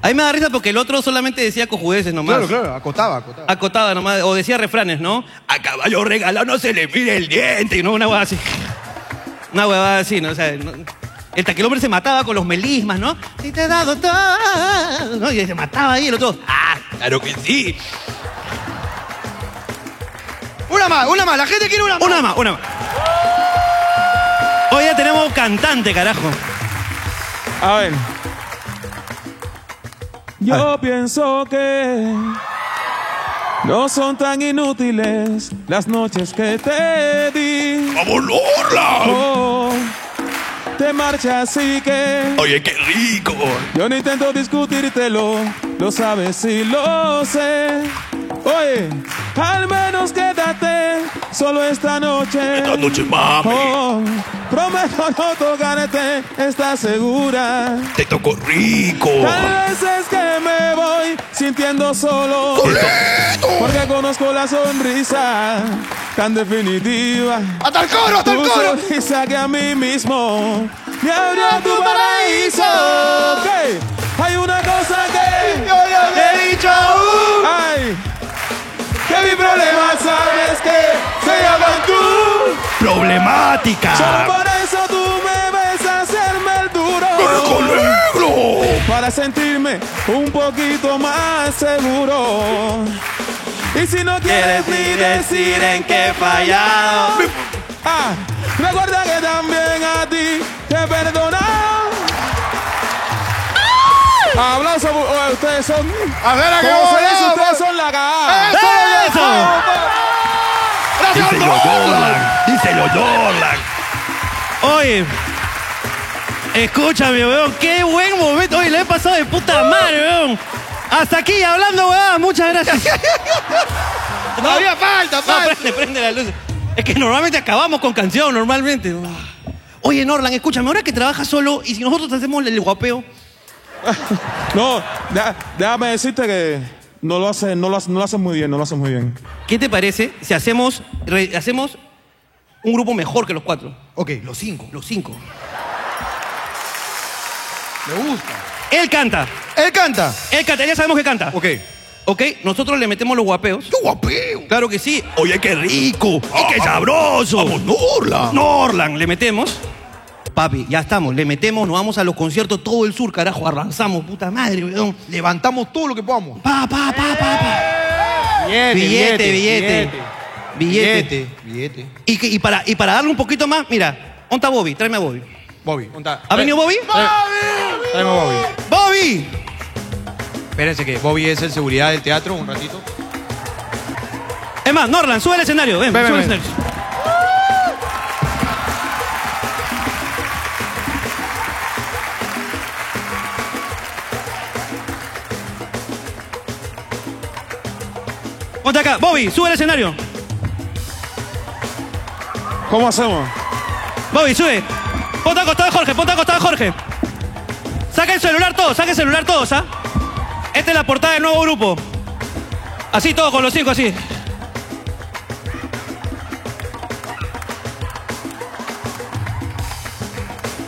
Speaker 1: A mí me da risa porque el otro solamente decía cojudeces nomás.
Speaker 8: Claro, claro, acotaba, acotaba.
Speaker 1: Acotaba nomás, o decía refranes, ¿no? A caballo regalado no se le mide el diente, ¿no? Una huevada así. Una huevada así, ¿no? O sea, no- el taquilombre se mataba con los melismas, ¿no? Si te he dado todo, ¿no? Y se mataba ahí el otro. ¡Ah! Claro que sí.
Speaker 8: Una más, una más, la gente quiere una más.
Speaker 1: Una más, una más. Hoy ya tenemos cantante, carajo.
Speaker 6: A ver. Yo pienso que no son tan inútiles las noches que te di.
Speaker 4: ¡Vamos, Lola!
Speaker 6: Oh, te marchas así que
Speaker 4: Oye, qué rico.
Speaker 6: yo no intento discutírtelo, lo sabes y lo sé. Oye, al menos quédate solo esta noche. Esta
Speaker 4: noche, mami.
Speaker 6: prometo no tocarte, ¿estás segura?
Speaker 4: Te tocó rico.
Speaker 6: Tal vez es que me voy sintiendo solo. Porque conozco la sonrisa tan definitiva.
Speaker 5: ¡Hasta el coro, hasta el
Speaker 6: Tu
Speaker 5: coro!
Speaker 6: sonrisa que a mí mismo me abrió tu paraíso. Ok, Hay una cosa que yo
Speaker 5: no le he dicho aún.
Speaker 6: Ay, que mi problema sabes que se llaman tú.
Speaker 4: Problemática.
Speaker 6: Solo por eso tú me ves hacerme el duro.
Speaker 4: ¡Pero con negro!
Speaker 6: para sentirme un poquito más seguro. Y si no quieres ni decir en qué he fallado, ah, recuerda que también a ti te he perdonado. Aplausos, oh, ustedes son. A
Speaker 5: ver, a qué
Speaker 6: como se dice,
Speaker 5: volado,
Speaker 6: ustedes
Speaker 5: pues.
Speaker 6: son la cagada.
Speaker 5: ¡Eso,
Speaker 6: ¡Eso!
Speaker 1: Y se lo doblan, y se lo doblan. Oye, escúchame, weón, qué buen momento. Oye, le he pasado de puta madre, weón. Hasta aquí, hablando, weón, muchas
Speaker 5: <laughs>
Speaker 1: gracias.
Speaker 5: Todavía falta, falta.
Speaker 1: prende, prende la luz. Es que normalmente acabamos con canción, normalmente. Oye, Norlan, escúchame, ahora que trabajas solo y si nosotros te hacemos el guapeo.
Speaker 6: <laughs> No, da- déjame decirte que no lo hacen, no lo hacen, no lo hacen muy bien, no lo hacen muy bien.
Speaker 1: ¿Qué te parece si hacemos, re- hacemos un grupo mejor que los cuatro?
Speaker 8: Ok, los cinco.
Speaker 1: Los cinco.
Speaker 8: Me gusta.
Speaker 1: Él canta.
Speaker 8: Él canta.
Speaker 1: Él canta, ya sabemos que canta. Ok. Ok, nosotros le metemos los guapeos. ¡Qué
Speaker 5: guapeo!
Speaker 1: Claro que sí. Oye, qué rico. ¡Y
Speaker 8: Ah,
Speaker 1: qué sabroso! ¡Vamos,
Speaker 5: Norlan.
Speaker 1: Norlan, le metemos. Papi, ya estamos, le metemos, nos vamos a los conciertos todo el sur, carajo, arranzamos, puta madre, weón.
Speaker 8: Levantamos todo lo que podamos.
Speaker 1: Pa, pa, pa, pa, pa. billete, billete. Billete.
Speaker 8: Billete.
Speaker 1: Y, que- y para, y para darle un poquito más, mira, ¿dónde está Bobby? Tráeme a Bobby.
Speaker 2: Bobby, ¿onda?
Speaker 1: ¿Ha venido Bobby?
Speaker 2: Tráeme a Bobby.
Speaker 1: ¡Bobby!
Speaker 2: Espérense que Bobby es el seguridad del teatro un ratito.
Speaker 1: Es más, Norlan, sube al escenario, ven,
Speaker 2: Ven,
Speaker 1: sube
Speaker 2: ven,
Speaker 1: al escenario. Ponte acá, Bobby, sube al escenario.
Speaker 6: ¿Cómo hacemos?
Speaker 1: Bobby, sube. Ponte al costado de Jorge, ponte al costado de Jorge. Saca el celular todos, saca el celular todos, ¿ah? Esta es la portada del nuevo grupo. Así todos, con los cinco, así.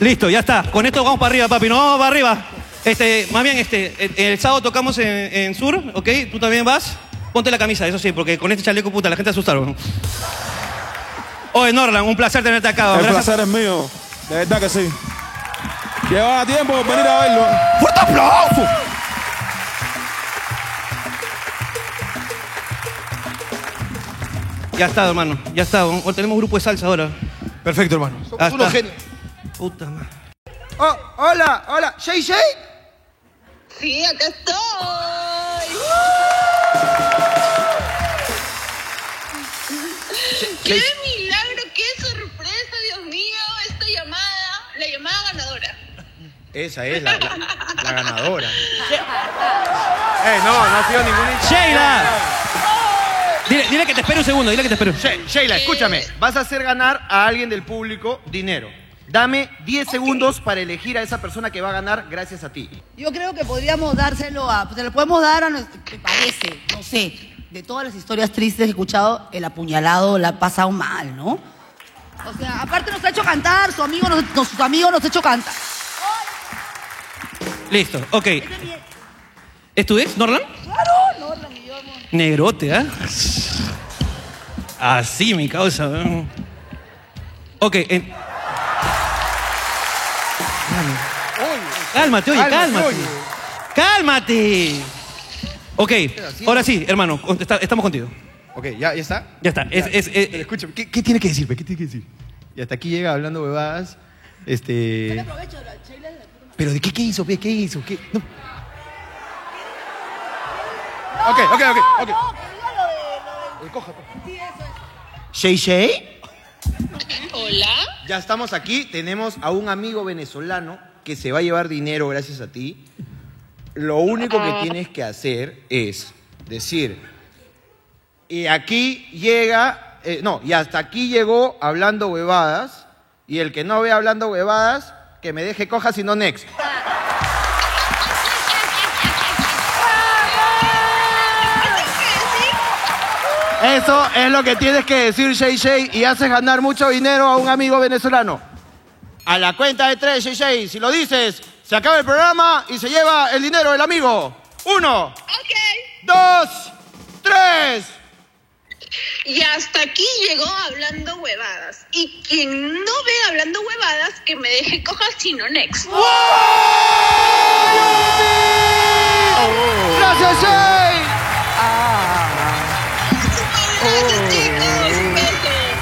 Speaker 1: Listo, ya está. Con esto vamos para arriba, papi. Nos vamos para arriba. Este, más bien, este, el, el sábado tocamos en, en Sur, ¿ok? Tú también vas. Ponte la camisa, eso sí, porque con este chaleco, puta, la gente se asustaron. Oye, Norlan, un placer tenerte
Speaker 5: Ah,
Speaker 1: acá.
Speaker 6: El
Speaker 1: Gracias.
Speaker 6: placer es mío, de verdad que sí. Llevaba tiempo de venir a verlo.
Speaker 5: ¡Fuerte aplauso!
Speaker 1: Ya está, hermano. Ya está. Hoy tenemos grupo de salsa ahora.
Speaker 8: Perfecto, hermano.
Speaker 1: Ya
Speaker 5: unos
Speaker 1: está.
Speaker 5: genios.
Speaker 1: Puta madre.
Speaker 5: Oh, hola, hola. ¿Shay Shay?
Speaker 7: Sí, acá estoy. ¡Qué milagro, qué sorpresa, Dios mío! Esta llamada, la llamada ganadora.
Speaker 2: Esa es la, la- la ganadora. Eh, no, no ha sido ninguna
Speaker 1: ¡Sheila! Dile, dile que te espere un segundo, dile que te espere.
Speaker 2: Sheila, escúchame. Vas a hacer ganar a alguien del público dinero. Dame 10 segundos para elegir a esa persona que va a ganar gracias a ti.
Speaker 9: Yo creo que podríamos dárselo a. pues, Se lo podemos dar a nuestro. ¿Te parece? No sé. De todas las historias tristes que he escuchado, el apuñalado la ha pasado mal, ¿no? O sea, aparte nos ha hecho cantar, su amigo nos, nos- sus amigos nos ha hecho cantar.
Speaker 1: Listo, ok. ¿Es tu ex, Norlan?
Speaker 9: Claro, no, tranquilo.
Speaker 1: Negrote, ¿ah? Así mi causa. weón. Ok, en- cálmate, oye, cálmate. ¡Cálmate! Ok, ahora sí, hermano, cont- está- estamos contigo.
Speaker 8: Ok, ¿ya, ya está?
Speaker 1: Ya está. Es, es, es-
Speaker 8: Escúchame, ¿qué, qué tiene que decir? pe? ¿Qué tiene que decir? Y hasta aquí llega hablando huevadas.
Speaker 5: Eh.
Speaker 8: Este. Pero de qué, qué hizo, pe? ¿Qué hizo? ¿Qué? No. Ok, ok, ok, ok.
Speaker 2: Shay Shay.
Speaker 7: Hola.
Speaker 2: Ya estamos aquí. Tenemos a un amigo venezolano que se va a llevar dinero gracias a ti. Lo único que tienes que hacer es decir, y aquí llega, eh, no, y hasta aquí llegó hablando huevadas, y el que no ve hablando huevadas, que me deje coja, si no next. Eso es lo que tienes que decir, Shay Shay, y haces ganar mucho dinero a un amigo venezolano. A la cuenta de tres, Shay Shay, si lo dices, se acaba el programa y se lleva el dinero del amigo. Uno. Dos. Tres.
Speaker 7: Y hasta aquí llegó hablando huevadas. Y quien no ve hablando huevadas, que me deje coja sino next.
Speaker 5: ¡Wow!
Speaker 11: ¡Gracias, Jay!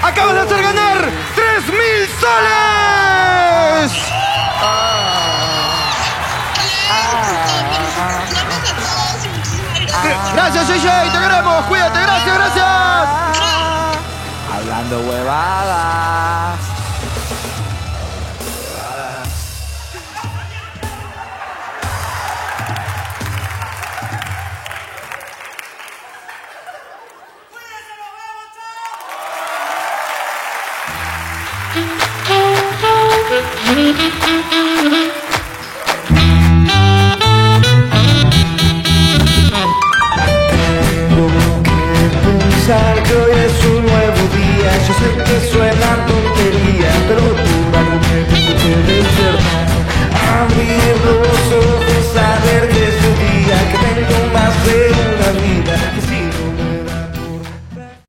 Speaker 5: Acabas de hacer ganar 3.000 soles.
Speaker 11: Gracias, Jay, te queremos, cuídate, gracias, gracias.
Speaker 4: Hablando huevadas.
Speaker 11: Gracias.